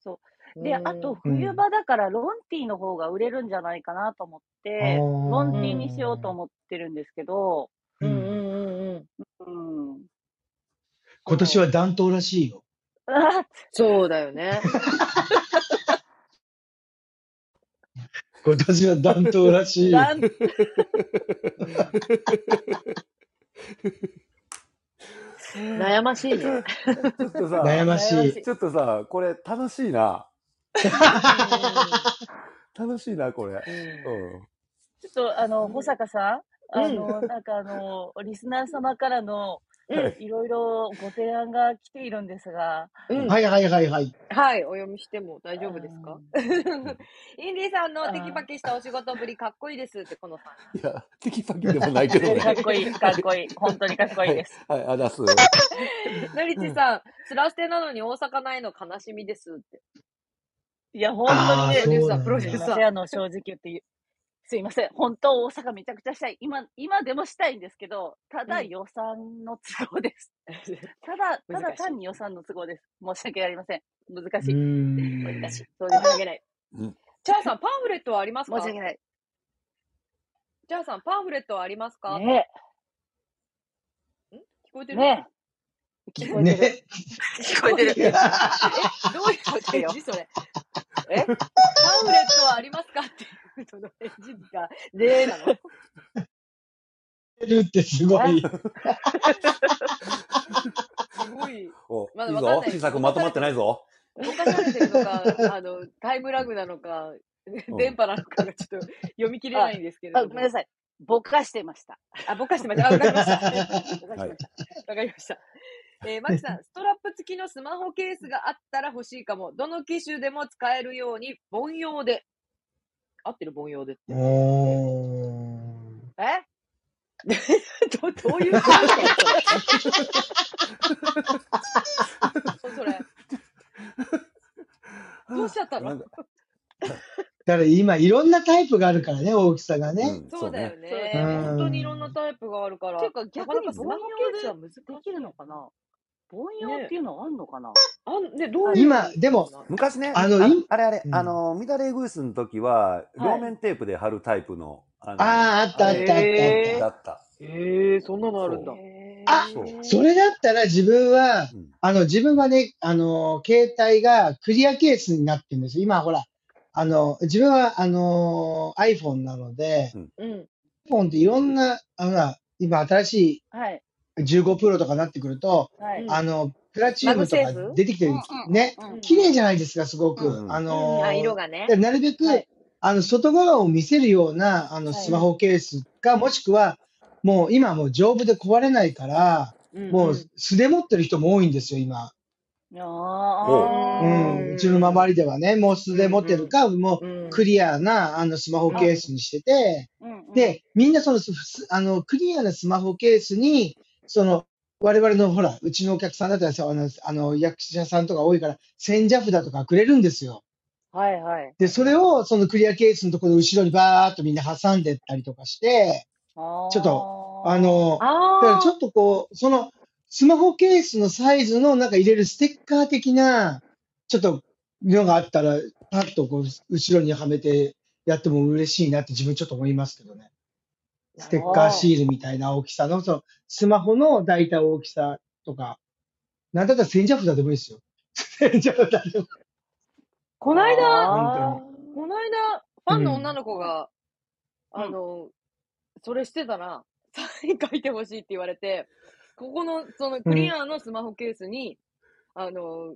Speaker 5: そう。で、あと
Speaker 1: う
Speaker 5: 冬場だからロンティーの方が売れるんじゃないかなと思っ
Speaker 3: あ
Speaker 5: て、ロ
Speaker 3: ー
Speaker 5: ンティーにしようと思ってるんですけど、
Speaker 1: ー
Speaker 3: うん。
Speaker 1: うんんうんうんうん。
Speaker 5: うん。
Speaker 3: 今年は暖冬らしいよ。
Speaker 5: あ
Speaker 1: そうだよね。
Speaker 3: 今年は暖冬ら しいよ。
Speaker 5: なん
Speaker 1: 悩ましいね。
Speaker 2: ちょっと
Speaker 3: 悩
Speaker 2: さ、
Speaker 3: ましい。
Speaker 2: ちょっとさ、これ楽しいな。楽しいな、これ。
Speaker 1: うん
Speaker 2: う
Speaker 5: ちょっと、あの、保坂さん、
Speaker 1: うん
Speaker 5: あの、なんかあの、リスナー様からの、
Speaker 2: ん。はい。
Speaker 5: いろいろご提案が来ているんですが、
Speaker 1: うん
Speaker 3: はいはいはいはい。
Speaker 1: はい、お読みしても大丈夫ですか インディさんの
Speaker 5: あー
Speaker 1: テキパキしたお仕事ぶりかっこいいですって、このさん。
Speaker 2: いや、テキパキでもないけど ね。
Speaker 5: かっこいい、かっこいい、本当にかっこいいです。
Speaker 2: はい、はい、あだす。
Speaker 1: のりちさん、スラステなのに大阪ないの悲しみですって。
Speaker 5: いや、本当に
Speaker 3: ああ、
Speaker 5: ね、
Speaker 1: プロデュー
Speaker 3: そう
Speaker 1: サ
Speaker 3: な
Speaker 1: ー、プロ
Speaker 3: ん
Speaker 1: デ
Speaker 5: す
Speaker 1: ュ
Speaker 5: い
Speaker 1: ー
Speaker 3: だ。
Speaker 5: ま
Speaker 1: サ
Speaker 5: せん、
Speaker 1: ー。
Speaker 5: あの、正直言って、すいません、本当大阪めちゃくちゃしたい。今、今でもしたいんですけど、ただ
Speaker 1: うん
Speaker 5: 予算の都合です。 ただ、ただ
Speaker 1: 難しい
Speaker 5: 単に予算の都合です。申し訳ありません。難し
Speaker 3: う
Speaker 5: い。
Speaker 3: ん
Speaker 5: 難しい。そうで
Speaker 1: 申
Speaker 5: す。
Speaker 1: し訳ない。
Speaker 2: うん
Speaker 1: チャーさん、パンフレットはあります
Speaker 5: 申し
Speaker 1: か
Speaker 5: 訳ない。
Speaker 1: チャーさん、パンフレットはありますか
Speaker 5: ね
Speaker 1: 聞こえてる
Speaker 5: え、ねえ。聞こえてる。
Speaker 3: ね。
Speaker 5: 聞こえてる。
Speaker 1: え、どういう
Speaker 5: 聞こえてる
Speaker 1: 返
Speaker 5: よ
Speaker 1: 事そ れ。
Speaker 5: え
Speaker 1: パンフレットはありますかっていうその 返事が、ねえな の。
Speaker 3: るってすごい。
Speaker 1: すごい、
Speaker 2: お、
Speaker 1: まだ
Speaker 2: いい
Speaker 1: わかん
Speaker 2: ぞ
Speaker 1: な。い
Speaker 2: 新作まとまってないぞ。
Speaker 1: ぼかされてるのか、 あの、タイムラグなのか、
Speaker 2: うん
Speaker 1: 電波なのかがちょっと読み切れないんですけれ
Speaker 5: あ、
Speaker 1: ど
Speaker 5: ご
Speaker 1: も
Speaker 5: めん。なさい。ぼかしてました。
Speaker 1: あ、ぼかしてました。あ、わかりました。わ
Speaker 5: ぼかしてました。
Speaker 2: はい。
Speaker 1: かりました。えー、マキさん、ストラップ付きのスマホケースがあったら欲しいかも。どの機種でも使えるように、凡用で。合ってる凡用でって。
Speaker 3: おー。
Speaker 1: え どどういうこと それ。どうしちゃった
Speaker 2: な
Speaker 1: の
Speaker 2: んか
Speaker 3: だから今いろんなタイプがあるからね、大きさが
Speaker 2: う
Speaker 3: ね。
Speaker 2: ん
Speaker 1: そうだよね。
Speaker 3: うん
Speaker 1: 本当にいろんなタイプがあるから。
Speaker 5: ていうか逆に
Speaker 1: ななスマホケースは難しい
Speaker 5: できるのかな凡用っていうのはあんのかな、
Speaker 1: あんね、どういう
Speaker 3: 今、でも、
Speaker 2: 昔ね、
Speaker 3: あ
Speaker 2: あ
Speaker 3: の
Speaker 2: の
Speaker 3: い
Speaker 2: あれあれ、
Speaker 3: うん
Speaker 2: あの、乱れグースの時は、
Speaker 5: はい
Speaker 2: 両面テープで貼るタイプの、あの
Speaker 3: あーあった
Speaker 1: あったあったあった
Speaker 2: れだった。
Speaker 1: ええー、そんなのあるんだ。
Speaker 2: そう
Speaker 3: あ
Speaker 2: そう
Speaker 3: それだったら自分は、
Speaker 2: うん
Speaker 3: あの、自分はね、あの、携帯がクリアケースになってるんです。今ほら、あの、自分は、あの、iPhone なので、
Speaker 1: うん。
Speaker 3: iPhone っていろんな、あのほら、今新し
Speaker 5: はい
Speaker 3: い15プロとかになってくると、
Speaker 5: はい、
Speaker 1: うん
Speaker 3: あの、プラチウムとか
Speaker 5: マグセーフ
Speaker 3: 出てきてる、ね、
Speaker 1: うん
Speaker 3: 綺麗じゃないですか、すごく。
Speaker 2: うん
Speaker 3: あ
Speaker 1: うん、あ、
Speaker 3: の、
Speaker 1: 色がね
Speaker 3: で。なるべく、
Speaker 5: はい
Speaker 3: あの、外側を見せるような、あの、
Speaker 5: はい
Speaker 3: スマホケースか、もしくは、もう今もう丈夫で壊れないから、
Speaker 1: うん
Speaker 3: もう
Speaker 1: うん
Speaker 3: 素で持ってる人も多いんですよ、今。
Speaker 5: あ
Speaker 1: う
Speaker 3: う
Speaker 1: ー
Speaker 5: ー
Speaker 3: ん。うちの周りではね、もう素で持ってるか、も
Speaker 1: う。
Speaker 3: うんクリアな、あの、スマホケースにしてて、
Speaker 5: うんうん
Speaker 3: で、みんなその、すすあの、クリアなスマホケースに、その、我々のほら、うちのお客さんだったらさ、あの、あの役者さんとか多いから、1000ジャフだとかくれるんですよ。
Speaker 5: はいはい
Speaker 3: で、それをそのクリアケースのところの後ろにバーっとみんな挟んでったりとかして、
Speaker 5: ちょ
Speaker 3: ちょっと、あの、だから
Speaker 1: あ
Speaker 3: ちょっとこう、その、スマホケースのサイズのなんか入れるステッカー的な、ちょっと、のがあったら、パッとこう、後ろにはめてやっても嬉しいなって自分ちょっと思いますけどね。
Speaker 1: あ、
Speaker 3: ステッカーシールみたいな大きさの、その、スマホの大体大きさとか、なんだったら千尺札でもいいですよ。千尺札でも。
Speaker 1: こないだ、
Speaker 3: 本当に。
Speaker 1: こないだ、ファンの女の子が、
Speaker 5: うん
Speaker 1: あの、それしてたら、 サイン書いてほしいって言われて、ここの、そのクリアのスマホケースに、あの、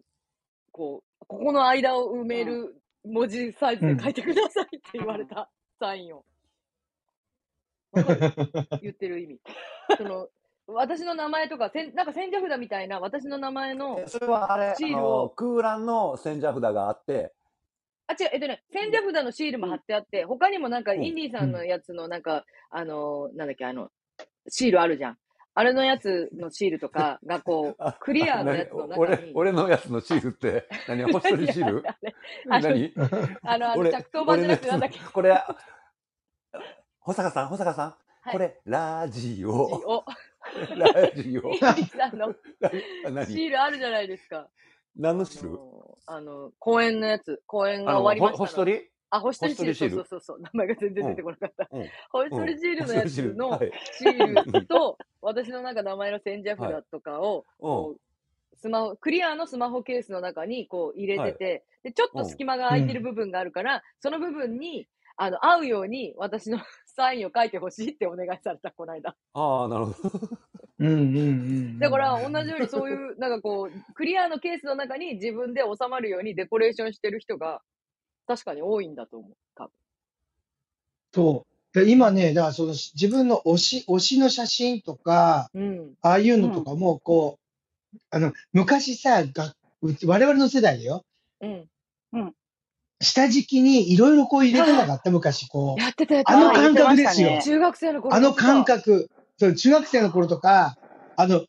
Speaker 1: こう、ここの間を埋める文字サイズで書いてくださいって言われた、サイン を。わかる言ってる意味。その、私の名前とか、せんなんか千社札みたいな、私の名前の、
Speaker 2: それはあれ、
Speaker 1: シールを
Speaker 2: あの空欄の千社札があって、
Speaker 1: あ、違う、えっとね、千社札のシールも貼ってあって、他にもなんか、
Speaker 2: うん
Speaker 1: インディーさんのやつのなんか、あの、なんだっけ、あの、シールあるじゃん。あれのやつのシールとかがこう
Speaker 2: あ、
Speaker 1: クリアの
Speaker 2: 何
Speaker 1: やつの中
Speaker 2: 俺
Speaker 1: に。
Speaker 2: 俺のやつのシール って、何星取りシール
Speaker 1: あれあの
Speaker 2: 何
Speaker 1: あの、あの、
Speaker 2: 俺
Speaker 1: 着当版じゃなくてなんだっけ
Speaker 2: 俺のやつこれ、保坂さん、保坂さん、
Speaker 1: はい
Speaker 2: これ、ラジオ。
Speaker 1: を、
Speaker 2: ラジオ
Speaker 1: イン。ディーさんのシ
Speaker 2: 何
Speaker 1: ールあるじゃないですか。
Speaker 2: 何のシール
Speaker 1: あの、あの公演のやつ、公演
Speaker 2: あ
Speaker 1: が
Speaker 2: の、
Speaker 1: 終わり
Speaker 2: ほ
Speaker 1: まし
Speaker 2: 星
Speaker 1: たの。
Speaker 2: 取り
Speaker 1: あ、星取りシール。そ
Speaker 2: 星
Speaker 1: う
Speaker 2: 取
Speaker 1: そうそうそう。名前が全然出てこなかった。
Speaker 2: うん。
Speaker 1: 星取りシールのやつの
Speaker 2: はい
Speaker 1: シールと、私のなんか名前の千社札とかを、こう、スマホ、クリアのスマホケースの中にこう入れてて、で、ちょっと隙間が空いてる部分があるから、その部分に、あの、合うように私のサインを書いてほしいってお願いされた、この間。
Speaker 2: ああ、なるほど。
Speaker 3: うんうんうんうん。
Speaker 1: だから、同じようにそういう、なんかこう、クリアのケースの中に自分で収まるようにデコレーションしてる人が、確かに多いんだと思う。多分
Speaker 3: そう。で今ね、だからその自分の推し、推しの写真とか、
Speaker 1: うん。
Speaker 3: ああいうのとかも、こう、あの、昔さ、がうち我々の世代だよ。
Speaker 1: うん。
Speaker 3: 下敷きにいろいろこう入れてなかった、昔、こう。
Speaker 1: やってたやつ
Speaker 3: あの感
Speaker 5: あー
Speaker 3: 覚
Speaker 5: 入れて
Speaker 3: で
Speaker 5: ました
Speaker 3: すよ。
Speaker 5: ね
Speaker 1: 中学生の頃
Speaker 3: あの感
Speaker 1: やっ
Speaker 3: 覚。そう、中学生の頃とか、あの、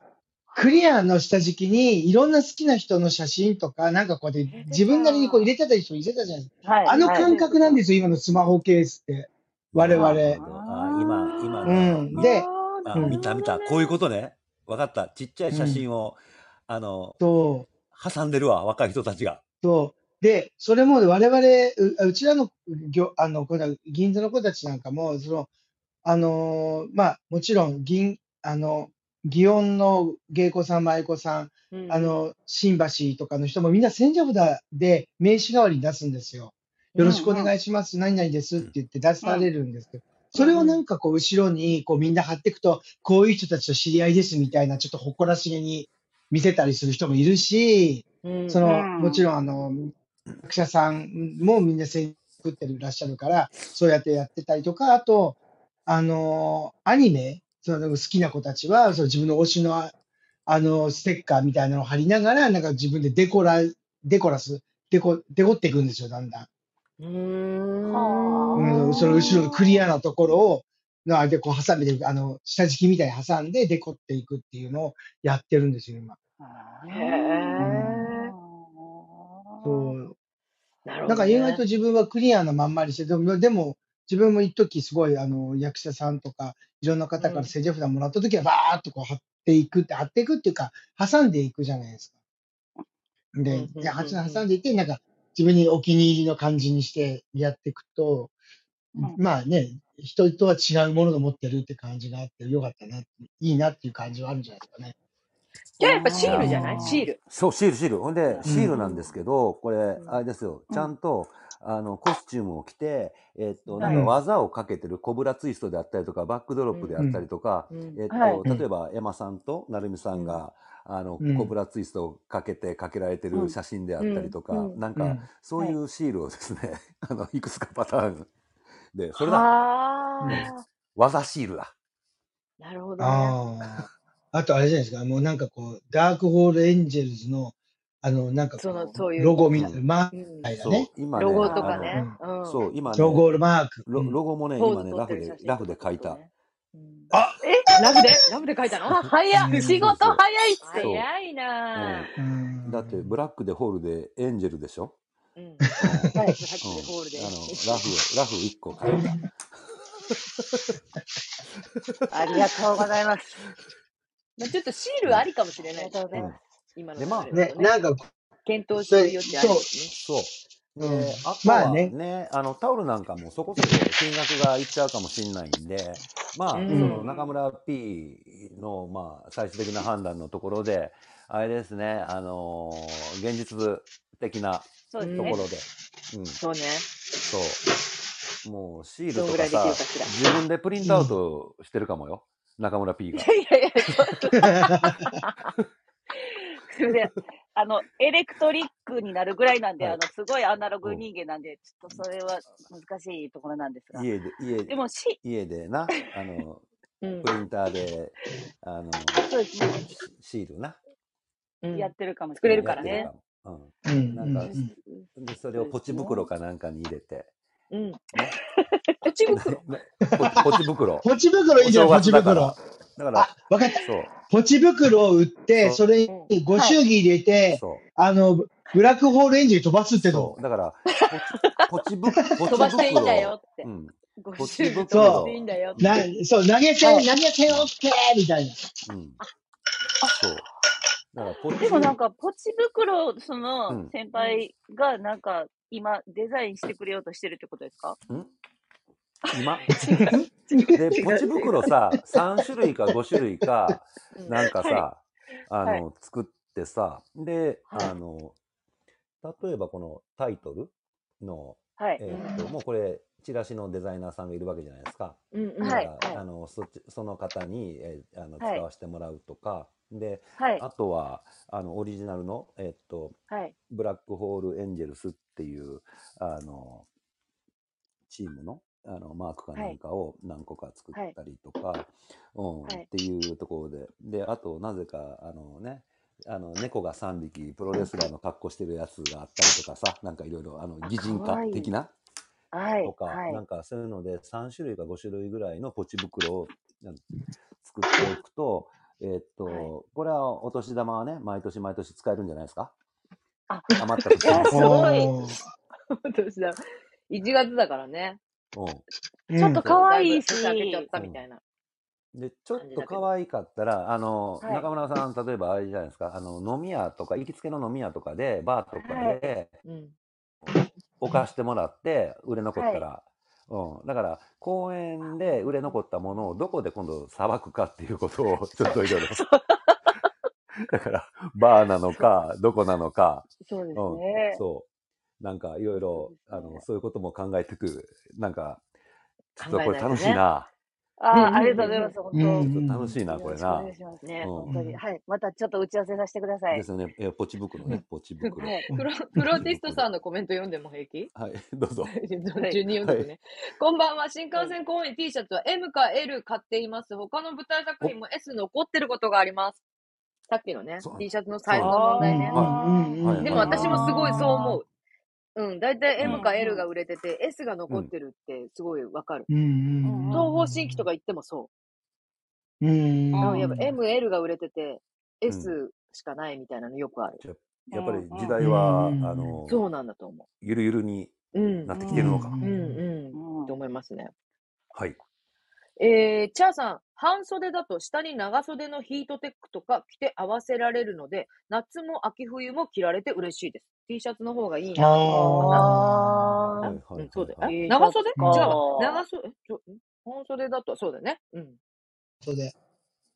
Speaker 3: クリアの下敷きにいろんな好きな人の写真とか、なんかこうやって
Speaker 1: てた
Speaker 3: 自分なりにこう入れてた人入れてたじゃないですか。
Speaker 5: はい
Speaker 3: あの
Speaker 5: はい
Speaker 3: 感覚なんですよ、今のスマホケースって。我々。
Speaker 2: なるほどあー今、今
Speaker 3: う
Speaker 2: ね、
Speaker 3: ん。
Speaker 2: み
Speaker 3: で、
Speaker 1: ああ、
Speaker 2: あ
Speaker 1: な
Speaker 2: 見
Speaker 1: る
Speaker 2: た
Speaker 1: ほ
Speaker 2: 見
Speaker 1: ど
Speaker 2: た。
Speaker 1: ね。
Speaker 2: こういうことね。わかった。ちっちゃい写真を、あの、
Speaker 3: そう。
Speaker 2: 挟んでるわ、若い人たちが。
Speaker 3: そう。で、それも我々、ううちらの業、あの、この銀座の子たちなんかも、その、あのーまあ、もちろん、銀、あの、祇園の芸妓さん、舞妓さん、
Speaker 1: うん
Speaker 3: あの、新橋とかの人もみんな千社札で名刺代わりに出すんですよ。よろしくお願いします。何々ですって言って出されるんですけど、それをなんかこう、後ろにこうみんな貼っていくと、こういう人たちと知り合いですみたいな、ちょっと誇らしげに見せたりする人もいるし、
Speaker 1: うん
Speaker 3: その、
Speaker 5: うん
Speaker 3: もちろんあの、役者さんもみんな制作っていらっしゃるから、そうやってやってたりとか、あと、あのーアニメ、その好きな子たちは、その自分の推しのあの、ステッカーみたいなのを貼りながら、なんか自分でデコラ、デコラス、デコ、デコっていくんですよ、だんだ
Speaker 1: う
Speaker 3: ん。
Speaker 1: ーん。
Speaker 5: は
Speaker 3: うん、その後ろのクリアなところを、のあれでこう挟めていく、あの、下敷きみたいに挟んでデコっていくっていうのをやってるんですよ、今。
Speaker 1: へえ。
Speaker 3: そ。
Speaker 5: そう
Speaker 1: なるほ
Speaker 3: だか
Speaker 1: ど、
Speaker 3: ら
Speaker 1: ね。
Speaker 3: 意外と自分はクリアなまんまにして、でも、でも自分も一時すごい、あの、役者さんとか、いろんな方か
Speaker 1: う
Speaker 3: ら
Speaker 1: ん
Speaker 3: 施術札もらった時は、バーっとこう貼っていくって、貼っていくっていうか、挟んでいくじゃないですか。
Speaker 1: うん
Speaker 3: で、
Speaker 1: うん
Speaker 3: で
Speaker 1: うんうん
Speaker 3: 挟んでいって、なんか、自分にお気に入りの感じにしてやっていくと、
Speaker 5: うん
Speaker 3: まあね、人とは違うものを持ってるって感じがあって、よかったな、いいなっていう感じはあるんじゃないですかね。
Speaker 1: じゃあやっぱシールじゃない
Speaker 5: あー
Speaker 1: シール。
Speaker 2: そう、シール、シール。ほんで、
Speaker 3: う
Speaker 2: シ
Speaker 3: ん
Speaker 2: ールなんですけど、これ、
Speaker 1: ん
Speaker 2: あれですよ。
Speaker 5: うん
Speaker 2: ちゃんと、あの、コスチュームを着て、えっと、
Speaker 1: うん
Speaker 2: なん
Speaker 3: う
Speaker 2: か
Speaker 3: ん、
Speaker 2: 技をかけてる、コブラツイストであったりとか、バックドロップであ
Speaker 3: う
Speaker 2: った
Speaker 3: ん、
Speaker 2: りとか、
Speaker 1: うん
Speaker 2: えっ
Speaker 5: はい
Speaker 2: と、
Speaker 3: う
Speaker 2: 例え
Speaker 3: ん、
Speaker 2: ば、エマさんとなるみさんが、あの、
Speaker 3: う
Speaker 2: コブ
Speaker 3: ん、
Speaker 2: ラツイストをかけてかけられて
Speaker 5: う
Speaker 2: る
Speaker 5: ん
Speaker 2: 写真であ
Speaker 1: う
Speaker 2: ったり
Speaker 1: ん
Speaker 2: と
Speaker 1: う
Speaker 2: か、
Speaker 1: ん。
Speaker 2: なん
Speaker 3: う
Speaker 2: か、
Speaker 3: ん、
Speaker 2: そう
Speaker 5: はいい。
Speaker 2: うシールをですね、 あの、いくつかパターンで、それだうん。
Speaker 1: はあ。
Speaker 2: 技シールだ。
Speaker 1: なるほどね。
Speaker 3: ああ。あとあれじゃないですか、もうなんかこう、ダークホールエンジェルズの、あの、なんか
Speaker 1: その、
Speaker 3: こう、
Speaker 1: そういう
Speaker 3: ロゴ
Speaker 1: こ
Speaker 2: う
Speaker 3: みたいな、
Speaker 2: ん。
Speaker 3: マーク
Speaker 1: う。う
Speaker 3: みた
Speaker 1: ん。
Speaker 3: いな
Speaker 2: そう、
Speaker 3: ね。
Speaker 2: 今
Speaker 1: ロゴ
Speaker 2: ね、
Speaker 1: と
Speaker 2: あ
Speaker 1: か
Speaker 5: あ
Speaker 3: う
Speaker 1: ね。
Speaker 2: の、
Speaker 3: ん。
Speaker 1: う
Speaker 2: そ
Speaker 1: ん。
Speaker 2: う、今
Speaker 3: ロ
Speaker 2: ね、
Speaker 3: ゴマーク。う
Speaker 2: ロ
Speaker 3: ん。
Speaker 2: ロゴもね、
Speaker 1: ポー
Speaker 2: 今
Speaker 1: ズ
Speaker 2: ね、
Speaker 1: 撮っ
Speaker 2: ラ
Speaker 1: てる
Speaker 2: フで、
Speaker 1: 写真
Speaker 2: ラ
Speaker 1: と
Speaker 2: フ
Speaker 1: か
Speaker 2: で
Speaker 1: ってこと
Speaker 2: 書いた。
Speaker 1: ね。うん
Speaker 3: あ
Speaker 1: えラフでラフで書いたのあ、早っ
Speaker 3: う
Speaker 1: 仕
Speaker 3: ん。
Speaker 1: 事
Speaker 2: そうそう。
Speaker 1: 早いっす
Speaker 2: そ。
Speaker 1: 早いう
Speaker 2: う。
Speaker 1: なんぁ。
Speaker 3: う
Speaker 2: だって、
Speaker 3: ん。
Speaker 2: ブラックでホールでエンジェルでしょ
Speaker 1: うん。
Speaker 2: うん。
Speaker 5: はい。
Speaker 1: ブラックで
Speaker 2: うん。
Speaker 1: ホールで
Speaker 2: あ
Speaker 1: エンジェ
Speaker 2: の、ラ
Speaker 1: ル。
Speaker 2: フ、ラフ1個買った。
Speaker 5: ありがとうございます。
Speaker 1: まあ、ちょっとシール
Speaker 2: う
Speaker 1: あ
Speaker 2: ん。
Speaker 1: りかもしれ
Speaker 5: あ
Speaker 1: な
Speaker 5: り
Speaker 1: い
Speaker 5: が
Speaker 1: で
Speaker 5: とう
Speaker 1: す
Speaker 2: う
Speaker 5: ございま
Speaker 2: ん。
Speaker 5: す。
Speaker 1: 今の
Speaker 2: で、
Speaker 1: 流
Speaker 2: ま
Speaker 1: れだ
Speaker 3: ね、
Speaker 1: とね。
Speaker 3: なんか、
Speaker 1: 検討
Speaker 3: そ
Speaker 1: する
Speaker 3: れ、
Speaker 1: 余地あり
Speaker 3: そ
Speaker 1: ですね。
Speaker 2: そう。
Speaker 3: う。う
Speaker 2: で、
Speaker 3: ん。
Speaker 2: あと
Speaker 3: まあ
Speaker 2: は
Speaker 3: ね。
Speaker 2: ね、あの、タオルなんかもそこそこ金額がいっちゃうかもしんないんで、
Speaker 1: う
Speaker 2: まあ、その
Speaker 3: うん。
Speaker 2: 中
Speaker 1: ん。
Speaker 2: 村 P の、まあ、最終的な判断のところで、あれですね、あのー現実的な
Speaker 5: そう
Speaker 1: う
Speaker 5: です
Speaker 2: と
Speaker 5: ね。
Speaker 2: こ
Speaker 1: ん。
Speaker 2: ろで、うん、
Speaker 1: そうね。
Speaker 2: そう。もう、シール
Speaker 1: どん
Speaker 2: と
Speaker 1: ぐら
Speaker 2: か
Speaker 1: いできるか
Speaker 2: さ、
Speaker 1: しら。
Speaker 2: 自分でプリン
Speaker 3: う
Speaker 2: トアウ
Speaker 3: ん。
Speaker 2: トしてるかもよ。中村 P
Speaker 1: い
Speaker 2: が。
Speaker 1: やいやいや、そ、そ
Speaker 5: すみません。あの、エレクトリックになるぐらいなんで、
Speaker 2: は
Speaker 5: あ
Speaker 2: い。
Speaker 5: の、すごいアナロ
Speaker 2: う
Speaker 5: グ
Speaker 2: ん。
Speaker 5: 人間なんで、ちょっとそれは難しいところなんですが。
Speaker 2: 家で、家
Speaker 5: で
Speaker 2: で、
Speaker 5: も、し、
Speaker 2: 家でな、あ
Speaker 1: う
Speaker 2: の、プ
Speaker 1: ん。
Speaker 2: リンターで、あの、
Speaker 5: そうですね。
Speaker 2: シシールな、
Speaker 1: う
Speaker 5: やっ
Speaker 1: ん。
Speaker 5: てるかもし
Speaker 1: 作
Speaker 5: れ
Speaker 1: れ
Speaker 2: う、
Speaker 5: なん
Speaker 1: る
Speaker 5: い
Speaker 2: や
Speaker 1: か
Speaker 2: っ
Speaker 5: で
Speaker 1: ら
Speaker 5: す
Speaker 2: てる
Speaker 1: ね。
Speaker 5: ね。
Speaker 2: かも。う
Speaker 3: うん。う
Speaker 2: ん。なんか、
Speaker 3: ん。
Speaker 1: です
Speaker 2: で、それ
Speaker 5: そ
Speaker 2: を
Speaker 5: うで
Speaker 2: ポ
Speaker 5: す
Speaker 2: チ
Speaker 5: ね。
Speaker 2: 袋かなんかに入れて、
Speaker 1: うん。
Speaker 2: ね。
Speaker 1: ポチ
Speaker 2: な、
Speaker 1: 袋。
Speaker 2: な、ポチ、ポチ 袋。
Speaker 3: ポチ袋いい
Speaker 2: お
Speaker 3: んじゃ
Speaker 2: 正
Speaker 3: ないポ
Speaker 2: 月
Speaker 3: チ
Speaker 2: だか
Speaker 3: 袋。
Speaker 2: ら。だから、
Speaker 3: あ、わかった。
Speaker 2: そ
Speaker 3: ポチ袋を売
Speaker 2: う、
Speaker 3: って、
Speaker 2: そ
Speaker 3: それ
Speaker 1: うん。
Speaker 3: にご
Speaker 5: はい。
Speaker 3: 祝儀入れ
Speaker 2: う、
Speaker 3: て、
Speaker 2: そう、
Speaker 3: あの、ブラックホールエンジン飛ばすってど
Speaker 2: そう。だから、ポチ、ポチ ぶ、ポ
Speaker 5: 飛
Speaker 2: チ
Speaker 5: ばしていいんだ
Speaker 2: 袋。
Speaker 5: よっ
Speaker 2: う
Speaker 5: て。
Speaker 2: ん。
Speaker 5: ご
Speaker 2: ポチ
Speaker 5: 祝儀飛ばしていいん
Speaker 3: そ
Speaker 5: だ
Speaker 2: 袋。
Speaker 5: よっ
Speaker 3: う。な、
Speaker 5: て。
Speaker 3: そう、投げ
Speaker 5: は
Speaker 3: 銭、
Speaker 5: い。
Speaker 3: 投げ銭
Speaker 2: うん。う
Speaker 3: OK!
Speaker 2: ん。
Speaker 3: みたいな。
Speaker 2: うん。
Speaker 5: あ、
Speaker 2: そう。だから、ポ
Speaker 5: でもなん
Speaker 2: チ、
Speaker 5: か、ポチ袋、そうの、
Speaker 2: ん。
Speaker 5: 先
Speaker 1: うん。
Speaker 5: 輩が、なんか、今、デザインしてくれようとしてるってことですか
Speaker 2: ん今
Speaker 5: 違う、違 う、
Speaker 2: で、
Speaker 5: 違
Speaker 2: ポチ
Speaker 5: う、違う。
Speaker 2: 袋さ、3種類か5種類か、
Speaker 1: うん。
Speaker 2: なんか
Speaker 5: はい。
Speaker 2: さ、あ
Speaker 5: はい。
Speaker 2: の、作ってさ、で、
Speaker 1: は
Speaker 2: あ
Speaker 1: い。
Speaker 2: の、例えばこのタイトルの、
Speaker 5: はい。
Speaker 1: う
Speaker 2: えーっ
Speaker 1: ん。
Speaker 2: と、もうこれ、チラシのデザイナーさんがいるわけじゃないですか。
Speaker 1: うんう
Speaker 2: だ
Speaker 5: は
Speaker 1: ん。
Speaker 2: か
Speaker 5: い。
Speaker 2: ら、
Speaker 5: は
Speaker 2: あ
Speaker 5: い。
Speaker 2: の、そっち、その方に、えーあの、
Speaker 5: は
Speaker 2: 使
Speaker 5: い。
Speaker 2: わせてもらうとか、で、
Speaker 5: はい。
Speaker 2: あとは、あの、オリジナルの、えーっと、
Speaker 5: はい。
Speaker 2: ブラックホールエンジェルスっていう、あの、チームのあのマークか
Speaker 5: は
Speaker 2: なん
Speaker 5: い。
Speaker 2: かを何個か作っ
Speaker 5: はい。
Speaker 2: たりとか、うん、
Speaker 5: は
Speaker 2: っ
Speaker 5: い。
Speaker 2: ていうところでであとなぜかあのねあの猫が3匹プロレスラーの格好してるやつがあったりとかさなんかいろいろあの
Speaker 5: あ、
Speaker 2: 擬
Speaker 5: か
Speaker 2: 人化
Speaker 5: わい
Speaker 2: 的
Speaker 5: い。
Speaker 2: な
Speaker 5: は
Speaker 2: と
Speaker 5: い。
Speaker 2: か
Speaker 5: は。
Speaker 2: ないんかそういうので3種類か5種類ぐらいのポチ袋をうん作っておくとえーっ
Speaker 5: はい。
Speaker 2: とこれはお年玉はね毎年毎年使えるんじゃないですか
Speaker 5: あ、
Speaker 2: 余った時
Speaker 5: いや、
Speaker 2: に。
Speaker 5: すごい。
Speaker 3: おー。
Speaker 1: 私だ。1月だからね。
Speaker 2: うん
Speaker 5: ち
Speaker 3: う
Speaker 5: ょっ
Speaker 3: ん。
Speaker 5: と
Speaker 1: そ
Speaker 5: 可
Speaker 1: う。だい
Speaker 5: 愛
Speaker 1: ぶ
Speaker 5: い
Speaker 1: 年明けちゃっ
Speaker 5: し、
Speaker 1: た
Speaker 2: う
Speaker 1: み
Speaker 2: ん
Speaker 1: たいな
Speaker 2: で、ちょ
Speaker 1: 感
Speaker 2: っ
Speaker 1: じ
Speaker 2: と
Speaker 1: だけ
Speaker 2: 可
Speaker 1: ど。
Speaker 2: 愛かったら、あの、
Speaker 5: はい。
Speaker 2: 中村さん、例えばあれじゃないですか、あの、飲み屋とか、行きつけの飲み屋とかで、バーとか
Speaker 5: はい。
Speaker 2: で、
Speaker 1: うん。
Speaker 2: お貸してもらって、売れ残っ
Speaker 5: は
Speaker 2: た
Speaker 5: い。
Speaker 2: ら、うん。だから、公園
Speaker 5: あ
Speaker 2: で売れ残ったものをどこで今度さばくかっていうことを、ちょっといろいろ。
Speaker 5: そう、
Speaker 2: だから、バーなの
Speaker 5: そう、
Speaker 2: か、どこなのか、
Speaker 5: そうで
Speaker 2: う
Speaker 5: す
Speaker 2: ん。
Speaker 5: ね。
Speaker 2: そう。なんか、いろい
Speaker 5: そう
Speaker 2: ろ、
Speaker 5: です
Speaker 2: あの、
Speaker 5: ね。
Speaker 2: そういうことも考えてく、なんか、ちょっ
Speaker 1: 考
Speaker 2: と
Speaker 1: え
Speaker 2: これ
Speaker 1: ないと
Speaker 2: 楽しい
Speaker 1: ね。
Speaker 2: な。
Speaker 5: あ
Speaker 1: うん
Speaker 5: あ、あり
Speaker 1: う
Speaker 5: がとうござい
Speaker 1: んう
Speaker 5: ます。本
Speaker 3: う
Speaker 5: 当、
Speaker 2: ちょっと
Speaker 3: ん
Speaker 2: 楽しいな、
Speaker 5: よ
Speaker 2: こ
Speaker 5: ろ
Speaker 2: れ
Speaker 5: しくお願い
Speaker 2: な。
Speaker 5: します。
Speaker 1: ん。ね。
Speaker 2: う
Speaker 5: 本
Speaker 2: ん。
Speaker 5: 当に。はい。またちょっと打ち合わせさせてくださ
Speaker 2: で
Speaker 5: い。
Speaker 2: すよね。えーポチ袋
Speaker 3: うん。
Speaker 2: ね。ポチ
Speaker 5: は
Speaker 2: 袋。
Speaker 5: い。
Speaker 1: プロ、プ
Speaker 2: ポ
Speaker 1: ロ
Speaker 2: チ
Speaker 1: ティストさ
Speaker 2: 袋。
Speaker 1: んのコメント読んでも平気
Speaker 2: はい。 どうぞ。
Speaker 5: は い。
Speaker 1: 順に読ん
Speaker 2: は
Speaker 1: でく
Speaker 2: い。
Speaker 1: ね。こんばんは。新
Speaker 5: は
Speaker 1: 幹
Speaker 5: い。
Speaker 1: 線公演 T シャツは M か L 買っています。他の舞台作
Speaker 2: お、
Speaker 1: 品も S 残ってることがあります。さっきのね
Speaker 2: そう、
Speaker 1: T シャツのサイズの問題ね。
Speaker 2: はい
Speaker 1: でも私もすごいそう思う
Speaker 3: う。。
Speaker 1: うん、だいたい M
Speaker 5: う
Speaker 1: か
Speaker 5: ん
Speaker 1: L が売れてて、S が残ってるってすごいわかる。
Speaker 3: うんうんうん。
Speaker 1: 東方新規とか行ってもそ
Speaker 3: うんうん
Speaker 1: う。
Speaker 3: うん。
Speaker 1: うん、やっぱ M、L が売れてて、
Speaker 2: ん
Speaker 1: S しかないみたいなのよくある。
Speaker 2: やっぱり時代
Speaker 3: う
Speaker 2: は、
Speaker 3: んうん
Speaker 2: あの
Speaker 1: そうなんだと思
Speaker 2: ゆるゆるに
Speaker 1: う。うん
Speaker 2: な。ってきてるのか、
Speaker 3: うん
Speaker 1: うん、
Speaker 5: う
Speaker 1: うんん。と思いますね。
Speaker 2: はい
Speaker 1: えー、チャーさん、半袖だと下に長袖のヒートテックとか着て合わせられるので、夏も秋冬も着られて嬉しいです。T シャツの方がいいなと思います。
Speaker 3: あ
Speaker 5: あ
Speaker 2: は
Speaker 5: ー
Speaker 2: いは
Speaker 1: う
Speaker 2: い
Speaker 1: ん、そうだよ。
Speaker 2: はい
Speaker 1: え
Speaker 5: T
Speaker 1: 長袖
Speaker 5: シャツ
Speaker 1: 違う
Speaker 5: か
Speaker 1: わ。長袖、えちょ、ん半袖だと、そうだよね。うん。
Speaker 3: 袖。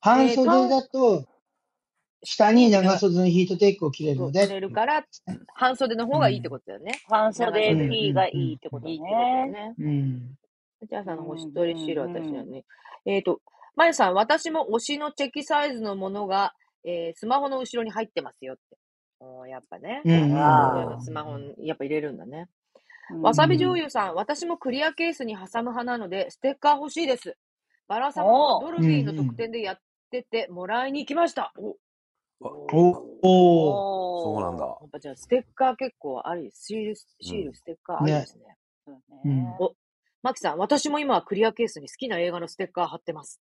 Speaker 3: 半袖だと、下に長袖のヒートテックを着れる
Speaker 1: そ
Speaker 3: の
Speaker 1: う、
Speaker 3: で
Speaker 1: 着れるから、
Speaker 3: ね
Speaker 1: 半袖の方がいいってことだよね。
Speaker 5: 半
Speaker 1: 長
Speaker 5: 袖
Speaker 1: 袖より
Speaker 5: T がいいってこと
Speaker 1: いいってことだよ
Speaker 5: ね。
Speaker 1: ね。
Speaker 3: うん。
Speaker 1: じゃあさんの
Speaker 5: うん
Speaker 1: 星取り白、
Speaker 5: うんうん
Speaker 1: 私はね。えっ、と、まゆさん、私も推しのチェキサイズのものが、えースマホの後ろに入ってますよって。おーやっぱね。
Speaker 3: うん。うん
Speaker 5: あ
Speaker 1: そういう
Speaker 5: ら
Speaker 1: のスマホにやっぱ入れるんだね。
Speaker 5: うん
Speaker 1: わさび醤油さん、私もクリアケースに挟む派なので、ステッカー欲しいです。バラ様
Speaker 5: お
Speaker 1: の
Speaker 5: ー
Speaker 1: ドルビーの特典でやってて、もらいに行きました。お
Speaker 2: あ
Speaker 3: おおー
Speaker 2: そうなんだ
Speaker 5: お
Speaker 1: やっぱじゃあ、ステッカー結構あり、シール、シール、ステッカーありですね。
Speaker 5: ーそう
Speaker 3: う
Speaker 5: ね
Speaker 3: ん
Speaker 1: おマキさん、私も今はクリアケースに好きな映画のステッカー貼ってます。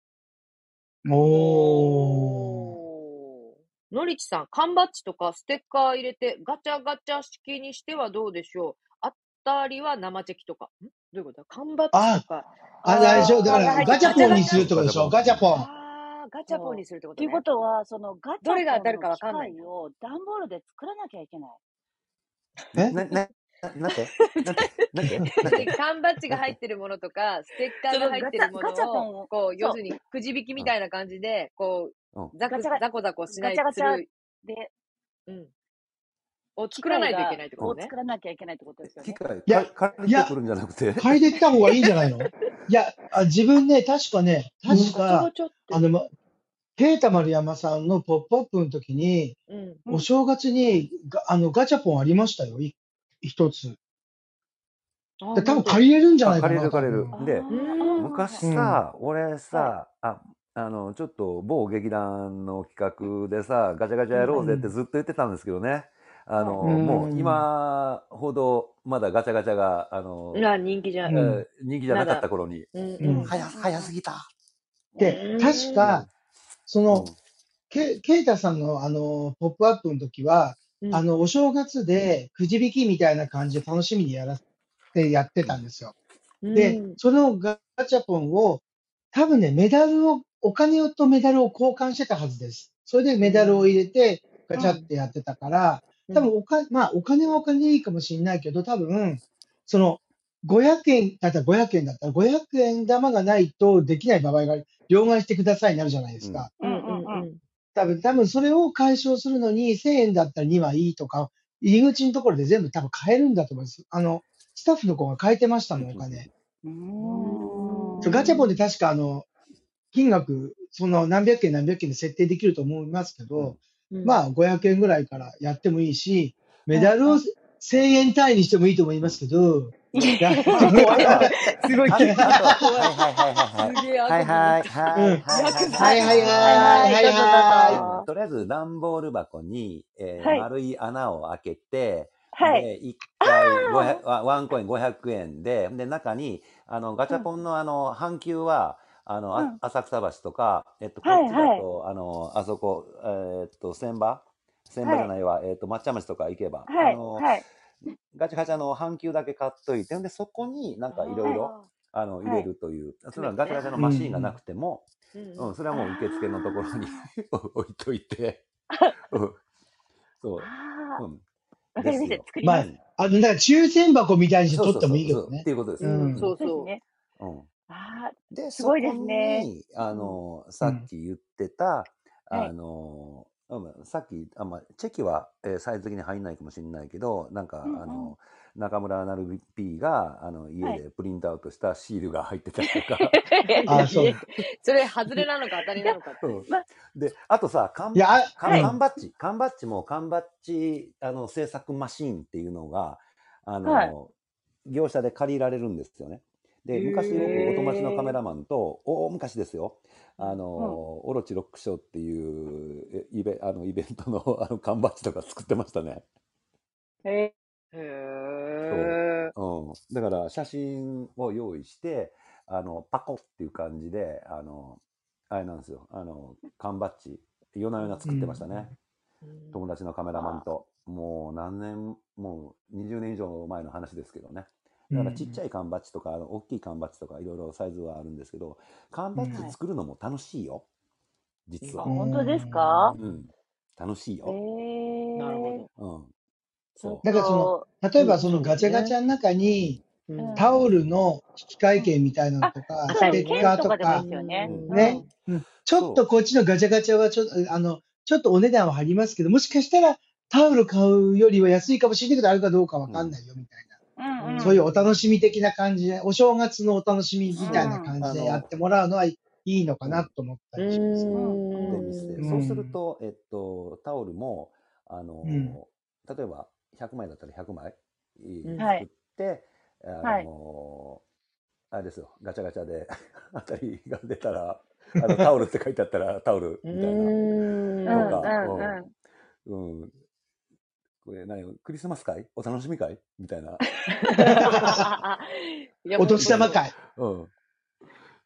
Speaker 3: おー
Speaker 1: のりちさん、缶バッジとかステッカー入れて、ガチャガチャ式にしてはどうでしょうあったりは生チェキとか。んどういうことだ缶バッジとか。
Speaker 3: あ、大丈夫。だか
Speaker 1: あー
Speaker 3: ら、ガ
Speaker 1: ガ
Speaker 3: チ
Speaker 1: チャガ
Speaker 3: ャポ
Speaker 1: チ
Speaker 3: ン
Speaker 1: ャ
Speaker 3: にするってことでしょガ
Speaker 2: ガ
Speaker 3: チ
Speaker 2: チ
Speaker 3: ャ
Speaker 2: ャ
Speaker 3: ポン。
Speaker 1: あー、ガチャポンにするってこと
Speaker 5: という
Speaker 1: ね。
Speaker 5: ことは、 そのガチ
Speaker 1: どれが
Speaker 5: ャ
Speaker 1: 当た
Speaker 5: ポン
Speaker 1: る
Speaker 5: の
Speaker 1: かわ
Speaker 5: 機
Speaker 1: かんないん
Speaker 5: 械
Speaker 1: だ。
Speaker 5: を段ボールで作らなきゃいけない。
Speaker 3: え
Speaker 2: なななんてなんてなんてなん
Speaker 1: で
Speaker 2: て
Speaker 1: 缶バッジが入ってるものとか、ステッカーが入ってるも
Speaker 5: そのガチャガチャポ
Speaker 1: の
Speaker 5: ン
Speaker 1: を
Speaker 5: を、
Speaker 1: こう、
Speaker 5: そう
Speaker 1: 要するにくじ引きみたいな感じで、こ
Speaker 2: うん
Speaker 1: う、ザク
Speaker 5: ガチャガ
Speaker 1: ザコザコしな
Speaker 5: ガ
Speaker 1: い
Speaker 5: チャガ
Speaker 1: す
Speaker 5: チャ
Speaker 1: る、
Speaker 5: で
Speaker 1: うん、を
Speaker 5: 機
Speaker 1: 作らな
Speaker 5: 械
Speaker 1: いといけ
Speaker 5: が
Speaker 1: ないってこと
Speaker 5: を
Speaker 1: ね
Speaker 5: 作。らなきゃいけないってことですよ
Speaker 2: 機
Speaker 5: ね。
Speaker 2: 械
Speaker 3: いや
Speaker 2: か借り
Speaker 3: い
Speaker 2: て
Speaker 3: や
Speaker 2: くるんじゃなくて
Speaker 3: 借りてきた方がいいんじゃないのいやあ、自分ね、確かね、
Speaker 1: うん、
Speaker 3: 確
Speaker 1: それは
Speaker 3: か、
Speaker 1: ちょっと
Speaker 3: あ、の、まペータ丸山さんのポップアップの時に、
Speaker 1: うん。
Speaker 5: う
Speaker 3: お
Speaker 5: ん。
Speaker 3: 正月にが、あの、ガチャポンありましたよ。い一つ。
Speaker 1: あ、
Speaker 3: で、多
Speaker 1: 本
Speaker 3: 分
Speaker 1: 当。
Speaker 3: 借りれるんじゃ
Speaker 2: あ
Speaker 3: ないか
Speaker 2: 借り
Speaker 3: な、
Speaker 2: る
Speaker 3: 多
Speaker 2: 借りる
Speaker 3: 分。
Speaker 2: で
Speaker 1: う
Speaker 5: あ
Speaker 1: ん。
Speaker 2: 昔
Speaker 3: う
Speaker 5: あ、
Speaker 3: ん。
Speaker 2: さ俺
Speaker 5: はい。
Speaker 2: さああのちょっと某劇団の企画でさガチャガチャや
Speaker 5: は
Speaker 2: ろ
Speaker 5: い。
Speaker 2: うぜってずっと言ってたんですけどねあ
Speaker 5: はい。
Speaker 3: う。
Speaker 2: のもうん今ほどまだガチャガチャがあの、
Speaker 1: な、人気じゃ、
Speaker 3: う
Speaker 2: え
Speaker 1: うん。
Speaker 2: ー
Speaker 3: ん。
Speaker 2: 人気じゃ
Speaker 1: ま
Speaker 2: なかった
Speaker 1: だ。
Speaker 2: 頃に
Speaker 1: うん
Speaker 3: う。
Speaker 1: うん
Speaker 5: うん
Speaker 2: 早
Speaker 5: うん
Speaker 2: す
Speaker 5: うん
Speaker 2: 早
Speaker 5: う
Speaker 2: す
Speaker 5: ん。
Speaker 2: ぎた、
Speaker 5: ね。
Speaker 1: ん。う
Speaker 3: で、確
Speaker 1: ーん。
Speaker 3: か、そうの、
Speaker 2: ん、
Speaker 3: ケケイタさんのあの、ポップアップの時は、
Speaker 1: う
Speaker 3: あ
Speaker 1: ん。
Speaker 3: の、お正月でくじ引きみたいな感じで楽しみにやらせてやって
Speaker 2: う
Speaker 3: たん
Speaker 2: ん、
Speaker 3: ですよ。で、
Speaker 1: うん。
Speaker 3: そのガチャポンを、多分ね、メダルを、お金をとメダルを交換してたはずです。それで
Speaker 1: う
Speaker 3: メダルを
Speaker 1: ん。
Speaker 3: 入れて、ガ
Speaker 5: う
Speaker 3: チャ
Speaker 5: ん。
Speaker 3: ってやってたから、
Speaker 1: う
Speaker 3: 多分
Speaker 1: ん。
Speaker 3: お金、まあ、お金はお金でいいかもしれないけど、多分、その、500円だったら500円だったら、500円玉がないとできない場合がある、両替してくださいになるじゃないで
Speaker 2: う
Speaker 3: す
Speaker 2: ん、
Speaker 3: か。
Speaker 5: う
Speaker 1: うんん。
Speaker 5: うんうん。
Speaker 1: うん。
Speaker 3: 多分、多分それを解消するのに1000円だったら2はいいとか、入り口のところで全部多分買えるんだと思います。あの、スタッフの子が変えてましたもん、お金。
Speaker 5: う
Speaker 1: う
Speaker 5: ー
Speaker 1: ん
Speaker 5: ん。
Speaker 3: そうガチャポンで
Speaker 1: うーん。
Speaker 3: 確かあの、金額、その何百円何百円で設定できると思いますけ
Speaker 2: う
Speaker 3: ど、
Speaker 2: ん、
Speaker 1: うん。
Speaker 3: まあ500円ぐらいからやってもいいし、メ
Speaker 5: うん
Speaker 3: ダル
Speaker 5: う
Speaker 3: を
Speaker 5: ん。
Speaker 3: 1000円単位にしてもいいと思
Speaker 2: う
Speaker 3: い
Speaker 2: ん、う
Speaker 3: ま
Speaker 2: ん。
Speaker 3: すけど、
Speaker 5: いやい
Speaker 3: いや、
Speaker 5: や、
Speaker 2: ま
Speaker 5: ちょっ
Speaker 2: あ、あ
Speaker 5: と怖
Speaker 2: と
Speaker 1: す
Speaker 2: は、
Speaker 5: いな。
Speaker 1: ごい
Speaker 2: あ
Speaker 1: 聞いてる
Speaker 2: あと
Speaker 1: と
Speaker 2: は、
Speaker 1: 怖。
Speaker 2: はいいはいはいはいはい。
Speaker 1: すげえ悪
Speaker 2: はい
Speaker 1: 夢見
Speaker 2: はい
Speaker 1: た。ヤ
Speaker 2: はいはいは
Speaker 3: うん。
Speaker 2: い
Speaker 1: クザ。
Speaker 2: はいはいはい。うん、
Speaker 3: はいはいはいいはいはい。
Speaker 5: はいは、どうぞどう
Speaker 2: と
Speaker 5: ぞ。
Speaker 2: りあえず段ボール箱に、えー
Speaker 5: はい、
Speaker 2: 丸い穴を開けて、
Speaker 5: はい。
Speaker 2: で、1
Speaker 5: あ
Speaker 2: 回
Speaker 5: あ、
Speaker 2: 500、ワワンコイン500円で、で、中に、あの、ガチ
Speaker 5: う
Speaker 2: ャ
Speaker 5: ん、
Speaker 2: ポンのあの、半球は、あの、
Speaker 5: う
Speaker 2: あ
Speaker 5: ん。
Speaker 2: 浅草橋とか、えっと、こ
Speaker 5: は
Speaker 2: っ
Speaker 5: い、
Speaker 2: ちだ
Speaker 5: はい、
Speaker 2: と、あの、あそこ、えーっと、千葉千葉
Speaker 5: は
Speaker 2: じゃ
Speaker 5: い、
Speaker 2: ないわ、えーっと、抹茶町とか行けば、あ
Speaker 5: はい、
Speaker 2: の、
Speaker 5: はい、
Speaker 2: ガチャガチャの半球だけ買っといて、んで、そこになんかいろ
Speaker 5: はいい、
Speaker 1: ああ。
Speaker 2: ろ、あの、入
Speaker 5: は
Speaker 2: れ
Speaker 5: い。
Speaker 2: るという、そ
Speaker 1: 詰
Speaker 2: れ
Speaker 1: め
Speaker 2: は
Speaker 1: て
Speaker 2: ガチ
Speaker 1: ね。
Speaker 2: ャガチャの
Speaker 3: う
Speaker 2: マ
Speaker 3: ん
Speaker 2: シーンがなくても、
Speaker 1: うん。う
Speaker 2: うんん、それはもう受付のところに
Speaker 5: あ
Speaker 2: 置いとい て、
Speaker 5: あ、
Speaker 2: うんそう、
Speaker 5: ああ、
Speaker 2: うん、
Speaker 5: わ
Speaker 2: で
Speaker 5: かりますした。
Speaker 2: よ。
Speaker 5: 作り
Speaker 3: ま
Speaker 5: ま
Speaker 2: う
Speaker 3: あ、
Speaker 5: す。
Speaker 2: ん。
Speaker 3: あの、だから抽選箱みたいにして
Speaker 2: そう
Speaker 3: 取
Speaker 2: そ
Speaker 3: っ
Speaker 2: う
Speaker 3: ても
Speaker 2: そ、
Speaker 3: いういけ
Speaker 2: そ
Speaker 3: ど
Speaker 2: う、っ
Speaker 3: ね。
Speaker 2: ていうことで
Speaker 3: う。
Speaker 2: す。
Speaker 1: うん、
Speaker 2: うん
Speaker 1: そう
Speaker 5: です
Speaker 1: そ
Speaker 5: ね。
Speaker 2: ん。うん。
Speaker 5: ああ、
Speaker 2: で、
Speaker 5: す
Speaker 2: そ
Speaker 5: ごいで
Speaker 2: こ
Speaker 5: すね。
Speaker 2: に、あ
Speaker 5: うん、
Speaker 2: の、
Speaker 3: う
Speaker 2: さっ
Speaker 3: ん。
Speaker 2: き言ってた、
Speaker 5: は
Speaker 2: あ
Speaker 5: い。
Speaker 2: の、うんさっき、あまあ、チェキは、えーサイズ的に入んないかもしれないけど、なん
Speaker 5: う
Speaker 2: か、
Speaker 5: ん、
Speaker 2: あ
Speaker 5: うん。
Speaker 2: の、中村なる P が、あの、家
Speaker 5: はい。
Speaker 2: でプリントアウトしたシールが入ってたりとか、
Speaker 1: う。いやい
Speaker 3: あ
Speaker 1: や
Speaker 3: あ、
Speaker 1: い
Speaker 3: そう
Speaker 1: や
Speaker 3: だ。
Speaker 1: それ、外れなのか当たり
Speaker 5: じゃ
Speaker 1: な
Speaker 5: あ、
Speaker 1: のかって
Speaker 2: う
Speaker 1: ね。
Speaker 2: ん。
Speaker 5: ま、
Speaker 2: で、あとさ、缶
Speaker 3: いや、あ、
Speaker 2: 缶
Speaker 5: は
Speaker 3: う
Speaker 5: い、
Speaker 2: 缶
Speaker 3: ん。
Speaker 2: バッジ、缶バッジも缶バッジ、あの、制作マシーンっていうのが、あ
Speaker 5: はい。
Speaker 2: の、業者で借りられるんですよね。で、昔僕お友達のカメラマンと、大昔ですよ。あの、オロチロックショーっていうえイベあのイベントの あの缶バッジとか作ってましたね。
Speaker 5: え
Speaker 1: へえ。
Speaker 2: うん、だから写真を用意してあのパコっていう感じであのあれなんですよあの缶バッジ夜な夜な作ってましたね、友達のカメラマンともう何年もう20年以上前の話ですけどねだからちっちゃい缶バッジとか、あの大きい缶バッジとかいろいろサイズはあるんですけど缶バッ
Speaker 5: はい
Speaker 2: ジ作るのも楽しいよ実は、
Speaker 5: あ本当ですか
Speaker 2: うん、楽しい
Speaker 5: え
Speaker 2: よ、
Speaker 5: え
Speaker 4: なるほ
Speaker 2: うん、
Speaker 5: ちょっ
Speaker 2: そ
Speaker 5: と
Speaker 2: う
Speaker 3: だからその、例えばそのガチャガチャの中に、
Speaker 4: ど。
Speaker 5: うん
Speaker 3: タオルの引換券みたいなのとか、
Speaker 5: あ
Speaker 3: ス
Speaker 5: そうで
Speaker 3: テ
Speaker 5: す
Speaker 3: ッ
Speaker 5: 剣
Speaker 3: カーと
Speaker 5: とか
Speaker 3: か
Speaker 5: でもいいです、よね、
Speaker 2: うん
Speaker 5: うん
Speaker 3: ね、うんちょっとこっちのガチャガチャはちょっと、あの、ちょっとお値段は張りますけど、もしかしたらタオル買うよりは安いかもしれないけど、あるかどうかわかんないよみたいな、
Speaker 5: うん
Speaker 4: うん
Speaker 3: そういうお楽しみ的な感じで、お正月のお楽しみみたいな感じでやってもらうのはいいのかなと思ったりしますね。
Speaker 2: で
Speaker 1: ん
Speaker 2: 見せて、
Speaker 3: うん
Speaker 2: そうすると、えっと、タオルも、あの例えば100枚だったら100枚えー
Speaker 1: うん
Speaker 5: はい
Speaker 2: 作って、
Speaker 5: は
Speaker 2: あ
Speaker 5: い
Speaker 2: のあれですよガチャガチャで 当たりが出たらあのタオルって書いてあったらタオルみたいな、
Speaker 5: う
Speaker 2: と
Speaker 5: ん
Speaker 2: か
Speaker 5: う
Speaker 2: うん
Speaker 5: んうん
Speaker 2: うん、これ何よクリスマス会お楽しみ会みたいな、
Speaker 3: お年玉
Speaker 1: か。
Speaker 3: 会。
Speaker 2: うん、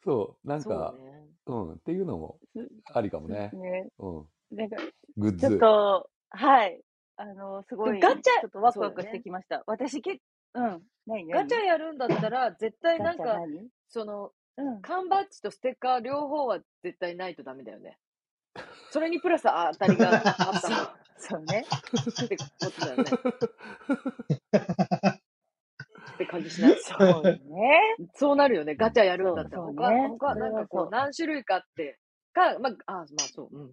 Speaker 2: そうなん
Speaker 1: そう
Speaker 2: か
Speaker 1: ね。
Speaker 2: うん、っていうのもありかもね、
Speaker 5: ね
Speaker 2: うん、
Speaker 5: なんか
Speaker 2: グッ
Speaker 5: ちょっ
Speaker 2: ズ。
Speaker 5: と、はい。あの、すごい、
Speaker 1: ガチャ
Speaker 5: ちょっとワクワ
Speaker 1: そう
Speaker 5: ク
Speaker 1: だ
Speaker 5: し
Speaker 1: ね
Speaker 5: てきました。私、けうん。何何
Speaker 1: ガチャやるんだったら、絶対なん
Speaker 5: ガチャ
Speaker 1: か、
Speaker 5: 何
Speaker 1: その、
Speaker 5: うん。
Speaker 1: 缶バッジとステッカー両方は絶対ないとダメだよ ね。それにプラスあ当たりがあったの
Speaker 5: そうね。
Speaker 1: ってこと だよね。って感じしないです
Speaker 5: そうね。
Speaker 1: そうなるよね。ガチャやるんだったら。
Speaker 5: そう
Speaker 1: 他、
Speaker 5: ね
Speaker 1: 他、
Speaker 5: それ
Speaker 1: なん
Speaker 5: は
Speaker 1: かこ
Speaker 5: そう
Speaker 1: う、何種類かあって、か、まあ、あ、まあそう、うん。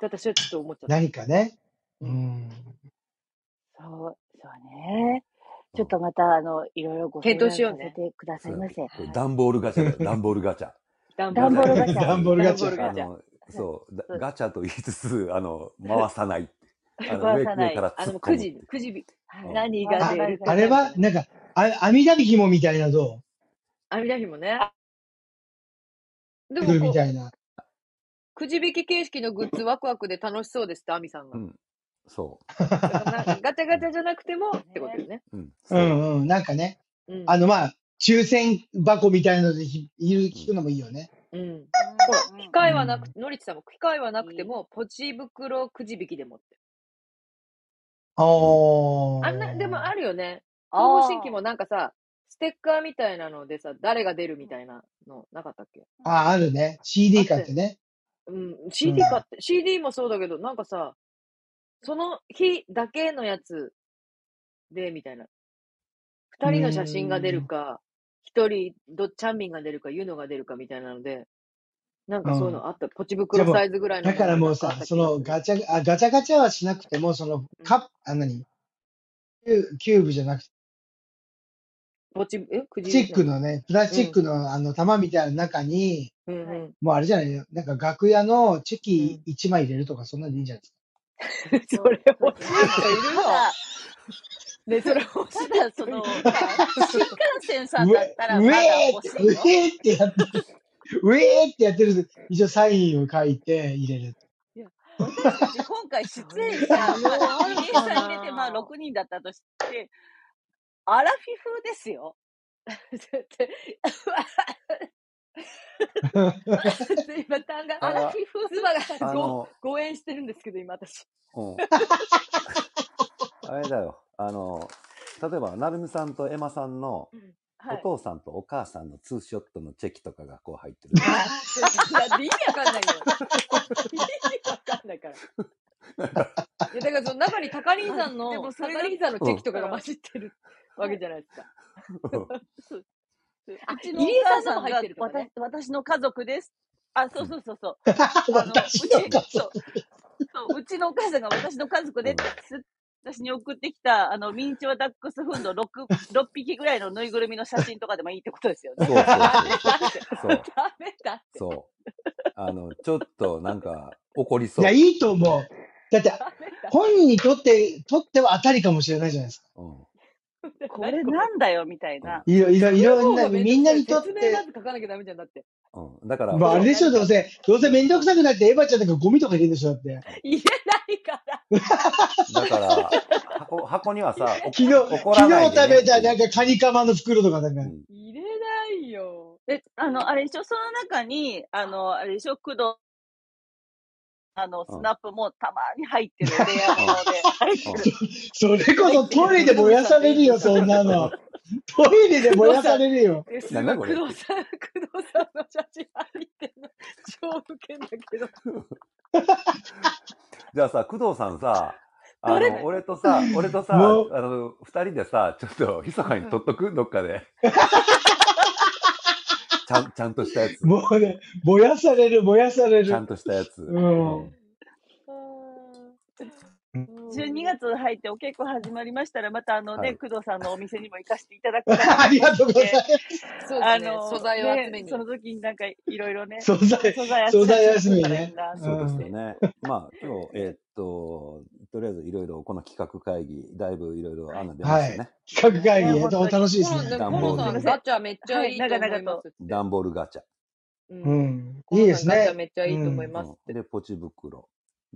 Speaker 1: 私はちょっと思っちゃった。
Speaker 3: 何かね。
Speaker 1: う
Speaker 3: うんん。
Speaker 5: そう、そうね。ちょっ
Speaker 2: う
Speaker 5: と
Speaker 2: ん
Speaker 5: また、あの、いろいろご相
Speaker 1: 検討
Speaker 5: 談
Speaker 1: しよ
Speaker 5: さ
Speaker 1: う
Speaker 5: せ
Speaker 1: ね
Speaker 5: てくだ
Speaker 2: そ
Speaker 5: さいう
Speaker 2: や
Speaker 5: ま
Speaker 2: ね
Speaker 5: せ。
Speaker 2: これ段ボールガチャ だよ、段ボールガチャ。
Speaker 1: ダンボール
Speaker 5: 段ボール
Speaker 1: ガチ
Speaker 5: ガ
Speaker 1: ャ。
Speaker 5: チャ。
Speaker 3: 段ボール
Speaker 1: ダ
Speaker 3: ガ
Speaker 1: ンボ
Speaker 3: チ
Speaker 1: ー
Speaker 3: ャ。
Speaker 1: ル
Speaker 2: あ
Speaker 1: ガチャ。
Speaker 2: の、
Speaker 5: そう
Speaker 2: そう、だ
Speaker 5: そう
Speaker 2: ガチャと言いつつ、あの、回 さない。あの、
Speaker 5: 回
Speaker 2: 上、
Speaker 5: さな
Speaker 2: 上
Speaker 5: い
Speaker 2: から
Speaker 1: あ
Speaker 2: 突
Speaker 1: の、
Speaker 2: っ
Speaker 1: もう
Speaker 2: 込
Speaker 1: く
Speaker 2: むっ
Speaker 1: じ
Speaker 2: ていう。、
Speaker 1: くじ引き、
Speaker 5: はい。
Speaker 2: う
Speaker 1: 何
Speaker 5: 回
Speaker 1: が
Speaker 5: さ
Speaker 3: あ、
Speaker 1: 出
Speaker 5: ない
Speaker 1: る
Speaker 5: か
Speaker 1: か
Speaker 3: あ
Speaker 5: ら。
Speaker 3: れ
Speaker 1: な、みたい
Speaker 3: は、
Speaker 1: な。
Speaker 3: なんか、あ阿弥陀び紐みたいなのど
Speaker 1: 網羅紐ね。でも
Speaker 3: うアイドルみ
Speaker 1: こう、
Speaker 3: たいな。
Speaker 1: くじ引き形式のグッズワクワクで楽しそうですって、アミさんが
Speaker 2: う。ん。そ
Speaker 1: だからな、ガチャガチャじゃなくてもってことよね。
Speaker 2: う。うん。
Speaker 3: う
Speaker 2: そう。
Speaker 3: んうん。なんかね。
Speaker 1: うん。
Speaker 3: あの、まあ、抽選箱みたいなのでひ言う
Speaker 2: うん
Speaker 3: 聞くのもいいよね。
Speaker 1: うん。ほら、
Speaker 5: うん
Speaker 1: 機
Speaker 3: う
Speaker 1: 械はなく
Speaker 3: ん。、
Speaker 1: のりちさんも機械はなくても、ポチ袋くじ引きでもって。
Speaker 3: あ
Speaker 1: あんな、でもあ
Speaker 3: ー。
Speaker 1: るよね。東方神
Speaker 5: あ
Speaker 1: 起もなんかさ、ステッカーみたいなのでさ、誰が出るみたいなのなかったっけ
Speaker 3: あー、あるね。
Speaker 1: あ
Speaker 3: CD
Speaker 1: った
Speaker 3: 買っ
Speaker 1: よ
Speaker 3: て
Speaker 1: ね。
Speaker 3: ね。
Speaker 1: うん、
Speaker 3: う
Speaker 1: CD 買っ
Speaker 3: ん。
Speaker 1: て、CD もそうだけど、なんかさ、その日だけのやつで、みたいな。
Speaker 3: う
Speaker 1: 二人の写真が出
Speaker 3: ー
Speaker 1: る
Speaker 3: ん。
Speaker 1: か、一人、どっちゃんみんが出るか、ゆのが出るかみたいなので、なん
Speaker 3: う。
Speaker 1: かそういうんのあった。ポチ
Speaker 3: じゃ
Speaker 1: 袋
Speaker 3: あも
Speaker 1: サ
Speaker 3: う、
Speaker 1: イズぐらいの
Speaker 3: だ
Speaker 1: も
Speaker 3: か
Speaker 1: の
Speaker 3: ら
Speaker 1: で
Speaker 3: も
Speaker 1: な
Speaker 3: うん
Speaker 1: かあっ
Speaker 3: さ、
Speaker 1: た
Speaker 3: そ
Speaker 1: 気が
Speaker 3: の
Speaker 1: する。
Speaker 3: ガチャ、あ、ガチャガチャはしなくても、その
Speaker 1: うん。
Speaker 3: カップ、あ、何キュキューブじゃなくて、
Speaker 1: ポチ、えく
Speaker 3: プ
Speaker 1: じ
Speaker 3: ラ
Speaker 1: 引
Speaker 3: ス
Speaker 1: き
Speaker 3: チッ
Speaker 1: なの
Speaker 3: クのね、プラス
Speaker 1: う
Speaker 3: チッ
Speaker 1: ん。
Speaker 3: クのあの玉みたいな中に、
Speaker 1: う
Speaker 5: ーは
Speaker 1: んう
Speaker 5: い。
Speaker 1: ん。
Speaker 3: もうあれじゃないよ。なんか楽屋のチェ
Speaker 1: う
Speaker 3: キ
Speaker 1: ん。
Speaker 3: 1枚入れるとか、そんなんでいいんじゃないで
Speaker 1: そ
Speaker 3: すか。
Speaker 5: そう、
Speaker 1: れ欲
Speaker 5: そうで
Speaker 1: し
Speaker 5: す
Speaker 1: い
Speaker 5: ね。も
Speaker 1: 人
Speaker 5: う、
Speaker 1: いるのね、
Speaker 5: ただ、
Speaker 1: それ欲したい
Speaker 5: だ、そ
Speaker 1: 人いる
Speaker 5: の、まあ、
Speaker 1: の
Speaker 5: 新幹線さん
Speaker 3: う
Speaker 5: だっ
Speaker 3: え、
Speaker 5: たら、
Speaker 3: う
Speaker 5: まだ
Speaker 3: えーっ
Speaker 5: 欲
Speaker 3: て、
Speaker 5: しいうよ。
Speaker 3: えーってやってる。うえーってやってる。一応サインを書いて入れる。
Speaker 1: いや、
Speaker 5: 私たち今回出
Speaker 1: それ
Speaker 5: 演
Speaker 1: 需
Speaker 5: 者、まあ、
Speaker 1: 要あ
Speaker 5: 入
Speaker 1: る
Speaker 5: 江
Speaker 1: か
Speaker 5: さん入れて、まあ、
Speaker 1: な
Speaker 5: 6人だったとして、アラフィフです よ。
Speaker 1: 絶対、今、単が、
Speaker 2: あ
Speaker 1: アラフ
Speaker 2: ら、
Speaker 1: ィフ妻が
Speaker 2: あ
Speaker 1: ご、
Speaker 2: の、
Speaker 1: ご縁してるんですけど、今私。
Speaker 2: うん。 あれだよ。あの、例えば、なるみさんとエマさんの
Speaker 1: うん
Speaker 2: お
Speaker 5: はい。
Speaker 2: 父さんとお母さんのツーショットのチェキとかがこう入ってる。
Speaker 1: ああ、それ、だって意味わかんないよ。意味わかんないから。いや、だからその中に高林
Speaker 5: あ、
Speaker 1: さん
Speaker 5: で
Speaker 1: の、
Speaker 5: もそれ
Speaker 1: 高
Speaker 5: だっ
Speaker 1: 林さんのチェキとか
Speaker 5: た
Speaker 1: が
Speaker 5: ら、
Speaker 1: 混じってるわ
Speaker 5: は
Speaker 1: け
Speaker 5: い。
Speaker 1: じゃないですか。
Speaker 5: そう
Speaker 1: あ、
Speaker 5: うちの
Speaker 1: 入
Speaker 5: お
Speaker 1: 江さ
Speaker 5: 母
Speaker 1: んの
Speaker 5: さ
Speaker 1: も
Speaker 5: ん
Speaker 1: 入って
Speaker 5: が
Speaker 1: るとか
Speaker 5: 私
Speaker 1: ね。
Speaker 5: 私の家族です。あ、そうそうそうそう。あの、う
Speaker 3: 私の
Speaker 5: ち、
Speaker 3: 家
Speaker 5: そ
Speaker 3: 族。
Speaker 5: う、そううちのお母さんが私の家族
Speaker 2: う
Speaker 5: で
Speaker 2: ん。
Speaker 5: す、私に送ってきた、あの、ミニチュアダックスフンド 6, 6匹ぐらいのぬいぐるみの写真とかでもいいってことですよ ね。
Speaker 2: そうそう
Speaker 1: ダ
Speaker 2: そ
Speaker 1: メ
Speaker 2: う。
Speaker 1: だって。
Speaker 2: そう。
Speaker 1: ダメだって。
Speaker 2: そう。あの、ちょっとなんか怒り
Speaker 3: いや、
Speaker 2: そ
Speaker 3: いいと思う。だって、
Speaker 1: ダメだ。
Speaker 3: 本人にとって、とっては当たりかもしれないじゃないですか。
Speaker 2: う。うん。
Speaker 5: これなんだよみたいな。
Speaker 3: いろいろ、いろんな、
Speaker 1: 両方が
Speaker 3: みんなにとっ
Speaker 1: 説明なん
Speaker 3: て、
Speaker 1: て書かなきゃダメじゃんだって。
Speaker 2: うん、だから、
Speaker 3: まあ、あれでしょ、どうせ。どうせめんどくさくなって、エヴァちゃんとかゴミとか入れるでしょ、だって。
Speaker 1: 入れないから。
Speaker 2: だから、箱箱には さ、お
Speaker 3: 昨日、
Speaker 2: 怒ら
Speaker 3: 昨
Speaker 2: ない
Speaker 3: 日
Speaker 2: で
Speaker 3: 食
Speaker 2: ね
Speaker 3: べた、なんか、カニカマの袋とか、なん
Speaker 2: う
Speaker 3: か、
Speaker 2: ん
Speaker 1: 入れないよ。
Speaker 5: で、あの、あれでしょ、その中に、あの、あれでしょ、工藤、あの、スナップもたまに入ってる、レアもので。入ってる
Speaker 3: それこそトイレで燃やされるよ、 そんなの。トイレで燃やされるよ。
Speaker 1: え、す
Speaker 2: な
Speaker 1: ご
Speaker 2: んだ
Speaker 1: い、
Speaker 2: これ
Speaker 1: 工藤さん、工藤さんの写真入ってんの。超ウケんだけど。
Speaker 2: じゃあさ、工藤さんさ、あ
Speaker 1: どれ
Speaker 2: の、俺とさ、俺とさ、
Speaker 3: もう
Speaker 2: あの、二人でさ、ちょっと、密かに撮っとくどっか で。ちゃん、ちゃんとしたやつ。
Speaker 3: もうね、燃やされる、燃やされ
Speaker 2: ちゃん
Speaker 3: る。
Speaker 2: としたやつ。
Speaker 3: うん
Speaker 5: 12月入ってお稽古始まりましたら、またあのね、
Speaker 2: はい
Speaker 5: 工藤さんのお店にも行かせていただ く
Speaker 3: ありがとうござい
Speaker 1: そうで
Speaker 5: あ
Speaker 1: すね。
Speaker 5: の、
Speaker 1: 素材を集め
Speaker 5: ね
Speaker 1: に。
Speaker 5: その時になんかいろいろね
Speaker 3: ます。、素材、
Speaker 5: 素材
Speaker 3: 素材
Speaker 5: 集
Speaker 3: 休
Speaker 5: め
Speaker 3: み
Speaker 5: て
Speaker 3: ね。
Speaker 5: み
Speaker 2: そうですよ
Speaker 3: うん
Speaker 2: ね。まあ、今日、えーっと、とりあえずいろいろ、この企画会議、だいぶいろいろ穴出ましたね。
Speaker 3: 企画会議、
Speaker 5: ね
Speaker 3: やっと
Speaker 5: 本当に
Speaker 3: 楽しいです
Speaker 1: コロ
Speaker 3: ね。
Speaker 1: でもコ
Speaker 2: 段ボー
Speaker 1: ロさ
Speaker 2: ル
Speaker 5: すいま
Speaker 1: ん、
Speaker 5: せん
Speaker 1: ガチャめっちゃいいと思いますって。
Speaker 2: ダンボールガチャ。
Speaker 1: う。
Speaker 3: うんん。
Speaker 1: コ
Speaker 3: いい
Speaker 1: ロ
Speaker 3: で
Speaker 1: さん、
Speaker 3: す
Speaker 1: ガチャ
Speaker 3: ね。
Speaker 1: めっちゃいいと思いうますっ
Speaker 2: うん、
Speaker 1: て。
Speaker 2: で、ポチ
Speaker 1: ポ
Speaker 2: 袋。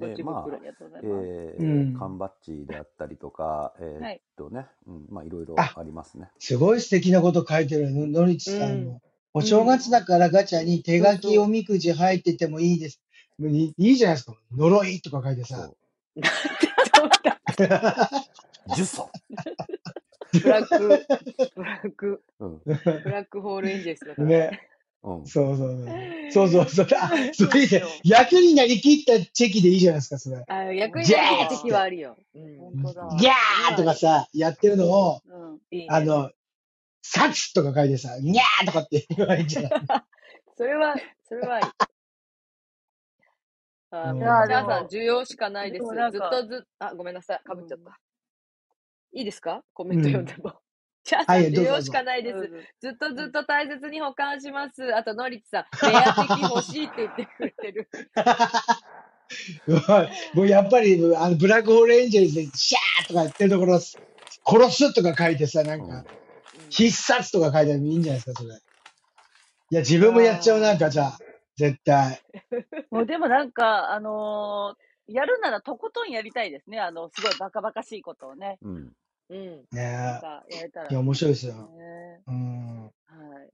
Speaker 2: で、
Speaker 1: チ
Speaker 2: まあ
Speaker 1: 袋、
Speaker 5: ありがとうござい
Speaker 2: え
Speaker 5: ます。
Speaker 2: ー
Speaker 3: うん
Speaker 2: 缶バッジであったりとか、えーっ
Speaker 5: はい。
Speaker 2: とね、うん、まあいろいろ
Speaker 3: あ
Speaker 2: ありますね。
Speaker 3: すごい素敵なこと書いてるの、のりちさんも。お正月だからガチャに手
Speaker 1: そう
Speaker 3: 書き
Speaker 1: そ
Speaker 3: おみくじ入っててもいいです。もういいいいじゃないですか。呪いとか書いて さ。
Speaker 2: そ
Speaker 1: そう。
Speaker 2: う。呪詛。
Speaker 1: ブラック、ブラック、
Speaker 2: うん。
Speaker 1: ブラックホールエンジェルスだから。
Speaker 3: ね。
Speaker 2: うん。
Speaker 3: そうそう そう。そうそうそう。あ、それいいね
Speaker 5: そう。
Speaker 3: 役になりきったチェキでいいじゃないですか、それ。
Speaker 1: あ、役に
Speaker 3: ジ
Speaker 1: な
Speaker 3: ャ
Speaker 1: りきった
Speaker 3: ーっつ
Speaker 1: 敵
Speaker 3: っ
Speaker 1: は
Speaker 3: て。
Speaker 1: あるよ。うん。
Speaker 5: 本当だ。
Speaker 3: ギャ
Speaker 1: 今
Speaker 3: ーと
Speaker 1: あ
Speaker 3: か
Speaker 1: る。
Speaker 3: さ、やってるのを、
Speaker 5: うん。
Speaker 1: いい
Speaker 3: あ
Speaker 1: ね。
Speaker 3: の、殺とか書いてさ、ギャーとかって言えばいいんじゃない
Speaker 1: それは、それはい い。あー
Speaker 3: うん
Speaker 1: も、
Speaker 5: いうや
Speaker 1: チ
Speaker 5: ー
Speaker 1: ャ
Speaker 5: で
Speaker 1: ーさん、
Speaker 5: も、
Speaker 1: 需要しかないで。
Speaker 5: ですもなん
Speaker 1: ずっ
Speaker 5: か、
Speaker 1: とず、あ、ごめんなさい。かぶっちゃった。いいですかコメン
Speaker 3: う
Speaker 1: ト読ん
Speaker 3: ん。
Speaker 1: でも。チャー
Speaker 3: は
Speaker 1: さん、
Speaker 3: い、
Speaker 1: 需
Speaker 3: どうぞ
Speaker 1: 要
Speaker 3: どう
Speaker 1: し
Speaker 3: ぞ。
Speaker 1: かないで
Speaker 5: う
Speaker 1: す。
Speaker 5: ん
Speaker 1: ずっとずっと大切に保管します。あと、ノリチさん、レア的欲しいって言ってくれて る。
Speaker 3: うまいもうやっぱり、あの、ブラックホールエンジェルズで、シャーとかやってるところ、殺すとか書いてさ、なん
Speaker 2: うん
Speaker 3: か、
Speaker 1: うん
Speaker 3: 必殺とか書いてあるのいいんじゃないですか、それ。いや、自分もやっちゃう、なん
Speaker 1: あ
Speaker 3: か、じゃあ、絶対。
Speaker 5: もうでもなんか、あのーやるならとことんやりたいですね。あの、すごいバカバカしいことをね。
Speaker 2: うん。
Speaker 1: ーうん。
Speaker 5: なん
Speaker 3: ね
Speaker 5: か、やれた
Speaker 3: え。い
Speaker 5: ら。
Speaker 3: や、面白いです
Speaker 5: ね
Speaker 3: よ。うん。
Speaker 5: はい。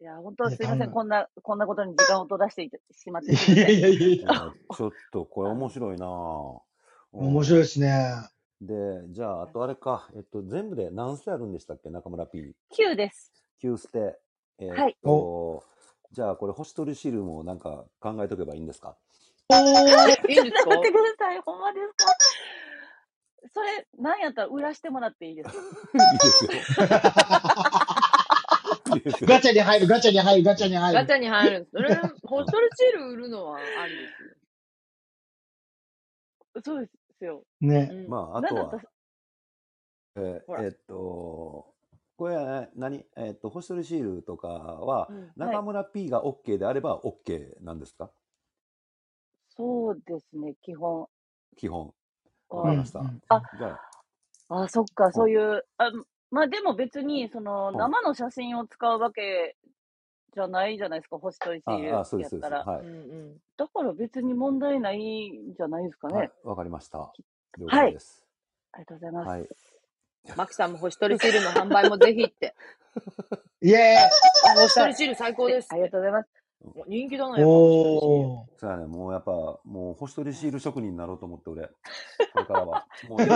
Speaker 5: いや、本当
Speaker 3: い
Speaker 5: す
Speaker 3: や、
Speaker 5: い
Speaker 3: 頼
Speaker 5: ません。
Speaker 3: む。
Speaker 5: こんな、こんなことに時間を取らせていたしまってす
Speaker 3: い
Speaker 5: いま
Speaker 3: や
Speaker 5: せん。
Speaker 3: いやいやい
Speaker 2: い
Speaker 3: や。
Speaker 2: や、ちょっとこれ面白いなぁ。
Speaker 3: 面白いで
Speaker 2: う
Speaker 3: すね。
Speaker 2: ん。で、じゃあ、あとあれか。えっと、全部で何ステあるんでしたっけ中村 P。
Speaker 5: 9です。
Speaker 2: 9ステ。えっ
Speaker 5: はい。
Speaker 3: お、
Speaker 2: と、じゃあ、これ、星取り汁もなんか考えとけばいいんですか
Speaker 1: え、 いいんですか
Speaker 5: ちょっと待ってください。ほんまですかそれ、なんやったら売らしてもらっていいですか
Speaker 2: いいですよ。いいですよ。
Speaker 3: ガチャに入る、ガチャに入る、ガチャに入
Speaker 1: ガ
Speaker 3: る。
Speaker 1: チャに入るんです。それ、ホ
Speaker 2: う
Speaker 1: ス
Speaker 2: ん。
Speaker 1: トルシール売るのはありですよ。
Speaker 5: そうですよ。
Speaker 1: う
Speaker 3: ね。
Speaker 1: ん。
Speaker 2: まあ、あ
Speaker 5: な
Speaker 2: と
Speaker 5: んだっ
Speaker 2: は、
Speaker 5: たら、
Speaker 2: えー
Speaker 5: ほ
Speaker 2: え
Speaker 5: ら。
Speaker 2: っと、これは何えっと、星取りシールとかは、
Speaker 1: うん。
Speaker 5: は
Speaker 2: 中
Speaker 5: い。
Speaker 2: 村 P が OK であれば OK なんですか
Speaker 5: そうですね、基本。
Speaker 2: 基本。わ
Speaker 3: う
Speaker 2: か
Speaker 5: う
Speaker 2: り
Speaker 3: ん、
Speaker 2: ま
Speaker 5: ん。
Speaker 2: した。
Speaker 3: う
Speaker 5: あ、
Speaker 3: ん、
Speaker 2: じゃあ、
Speaker 5: あ、そっか、
Speaker 2: う
Speaker 5: そ
Speaker 2: ん、
Speaker 5: ういう、あまあでも別に、その、
Speaker 2: うん。
Speaker 5: 生の写真を使うわけじゃないじゃないですか、星取りシー
Speaker 2: ああ、
Speaker 5: ル
Speaker 2: そうで
Speaker 5: や
Speaker 2: す、そ
Speaker 5: っ
Speaker 2: うで
Speaker 5: た
Speaker 2: す。
Speaker 5: ら。
Speaker 2: は
Speaker 1: う
Speaker 2: い。
Speaker 1: んうん。
Speaker 5: だから別に問題ないんじゃないですか
Speaker 2: はい、
Speaker 5: ね。
Speaker 2: わかりました。了
Speaker 5: は
Speaker 2: 解
Speaker 5: い。
Speaker 2: です。
Speaker 5: ありがとうございま
Speaker 2: はい。
Speaker 5: す。
Speaker 1: マキさんも星取りシールの販売もぜひって。
Speaker 3: イエ
Speaker 1: あ、星
Speaker 5: した
Speaker 1: 取
Speaker 5: い。
Speaker 1: りシール最高
Speaker 5: し
Speaker 1: で
Speaker 5: て
Speaker 1: す
Speaker 5: あ
Speaker 1: っ
Speaker 5: りが
Speaker 1: て。
Speaker 5: とうございます。
Speaker 2: うん
Speaker 1: お人気だな、
Speaker 3: ーイ
Speaker 1: やっぱ星取りシール。
Speaker 3: おー。
Speaker 2: そうやね、もうやっぱ、もう、星取りシール職人になろうと思って、俺、これからは。もういろ、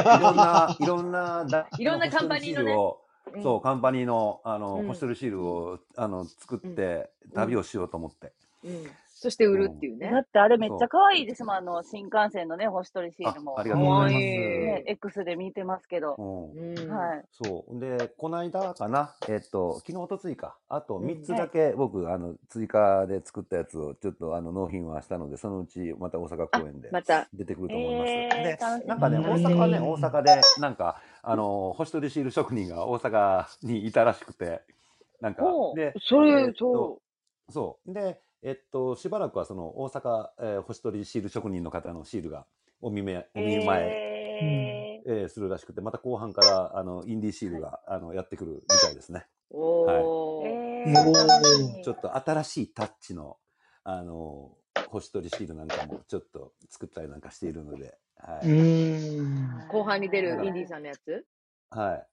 Speaker 2: いろんな、いろんな団
Speaker 1: いろ
Speaker 2: 体
Speaker 1: んな
Speaker 2: の星
Speaker 1: カンパ
Speaker 2: 取
Speaker 1: ニ
Speaker 2: りシ
Speaker 1: ー
Speaker 2: ー
Speaker 1: の
Speaker 2: ル
Speaker 1: ね。
Speaker 2: を、
Speaker 1: う
Speaker 2: そう、
Speaker 1: ん。
Speaker 2: カンパニーの、あ
Speaker 1: う
Speaker 2: の、星
Speaker 1: ん。
Speaker 2: 取りシールを、あの、作っ
Speaker 1: うん。
Speaker 2: て、
Speaker 1: う
Speaker 2: 旅
Speaker 1: ん。
Speaker 2: をしようと思って。
Speaker 1: うん。そして売
Speaker 2: う
Speaker 1: るって
Speaker 2: ん。
Speaker 1: いう
Speaker 5: だ
Speaker 1: ね。
Speaker 5: ってあれめっちゃ
Speaker 2: そ
Speaker 5: 可愛いですもん。あの、新幹線のね、星取りシール
Speaker 2: あ、あ
Speaker 5: も。
Speaker 2: り
Speaker 1: か
Speaker 2: がとうござ
Speaker 1: わ
Speaker 2: い
Speaker 1: い
Speaker 2: ま
Speaker 1: い。
Speaker 5: ね、
Speaker 2: す。
Speaker 5: X で見てますけど。
Speaker 2: うん。
Speaker 1: うん。
Speaker 5: はい。
Speaker 2: そう。で、この間かな、えっと、昨日、おとついか、あと
Speaker 1: う
Speaker 2: 3
Speaker 1: ん。
Speaker 2: つ
Speaker 5: は
Speaker 2: だ
Speaker 5: い。
Speaker 2: け僕、あの、追加で作ったやつを、ちょっと、あの、納品はしたので、そのうち、また大阪
Speaker 1: あ、
Speaker 2: 公演で
Speaker 1: また。
Speaker 2: 出てくると思います。
Speaker 5: え
Speaker 2: で、
Speaker 5: ー、楽し
Speaker 2: なん
Speaker 3: うー
Speaker 2: かね、
Speaker 5: み。
Speaker 2: 大
Speaker 5: 楽し
Speaker 2: 阪ね、
Speaker 5: み。
Speaker 2: 大
Speaker 3: ん。
Speaker 2: 阪で、なんか、あの、星取りシール職人が大阪にいたらしくて、なんか、
Speaker 5: ほう。
Speaker 2: で、
Speaker 1: そ
Speaker 2: え
Speaker 1: れ、
Speaker 2: っと、
Speaker 1: そ
Speaker 2: そう。で、えっと、しばらくは、その、大阪、えー星取りシール職人の方のシールが、お見舞い、お見舞い、
Speaker 5: えへー
Speaker 2: えーするらしくて、また後半から、あの、インディシールが、あの、やってくるみたいですね。
Speaker 1: おー。
Speaker 5: え
Speaker 3: おー
Speaker 5: ー
Speaker 2: ちょっと新しいタッチの、あの、星取りシールなんかも、ちょっと作ったりなんかしているので、は
Speaker 3: う
Speaker 2: い。
Speaker 3: ーん。
Speaker 1: 後半に出るインディー
Speaker 5: ん。
Speaker 1: さんのやつ
Speaker 2: はい。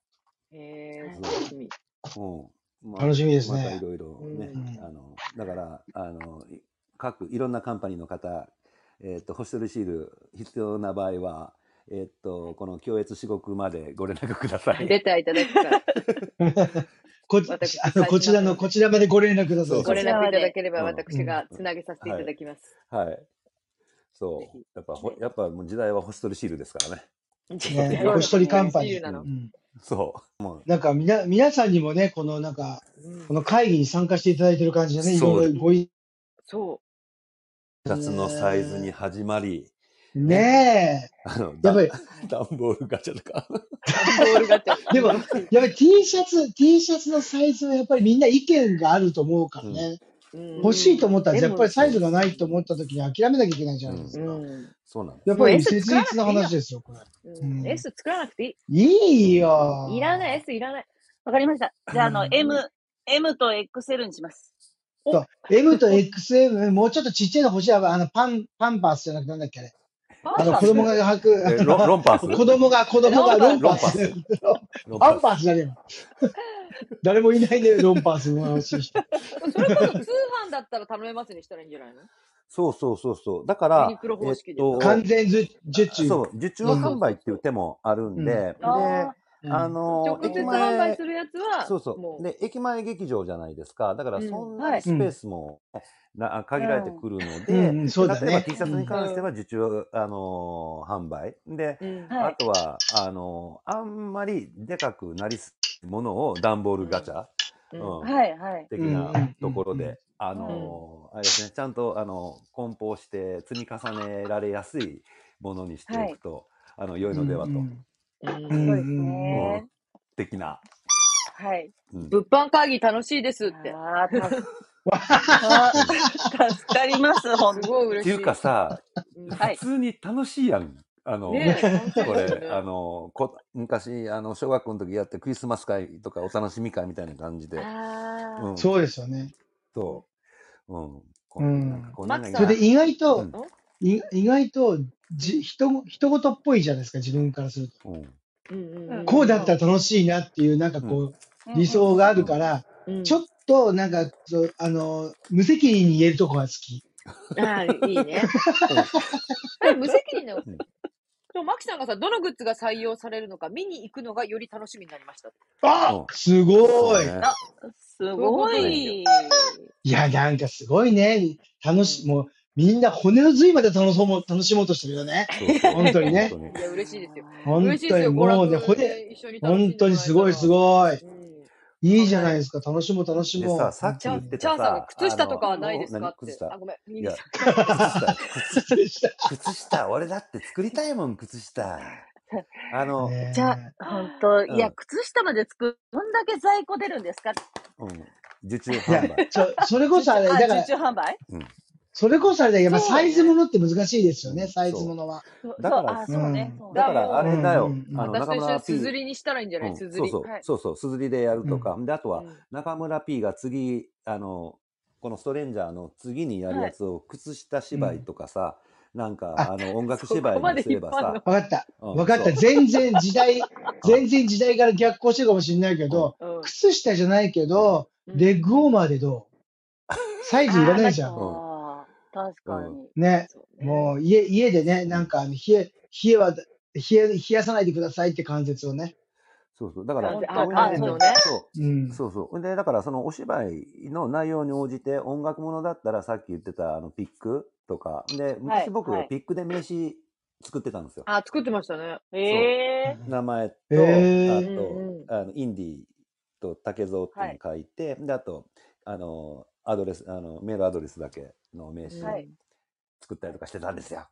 Speaker 1: へえ、
Speaker 2: そう
Speaker 1: 楽しみ。
Speaker 2: うんまあ
Speaker 3: 楽しみです
Speaker 2: またい
Speaker 3: ね。
Speaker 2: ろいろね、
Speaker 3: うん
Speaker 2: あの、だから、あの、い各、いろんなカンパニーの方、えっ、と、ホステルシール必要な場合は、えっ、と、この共越四国までご連絡ください。
Speaker 1: 出ていただくから、
Speaker 3: こ
Speaker 1: 私
Speaker 3: あのこちらの、こちらまでご連絡ください。
Speaker 1: ご連絡いただければ
Speaker 2: うん
Speaker 1: 私がつなげさせていただきます。
Speaker 2: はい。
Speaker 1: ぜ
Speaker 2: そう。
Speaker 1: ひ。
Speaker 2: やっぱほ、やっぱもう時代はホストリシールですからね。
Speaker 3: ね
Speaker 1: そう
Speaker 3: 星取りカンパ
Speaker 1: 自
Speaker 3: ニ
Speaker 1: 由
Speaker 3: ー。
Speaker 1: なの
Speaker 2: う
Speaker 3: う。ん。
Speaker 2: そう。もう、
Speaker 3: なんか、みな、皆さんにもね、この、なんか、
Speaker 1: うん
Speaker 3: この会議に参加していただいてる感じでね、いろ
Speaker 2: そう
Speaker 3: いろご意
Speaker 1: そ
Speaker 2: シャツのサイズに始まり、
Speaker 1: う。うん
Speaker 2: ね。
Speaker 3: ねえ。
Speaker 2: あの、
Speaker 3: やっぱ
Speaker 2: だ、
Speaker 3: り、
Speaker 2: ダンボールガチャとか。
Speaker 1: 段ボールガチャ。
Speaker 3: でも、
Speaker 1: 楽しい。
Speaker 3: やっぱり T シャツ、T シャツのサイズはやっぱりみんな意見があると思うから
Speaker 2: うん。
Speaker 3: ね。
Speaker 1: う
Speaker 3: 欲しいと
Speaker 1: ん。
Speaker 3: 思ったら、
Speaker 1: で
Speaker 3: やっぱ
Speaker 1: も、
Speaker 3: りサイズがないと思った時に諦めなきゃいけないじゃ
Speaker 2: う。
Speaker 3: ないです
Speaker 1: うん
Speaker 3: か。
Speaker 1: ん。
Speaker 2: そうなんで
Speaker 3: やっ
Speaker 2: す
Speaker 1: も
Speaker 3: ぱ
Speaker 1: う
Speaker 3: り
Speaker 1: S 作
Speaker 3: 切
Speaker 1: らな
Speaker 3: 実
Speaker 1: くていいよ。
Speaker 3: な話ですよ、これ。う
Speaker 1: うん。
Speaker 3: ん。
Speaker 1: S 作らなくていい。
Speaker 3: いい
Speaker 1: いらない、
Speaker 3: よ
Speaker 1: S いらない。
Speaker 5: わかりました。じゃあ、あの、
Speaker 3: ー。
Speaker 5: M、M と XL にします。
Speaker 1: お、
Speaker 3: そう。M と XM、もうちょっとちっちゃいの欲しい。あの、パン、パンパースじゃなくてなんだっけあれ。
Speaker 1: パ
Speaker 3: あ
Speaker 1: ン
Speaker 3: の、
Speaker 1: パ
Speaker 3: 子供が
Speaker 1: ス
Speaker 3: 履く、
Speaker 2: え、
Speaker 3: あ
Speaker 2: ロ、ロンパース
Speaker 3: の、子供が、子供
Speaker 1: ロ
Speaker 3: が
Speaker 1: ン
Speaker 3: ロ
Speaker 1: パ
Speaker 3: ン
Speaker 1: ス
Speaker 2: ロ
Speaker 3: パ
Speaker 2: ンパー
Speaker 3: ース。
Speaker 2: スロン
Speaker 3: パ
Speaker 2: パ
Speaker 3: ン
Speaker 2: ー
Speaker 3: パー
Speaker 2: ス。
Speaker 3: スじ ゃねえわ。誰もいないね、ロンパースの話して。
Speaker 1: それこそ通販だったら頼めますにしたらいいんじゃないの
Speaker 2: そうそうそうそう。だか
Speaker 1: ユ
Speaker 2: ら、
Speaker 1: ニクロ
Speaker 2: え
Speaker 1: 方
Speaker 2: っ
Speaker 1: 式でさ。
Speaker 3: 完
Speaker 2: と、
Speaker 3: 全受受
Speaker 2: あ
Speaker 3: 注
Speaker 2: そう、受注
Speaker 3: ロンパー
Speaker 1: そ
Speaker 2: 販
Speaker 1: う
Speaker 2: 売
Speaker 1: そ
Speaker 2: っ
Speaker 1: う
Speaker 2: ていう
Speaker 1: そ
Speaker 2: 手もある
Speaker 3: ス。うんん。
Speaker 2: で、
Speaker 5: あ
Speaker 2: で、
Speaker 5: あ、
Speaker 3: う
Speaker 2: あ
Speaker 3: ん。
Speaker 2: の、
Speaker 1: 直接
Speaker 2: 駅
Speaker 1: 販売
Speaker 2: 前、
Speaker 1: するやつは、
Speaker 2: そうそ
Speaker 1: も
Speaker 2: う。で、駅前劇場じゃないですか。だから
Speaker 1: う、う
Speaker 2: そ
Speaker 1: ん。
Speaker 2: んな
Speaker 5: は
Speaker 2: に
Speaker 5: い。
Speaker 3: う
Speaker 2: スペー
Speaker 3: ん。
Speaker 2: スもなあ限られて
Speaker 5: うん。
Speaker 2: くるの
Speaker 3: う
Speaker 2: で、
Speaker 3: ん、うん、そ
Speaker 2: で、
Speaker 3: うだ
Speaker 2: 例えば
Speaker 3: ね。
Speaker 2: T シ
Speaker 3: う
Speaker 2: ャツに
Speaker 3: ん。
Speaker 2: 関して
Speaker 1: う
Speaker 2: は受注、あのー販売。で、
Speaker 1: ん。うん。
Speaker 5: は
Speaker 2: あ
Speaker 5: い。
Speaker 2: とは、あのーあんまりでかくなりすぎるものを段ボー
Speaker 1: う
Speaker 2: ルガ
Speaker 1: ん。
Speaker 2: チャ、
Speaker 1: う。
Speaker 2: うんん、
Speaker 5: はい、はい。
Speaker 3: う
Speaker 2: 的
Speaker 3: ん、
Speaker 2: な
Speaker 3: うん、う
Speaker 2: とこ
Speaker 3: ん、
Speaker 2: ろ
Speaker 3: うん。
Speaker 2: で、あ
Speaker 5: うん。
Speaker 2: のーあれですね、ちゃんと、あの梱包して積み重ねられやすいものにして
Speaker 5: は
Speaker 2: おく
Speaker 5: い。
Speaker 2: と、あの、良い
Speaker 3: うん、
Speaker 2: のでは
Speaker 3: う
Speaker 2: と、
Speaker 3: ん。
Speaker 1: う。
Speaker 3: うん
Speaker 5: そうです
Speaker 2: うん、
Speaker 3: ん、
Speaker 5: ね。
Speaker 2: 的な、
Speaker 5: はい。
Speaker 2: うん、
Speaker 1: 物販会議楽しいですって。
Speaker 5: ああ、たす、あ
Speaker 2: う。
Speaker 3: うん
Speaker 5: あ、助かります、ほ
Speaker 1: す
Speaker 5: ん。
Speaker 1: ごい
Speaker 2: って
Speaker 1: 嬉
Speaker 2: い
Speaker 1: し
Speaker 2: うか
Speaker 1: い。
Speaker 2: さ、
Speaker 1: う
Speaker 2: 普
Speaker 5: は
Speaker 1: ん。
Speaker 5: い。
Speaker 2: 通に楽しいやん。あの、
Speaker 1: ねえ、楽しい
Speaker 2: こ
Speaker 1: ですよ
Speaker 2: れ、あ
Speaker 1: ね。
Speaker 2: の、こ昔、あの、小学校の時やってクリスマス会とかお楽しみ会みたいな感じで、
Speaker 5: あ
Speaker 2: う
Speaker 5: あ、
Speaker 2: ん、
Speaker 3: そうですよね。
Speaker 2: と、うん、
Speaker 3: う
Speaker 2: こなんか
Speaker 3: ん。
Speaker 2: こう、み
Speaker 1: マ
Speaker 2: ん
Speaker 1: キ
Speaker 2: な
Speaker 1: さ
Speaker 2: 今、
Speaker 3: それで意外
Speaker 2: う
Speaker 3: と、
Speaker 1: ん、ん
Speaker 2: ん、
Speaker 3: い意外と、じ、ひと、人事っぽいじゃないですか、自分からすると。
Speaker 2: うん、
Speaker 1: うんう
Speaker 5: うんん、
Speaker 3: こう
Speaker 1: うん
Speaker 3: だ
Speaker 5: そ
Speaker 3: った
Speaker 5: う。
Speaker 3: ら楽しいなっていう、なんか
Speaker 2: うん、
Speaker 3: こう、
Speaker 5: うん
Speaker 3: 理
Speaker 5: うん
Speaker 3: 想
Speaker 5: うん
Speaker 3: があ
Speaker 2: う
Speaker 3: るか
Speaker 2: ん、
Speaker 3: ら、
Speaker 1: う
Speaker 3: ちょ
Speaker 1: ん。
Speaker 3: っと、なんか、そう、あの、無責任に言えるとこが好き。
Speaker 1: うん。ああ、いいね。
Speaker 2: うん、
Speaker 1: それ無責任なの。
Speaker 2: うん。
Speaker 1: でも、マキさんがさ、どのグッズが採用されるのか見に行くのがより楽しみになりました。
Speaker 2: う
Speaker 3: あ
Speaker 2: ん
Speaker 3: す
Speaker 2: そ
Speaker 3: ご
Speaker 2: う
Speaker 3: い
Speaker 2: ね。
Speaker 5: あ、す
Speaker 1: そういうこ
Speaker 5: ご
Speaker 1: とですよ。
Speaker 2: う
Speaker 5: い。
Speaker 3: いや、なんかすごいね。楽
Speaker 1: う
Speaker 3: し、
Speaker 1: ん。
Speaker 3: もう、みんな骨の髄まで楽しもう、楽しもうとしてるよね。
Speaker 2: そうそ
Speaker 3: 本当
Speaker 2: う。
Speaker 3: に
Speaker 2: 本
Speaker 3: ね。
Speaker 2: 当に。
Speaker 1: いや、嬉しいですよ。嬉
Speaker 3: 本
Speaker 1: しいで
Speaker 3: 当
Speaker 1: す
Speaker 3: に、
Speaker 1: よ。娯
Speaker 3: もうね、
Speaker 1: 楽
Speaker 3: 骨、
Speaker 1: で一緒に楽し
Speaker 3: 本
Speaker 1: んで
Speaker 3: 当
Speaker 1: も
Speaker 3: に
Speaker 1: らえ
Speaker 3: す
Speaker 1: た
Speaker 3: ごい、
Speaker 1: ら、
Speaker 3: すごい。
Speaker 1: うん、
Speaker 3: いい
Speaker 1: 考
Speaker 3: じゃない
Speaker 1: え
Speaker 3: で
Speaker 1: る。
Speaker 3: すか。楽しもう、楽し
Speaker 2: で
Speaker 3: も
Speaker 2: さ、
Speaker 3: う。
Speaker 2: さ
Speaker 3: 本
Speaker 2: っ
Speaker 1: チ
Speaker 2: き
Speaker 3: 当
Speaker 1: ャー、
Speaker 2: 言っ
Speaker 3: に。
Speaker 2: て
Speaker 1: チャ
Speaker 2: た
Speaker 1: ーさんが
Speaker 2: さ、
Speaker 1: 靴
Speaker 2: あ
Speaker 1: 下とか
Speaker 2: の、
Speaker 1: はない
Speaker 2: お、
Speaker 1: ですか
Speaker 2: 何
Speaker 1: っ
Speaker 2: 靴
Speaker 1: て。
Speaker 2: 下
Speaker 1: あ、ごめん、
Speaker 2: い
Speaker 1: 右
Speaker 2: や、
Speaker 1: さん。
Speaker 2: 靴下、靴、
Speaker 3: そうでした。
Speaker 2: 靴下、俺だって作りたいもん、靴下。あの、
Speaker 5: じゃ
Speaker 3: ね
Speaker 5: あ、ほんと、いうや、
Speaker 2: ん、
Speaker 5: 靴下まで作る。どんだけ在庫出るんですか
Speaker 2: うん、受注
Speaker 3: え。いや、
Speaker 2: 販 売。
Speaker 3: そ、それこ
Speaker 5: 受
Speaker 3: そ
Speaker 5: 注、
Speaker 3: あれ、
Speaker 5: あ、
Speaker 3: だか
Speaker 5: 受
Speaker 3: ら、
Speaker 5: 注販売
Speaker 2: うん、
Speaker 3: それこそあれだけど、まあ、
Speaker 5: そ
Speaker 3: サ
Speaker 5: う
Speaker 3: イズも
Speaker 5: ね。
Speaker 3: のって難しいですよ
Speaker 2: う
Speaker 3: ね。
Speaker 2: ん、
Speaker 3: サイズも
Speaker 2: そ
Speaker 3: のは。
Speaker 5: そう、
Speaker 2: う。だ
Speaker 5: そう、
Speaker 2: から、
Speaker 5: あ、
Speaker 3: う
Speaker 5: そうね、
Speaker 3: ん。
Speaker 5: そう
Speaker 2: だ
Speaker 1: だ、
Speaker 2: からあ
Speaker 1: も
Speaker 3: う
Speaker 2: れだよ。
Speaker 3: ん、う
Speaker 2: あ
Speaker 1: う、
Speaker 2: の、
Speaker 1: 私
Speaker 2: 中
Speaker 1: と一緒
Speaker 2: 村
Speaker 1: にすず
Speaker 2: P、
Speaker 1: りにしたらいいんじゃな
Speaker 2: う
Speaker 1: い
Speaker 2: ん、
Speaker 1: すず
Speaker 2: そう
Speaker 1: り。
Speaker 2: そ
Speaker 5: は
Speaker 2: う、
Speaker 5: い。
Speaker 2: そうそう、すずりでやる
Speaker 3: ん、う
Speaker 2: と
Speaker 3: ん。
Speaker 2: か。で、あと
Speaker 1: う
Speaker 2: は、
Speaker 1: ん。
Speaker 2: 中村 P が次、あの、このストレンジャーの次にやる
Speaker 5: は
Speaker 2: や
Speaker 5: い。
Speaker 2: つを、靴下
Speaker 3: う
Speaker 2: 芝居
Speaker 3: ん。
Speaker 2: とかさ、なんか、
Speaker 3: あ、
Speaker 2: あの、音楽
Speaker 1: そこ
Speaker 2: 芝居
Speaker 1: ま
Speaker 2: に
Speaker 1: です引
Speaker 2: れ
Speaker 1: っ
Speaker 2: ば
Speaker 1: 張ん
Speaker 2: さ、
Speaker 1: の
Speaker 3: わかった。
Speaker 2: う
Speaker 3: わ
Speaker 2: ん、
Speaker 3: かった。
Speaker 2: そ
Speaker 3: 全然時 代、
Speaker 2: う。うん、
Speaker 3: 全然時代から逆行してるかもしれないけ
Speaker 2: うん、
Speaker 3: ど、
Speaker 1: うん、
Speaker 3: 靴下じゃないけ
Speaker 2: うん、
Speaker 3: ど、
Speaker 1: う
Speaker 3: レ
Speaker 1: ん。
Speaker 3: ッグウォーマーでどうサイズいら
Speaker 5: ああ、
Speaker 3: ない
Speaker 5: だ
Speaker 3: じゃ
Speaker 2: う
Speaker 3: ん。
Speaker 2: ん、
Speaker 5: か確
Speaker 2: う
Speaker 5: か
Speaker 2: ん、
Speaker 5: に。
Speaker 3: ね。
Speaker 1: そうね。
Speaker 3: もう家、家でね、
Speaker 2: う
Speaker 3: なん
Speaker 2: ん。
Speaker 3: かあの、冷え、冷えは、冷え、冷やさないでくださいって関節をね。
Speaker 2: そうそう。だから、
Speaker 1: 完全、あ、
Speaker 2: ほ
Speaker 5: 完全、
Speaker 2: ん
Speaker 5: あ、あ、
Speaker 1: 関
Speaker 2: で、
Speaker 1: 節
Speaker 5: そ
Speaker 1: を
Speaker 5: うです
Speaker 1: ね。
Speaker 2: そうう、
Speaker 5: ね。
Speaker 3: ん。
Speaker 2: そうそう。ほんで、だからそのお芝居の内容に応じて、音楽ものだったらさっき言ってたあのピックとか、で、
Speaker 5: は
Speaker 2: 昔
Speaker 5: い、
Speaker 2: 僕
Speaker 5: は
Speaker 2: ピックで名刺作ってたんですよ。
Speaker 1: あ、作ってましたね。
Speaker 5: い。
Speaker 2: そ
Speaker 5: ええ
Speaker 2: う。名前
Speaker 3: え
Speaker 2: と、あ
Speaker 1: う
Speaker 3: え
Speaker 1: ん
Speaker 2: と、
Speaker 1: うん。
Speaker 2: あのインディと竹蔵ってい
Speaker 5: は
Speaker 2: うの
Speaker 5: い、
Speaker 2: 書いて、で、あと、あの、アドレス、あの、メールアドレスだけの名
Speaker 1: う
Speaker 2: 刺
Speaker 5: は
Speaker 1: ん。
Speaker 5: い。
Speaker 2: 作ったりとかしてたんですよ。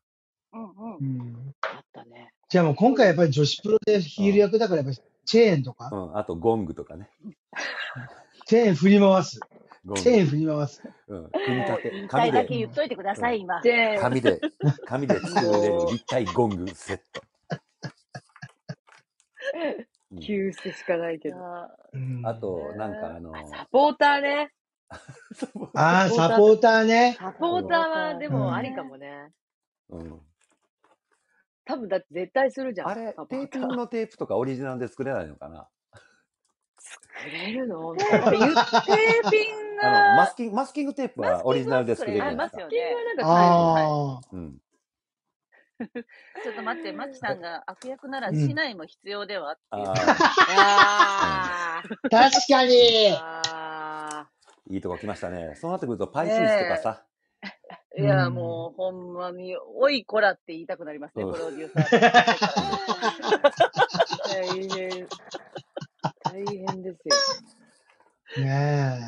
Speaker 5: うんう。
Speaker 3: うんん。
Speaker 1: あったね。
Speaker 3: じゃあもう今回やっぱり女子プロで
Speaker 2: う
Speaker 3: ヒール
Speaker 2: ん。
Speaker 3: 役だからやっぱりチェーンとか、
Speaker 2: うん。あと、ゴングとかね。
Speaker 3: チェーン振り回す。
Speaker 2: ゴン
Speaker 3: チェーン
Speaker 2: グ。
Speaker 3: 振り回す。
Speaker 2: うん。組み
Speaker 5: も
Speaker 2: 立
Speaker 5: う
Speaker 2: て、
Speaker 5: 言いた
Speaker 2: 紙
Speaker 5: いだ
Speaker 2: で、
Speaker 3: う
Speaker 5: け言っ
Speaker 3: ん。
Speaker 5: といてくだ
Speaker 2: う
Speaker 5: さ
Speaker 2: ん。
Speaker 5: い、今。
Speaker 1: で、
Speaker 2: 紙で、紙で作れる
Speaker 1: も
Speaker 2: 立体ゴングセット。うん
Speaker 4: 急須しかないけど。
Speaker 3: うん
Speaker 2: あと、なんかあの、
Speaker 1: サポーターね。
Speaker 3: ああ、サポーターね。
Speaker 1: サポーターはで
Speaker 3: うん
Speaker 1: もありかもね。
Speaker 2: うん、
Speaker 1: 多分だって絶対するじゃん。
Speaker 2: あれ
Speaker 1: サ、ポ
Speaker 2: テ
Speaker 1: ー
Speaker 2: ー
Speaker 1: タ
Speaker 2: ピ
Speaker 1: ー
Speaker 2: ングのテープとかオリジナルで作れないのかな
Speaker 1: くれるのやっぱ言ってテーピング
Speaker 2: あのマ
Speaker 1: が
Speaker 2: ス、キングマスキングテープはオリジナルで作れるじゃ
Speaker 4: あ
Speaker 2: ないで
Speaker 4: りますす
Speaker 2: か。
Speaker 4: よ
Speaker 1: ピングはなん
Speaker 4: ね。
Speaker 1: か最後、
Speaker 3: ああ。
Speaker 2: うん、
Speaker 5: ちょっと待って、マキさんが悪役なら市内も必要ではっていう。
Speaker 2: ああ、
Speaker 1: はい。あ
Speaker 3: 確か
Speaker 1: ー
Speaker 3: に。
Speaker 1: あ
Speaker 2: いいとこ来ましたね。そうなってくると、パイシーズとかさ、
Speaker 5: いや、もう、ほんまに、おいこらって言いたくなりますね、
Speaker 2: うん
Speaker 5: プロデューサー。
Speaker 1: ー大変。大変ですよ。
Speaker 3: ね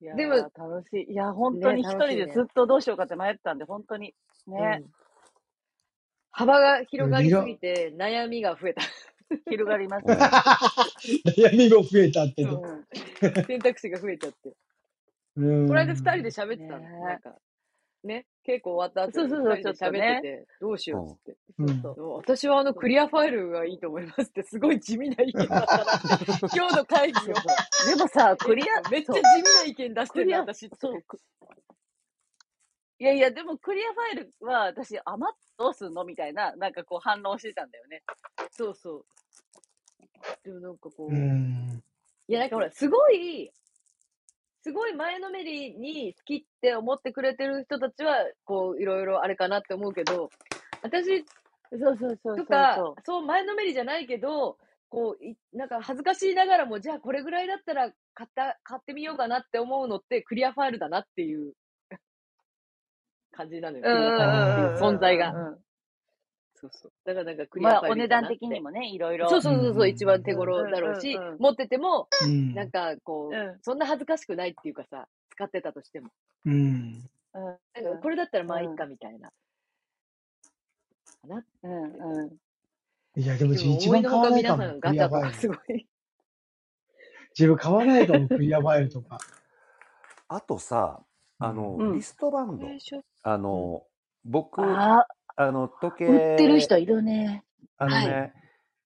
Speaker 5: いや
Speaker 1: で
Speaker 5: で
Speaker 1: も
Speaker 5: も、楽しい。いや、本当に一人でずっとどうしようかって迷ったんで、本当に。ね、
Speaker 1: うん幅が広がりすぎて悩みが増 えた。
Speaker 5: 広がります
Speaker 2: うん
Speaker 5: ね。
Speaker 3: え。悩みが増えたってね。
Speaker 5: うん
Speaker 1: 選択肢が増えちゃって。
Speaker 3: うん
Speaker 1: この間二人で喋ってたの。
Speaker 5: ね
Speaker 1: なんか、ね、稽古終わった後に
Speaker 5: そうそうそう
Speaker 1: 二人で喋ってて、どうしようっつって。
Speaker 3: うん
Speaker 5: そうそう
Speaker 1: でも私はあのクリアファイルがいいと思いますって、すごい地味な意見だったな って。今日の会議を。
Speaker 5: でもさ、クリア、
Speaker 1: めっちゃ
Speaker 5: そ
Speaker 1: 地
Speaker 5: う
Speaker 1: 味な意見出して
Speaker 5: ク
Speaker 1: る
Speaker 5: リ
Speaker 1: な、
Speaker 5: ア、
Speaker 1: 私。
Speaker 5: そう。くいやいや、でもクリアファイルは、私、余っどうすんのみたいな、なんかこう反応してたんだよね。
Speaker 1: そうそう。でもなんかこう、
Speaker 3: う
Speaker 1: い
Speaker 3: ん。
Speaker 1: やなんかほら、すごい、すごい前のめりに好きって思ってくれてる人たちは、こう、いろいろあれかなって思うけど、私
Speaker 5: そうそうそうそう
Speaker 1: とか、
Speaker 5: そう。
Speaker 1: そう前のめりじゃないけど、こうい、なんか恥ずかしいながらも、じゃあこれぐらいだったら買った、買ってみようかなって思うのってクリアファイルだなっていう感じなのよ。クリアファイルっていう存在が。
Speaker 5: うん
Speaker 1: そうそう。だからなんかクリア
Speaker 5: ま
Speaker 1: ファ
Speaker 5: あ、
Speaker 1: イ
Speaker 5: お
Speaker 1: ルい
Speaker 5: 値
Speaker 1: いかな
Speaker 5: 段
Speaker 1: って。
Speaker 5: 的にもね、いろいろ。
Speaker 1: そうそうそう
Speaker 3: うんうん
Speaker 1: そうう、
Speaker 3: ん
Speaker 1: 一番手頃だろうし、
Speaker 5: うんうんうん
Speaker 1: 持ってても、
Speaker 3: うん
Speaker 1: なんかこう、
Speaker 5: うん
Speaker 1: そんな恥ずかしくないっていうかさ、使ってたとしても。
Speaker 3: うん。
Speaker 5: うん
Speaker 1: なんかこれだったらまあいいかみたいな。な
Speaker 5: うんうん
Speaker 3: いや、でも
Speaker 1: で
Speaker 3: 自
Speaker 1: も
Speaker 3: 分一
Speaker 1: 思いのほ
Speaker 3: 番買
Speaker 1: か
Speaker 3: わない
Speaker 1: 皆
Speaker 3: か
Speaker 1: さんガチャと
Speaker 3: も、クリアファ
Speaker 1: か
Speaker 3: イ
Speaker 1: す
Speaker 3: ル。
Speaker 1: ごい。
Speaker 3: 自分買わないかも、クリアファイルとか。
Speaker 2: あとさ、あの、
Speaker 1: うん
Speaker 2: リストバンド。あの、僕、あ
Speaker 5: あ
Speaker 2: の、時計、
Speaker 5: ー、売ってる人いるね。
Speaker 2: あのね、
Speaker 5: は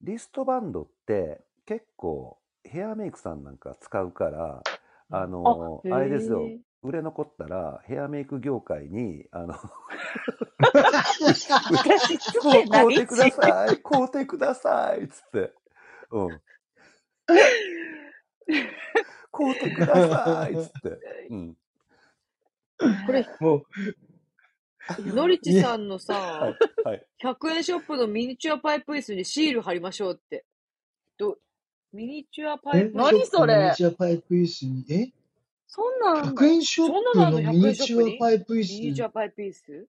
Speaker 2: リストバンドって結構ヘアメイクさんなんか使うから、あの、
Speaker 1: へー
Speaker 2: あれですよ、売れ残ったらヘアメイク業界に、あの、
Speaker 5: 私、つ
Speaker 2: こ
Speaker 5: て
Speaker 2: う、買
Speaker 5: な
Speaker 2: う
Speaker 5: い
Speaker 2: てください、買うてください、つって。うん。買うてください、つって。うん。
Speaker 1: これ、
Speaker 3: も
Speaker 1: のりちさんの
Speaker 2: は
Speaker 1: さ
Speaker 2: い、、はい。
Speaker 1: 100円ショップのミニチュアパイプ椅子にシール貼りましょうって。どミニチュア
Speaker 3: う、
Speaker 1: パイ
Speaker 3: え
Speaker 1: プ、
Speaker 5: 何それ
Speaker 3: ミニチュアパイプ椅子に、え
Speaker 1: そんなんあんの
Speaker 3: ?100 円ショップの
Speaker 1: そんなのあ
Speaker 3: ミ
Speaker 1: んの100
Speaker 3: ニ
Speaker 1: 円シ
Speaker 3: チ
Speaker 1: ョップ
Speaker 3: ュ
Speaker 1: に
Speaker 3: アパイプ椅
Speaker 1: ミニチュ
Speaker 3: 子
Speaker 1: アパイプ椅子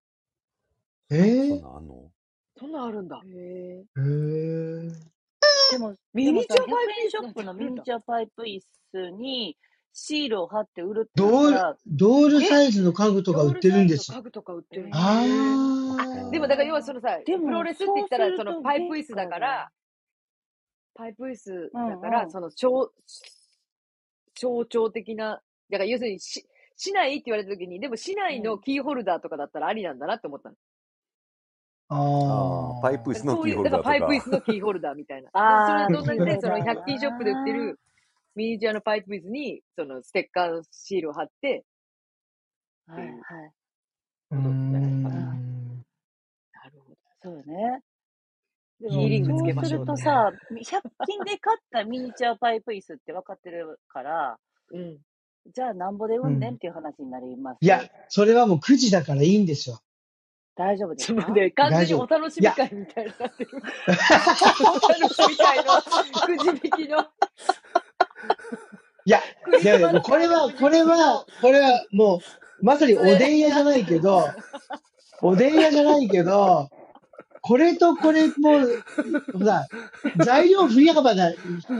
Speaker 3: え
Speaker 2: そん
Speaker 3: ー
Speaker 2: なんあんの
Speaker 1: そんなんあるんだ。
Speaker 3: えー
Speaker 5: でも、
Speaker 1: ミニチュアパイプ
Speaker 5: でもさ100円ショップのミニチュアパイプ椅子にシールを貼って売るってな
Speaker 3: ド
Speaker 5: った
Speaker 3: ー
Speaker 5: ら
Speaker 3: ル、、ドールサイズの家具とか売ってるんです
Speaker 1: ロールサイズの家
Speaker 3: よ。
Speaker 1: 具とか売ってる。
Speaker 3: あ
Speaker 2: ー
Speaker 1: でもだから要はそのさ、
Speaker 5: でも
Speaker 1: プロレスって言ったら
Speaker 5: そうす
Speaker 1: そ
Speaker 5: ると
Speaker 1: のパイプ椅子だから
Speaker 5: ね、
Speaker 1: パイプ椅子だから、
Speaker 5: うんうん
Speaker 1: その象象徴的な、だから要するにし、市内って言われた時に、でも市内のキーホルダーとかだったらありなんだなって思ったの。
Speaker 3: あ
Speaker 2: あ
Speaker 3: あ。
Speaker 2: あ、パイプ椅子の
Speaker 1: そう
Speaker 2: キ
Speaker 1: い
Speaker 2: ー
Speaker 1: う、
Speaker 2: ホ
Speaker 1: だ
Speaker 2: ル
Speaker 1: から
Speaker 2: ダーとか。
Speaker 1: パイプ椅子のキーホルダーみた いな。
Speaker 5: あ
Speaker 1: そ
Speaker 5: ー
Speaker 1: れと同じで、その
Speaker 5: キーホルダーな
Speaker 1: 100均ショップで売ってるミニチュアのパイプ椅子に、そのステッカーのシールを貼って、
Speaker 5: はいはい。
Speaker 3: うーん。
Speaker 1: なるほど。
Speaker 5: そうね。で
Speaker 1: ヒーリングつ
Speaker 5: そ
Speaker 1: け
Speaker 5: う
Speaker 1: まし
Speaker 5: す
Speaker 1: ょう
Speaker 5: るとさ、100均で買ったミニチュアパイプ椅子って分かってるから、
Speaker 1: うん。
Speaker 5: じゃあなんぼでうんねんっていう話になります。
Speaker 3: いや、それはもう9時だからいいんですよ。
Speaker 5: 大丈夫です
Speaker 1: ちょっと
Speaker 5: か
Speaker 1: 待って、完全
Speaker 3: 大
Speaker 1: に
Speaker 3: 丈夫
Speaker 1: お楽しみ会みたいになってる。お楽しみ会のくじ引きの
Speaker 3: いや、
Speaker 1: クリ
Speaker 3: いや
Speaker 1: ス
Speaker 3: いや
Speaker 1: マ
Speaker 3: もう
Speaker 1: ス
Speaker 3: これは、これは、これはもう、まさにおでん屋じゃないけど、おでん屋じゃないけど、これとこれも、ほら、材料振り幅が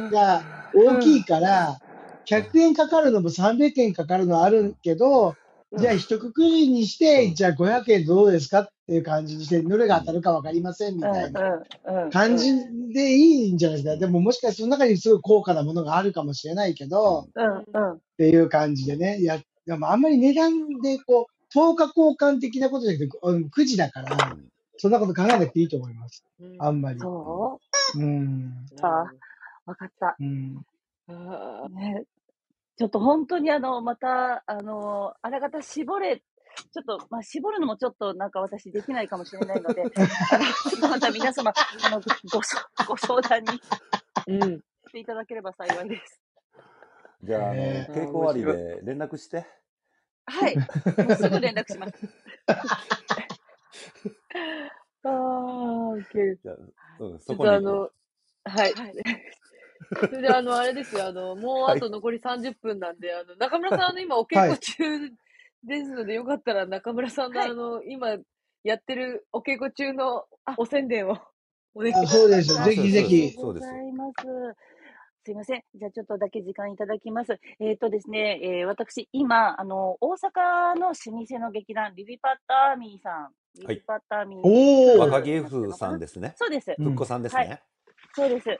Speaker 3: が大きいから、100円かかるのも300円かかるのあるけど、じゃあ一括りにして、じゃあ500円どうですかっていう感じにして、どれが当たるかわかりませんみ
Speaker 5: うん
Speaker 3: たいな
Speaker 5: うんうん。
Speaker 3: 感じでいいんじゃないです
Speaker 2: う
Speaker 3: か。
Speaker 2: ん
Speaker 3: でももしかしてその中にすごい高価なものがあるかもしれないけど、
Speaker 5: うんうん。
Speaker 3: っていう感じでね。いや、でもあんまり値段でこう、10日交換的なことじゃなくて、うん9時だか
Speaker 2: う
Speaker 3: ら、
Speaker 2: ん
Speaker 3: そんなこと考えなくていいと思います。あんまり。
Speaker 5: そう
Speaker 3: うん。
Speaker 5: さあわかった。
Speaker 3: うん。
Speaker 1: あ
Speaker 5: ね、ちょっと本当にあの、また、あの、あらかた絞れ、ちょっと、まあ、絞るのもちょっとなんか私できないかもしれないので、 あのちょっとまた皆様、あの、ご相ご相談に
Speaker 1: ーうん。
Speaker 5: していただければ幸いです。
Speaker 2: じゃあ、あの
Speaker 3: え、
Speaker 2: 稽
Speaker 3: ー
Speaker 2: 古終わりで連絡して。
Speaker 5: はい。もうすぐ連絡します。
Speaker 1: ああ、ウケる。
Speaker 2: じゃあ、うん、
Speaker 1: ちょ
Speaker 2: そ
Speaker 1: っ
Speaker 2: ことに
Speaker 1: あ
Speaker 2: 行こ
Speaker 1: の、
Speaker 2: う。
Speaker 1: はい。
Speaker 5: はい。
Speaker 1: それで、あの、あれですよ、あの、もうあと残り30分なんで、あの、中村さん、あの、今、お稽古
Speaker 3: はい
Speaker 1: 中ですので、よかったら中村さんの、
Speaker 5: はい
Speaker 1: あの、今、やってるお稽古中のお宣伝を、お願いし
Speaker 3: あ
Speaker 1: ます。
Speaker 3: そうです。ぜひぜ
Speaker 2: そうです
Speaker 3: ひ。
Speaker 2: そう
Speaker 5: ご
Speaker 2: です
Speaker 5: ざいます。すいません。じゃあちょっとだけ時間いただきます。えっ、とですね、えー私、今、あの、大阪の老舗の劇団、リリパッターミーさん。リリパッターミー、
Speaker 3: おー
Speaker 2: 若木夫さん
Speaker 5: で。
Speaker 2: ですね。
Speaker 5: そうです。
Speaker 3: うん
Speaker 2: ふっこさんですね。
Speaker 5: そうです。が、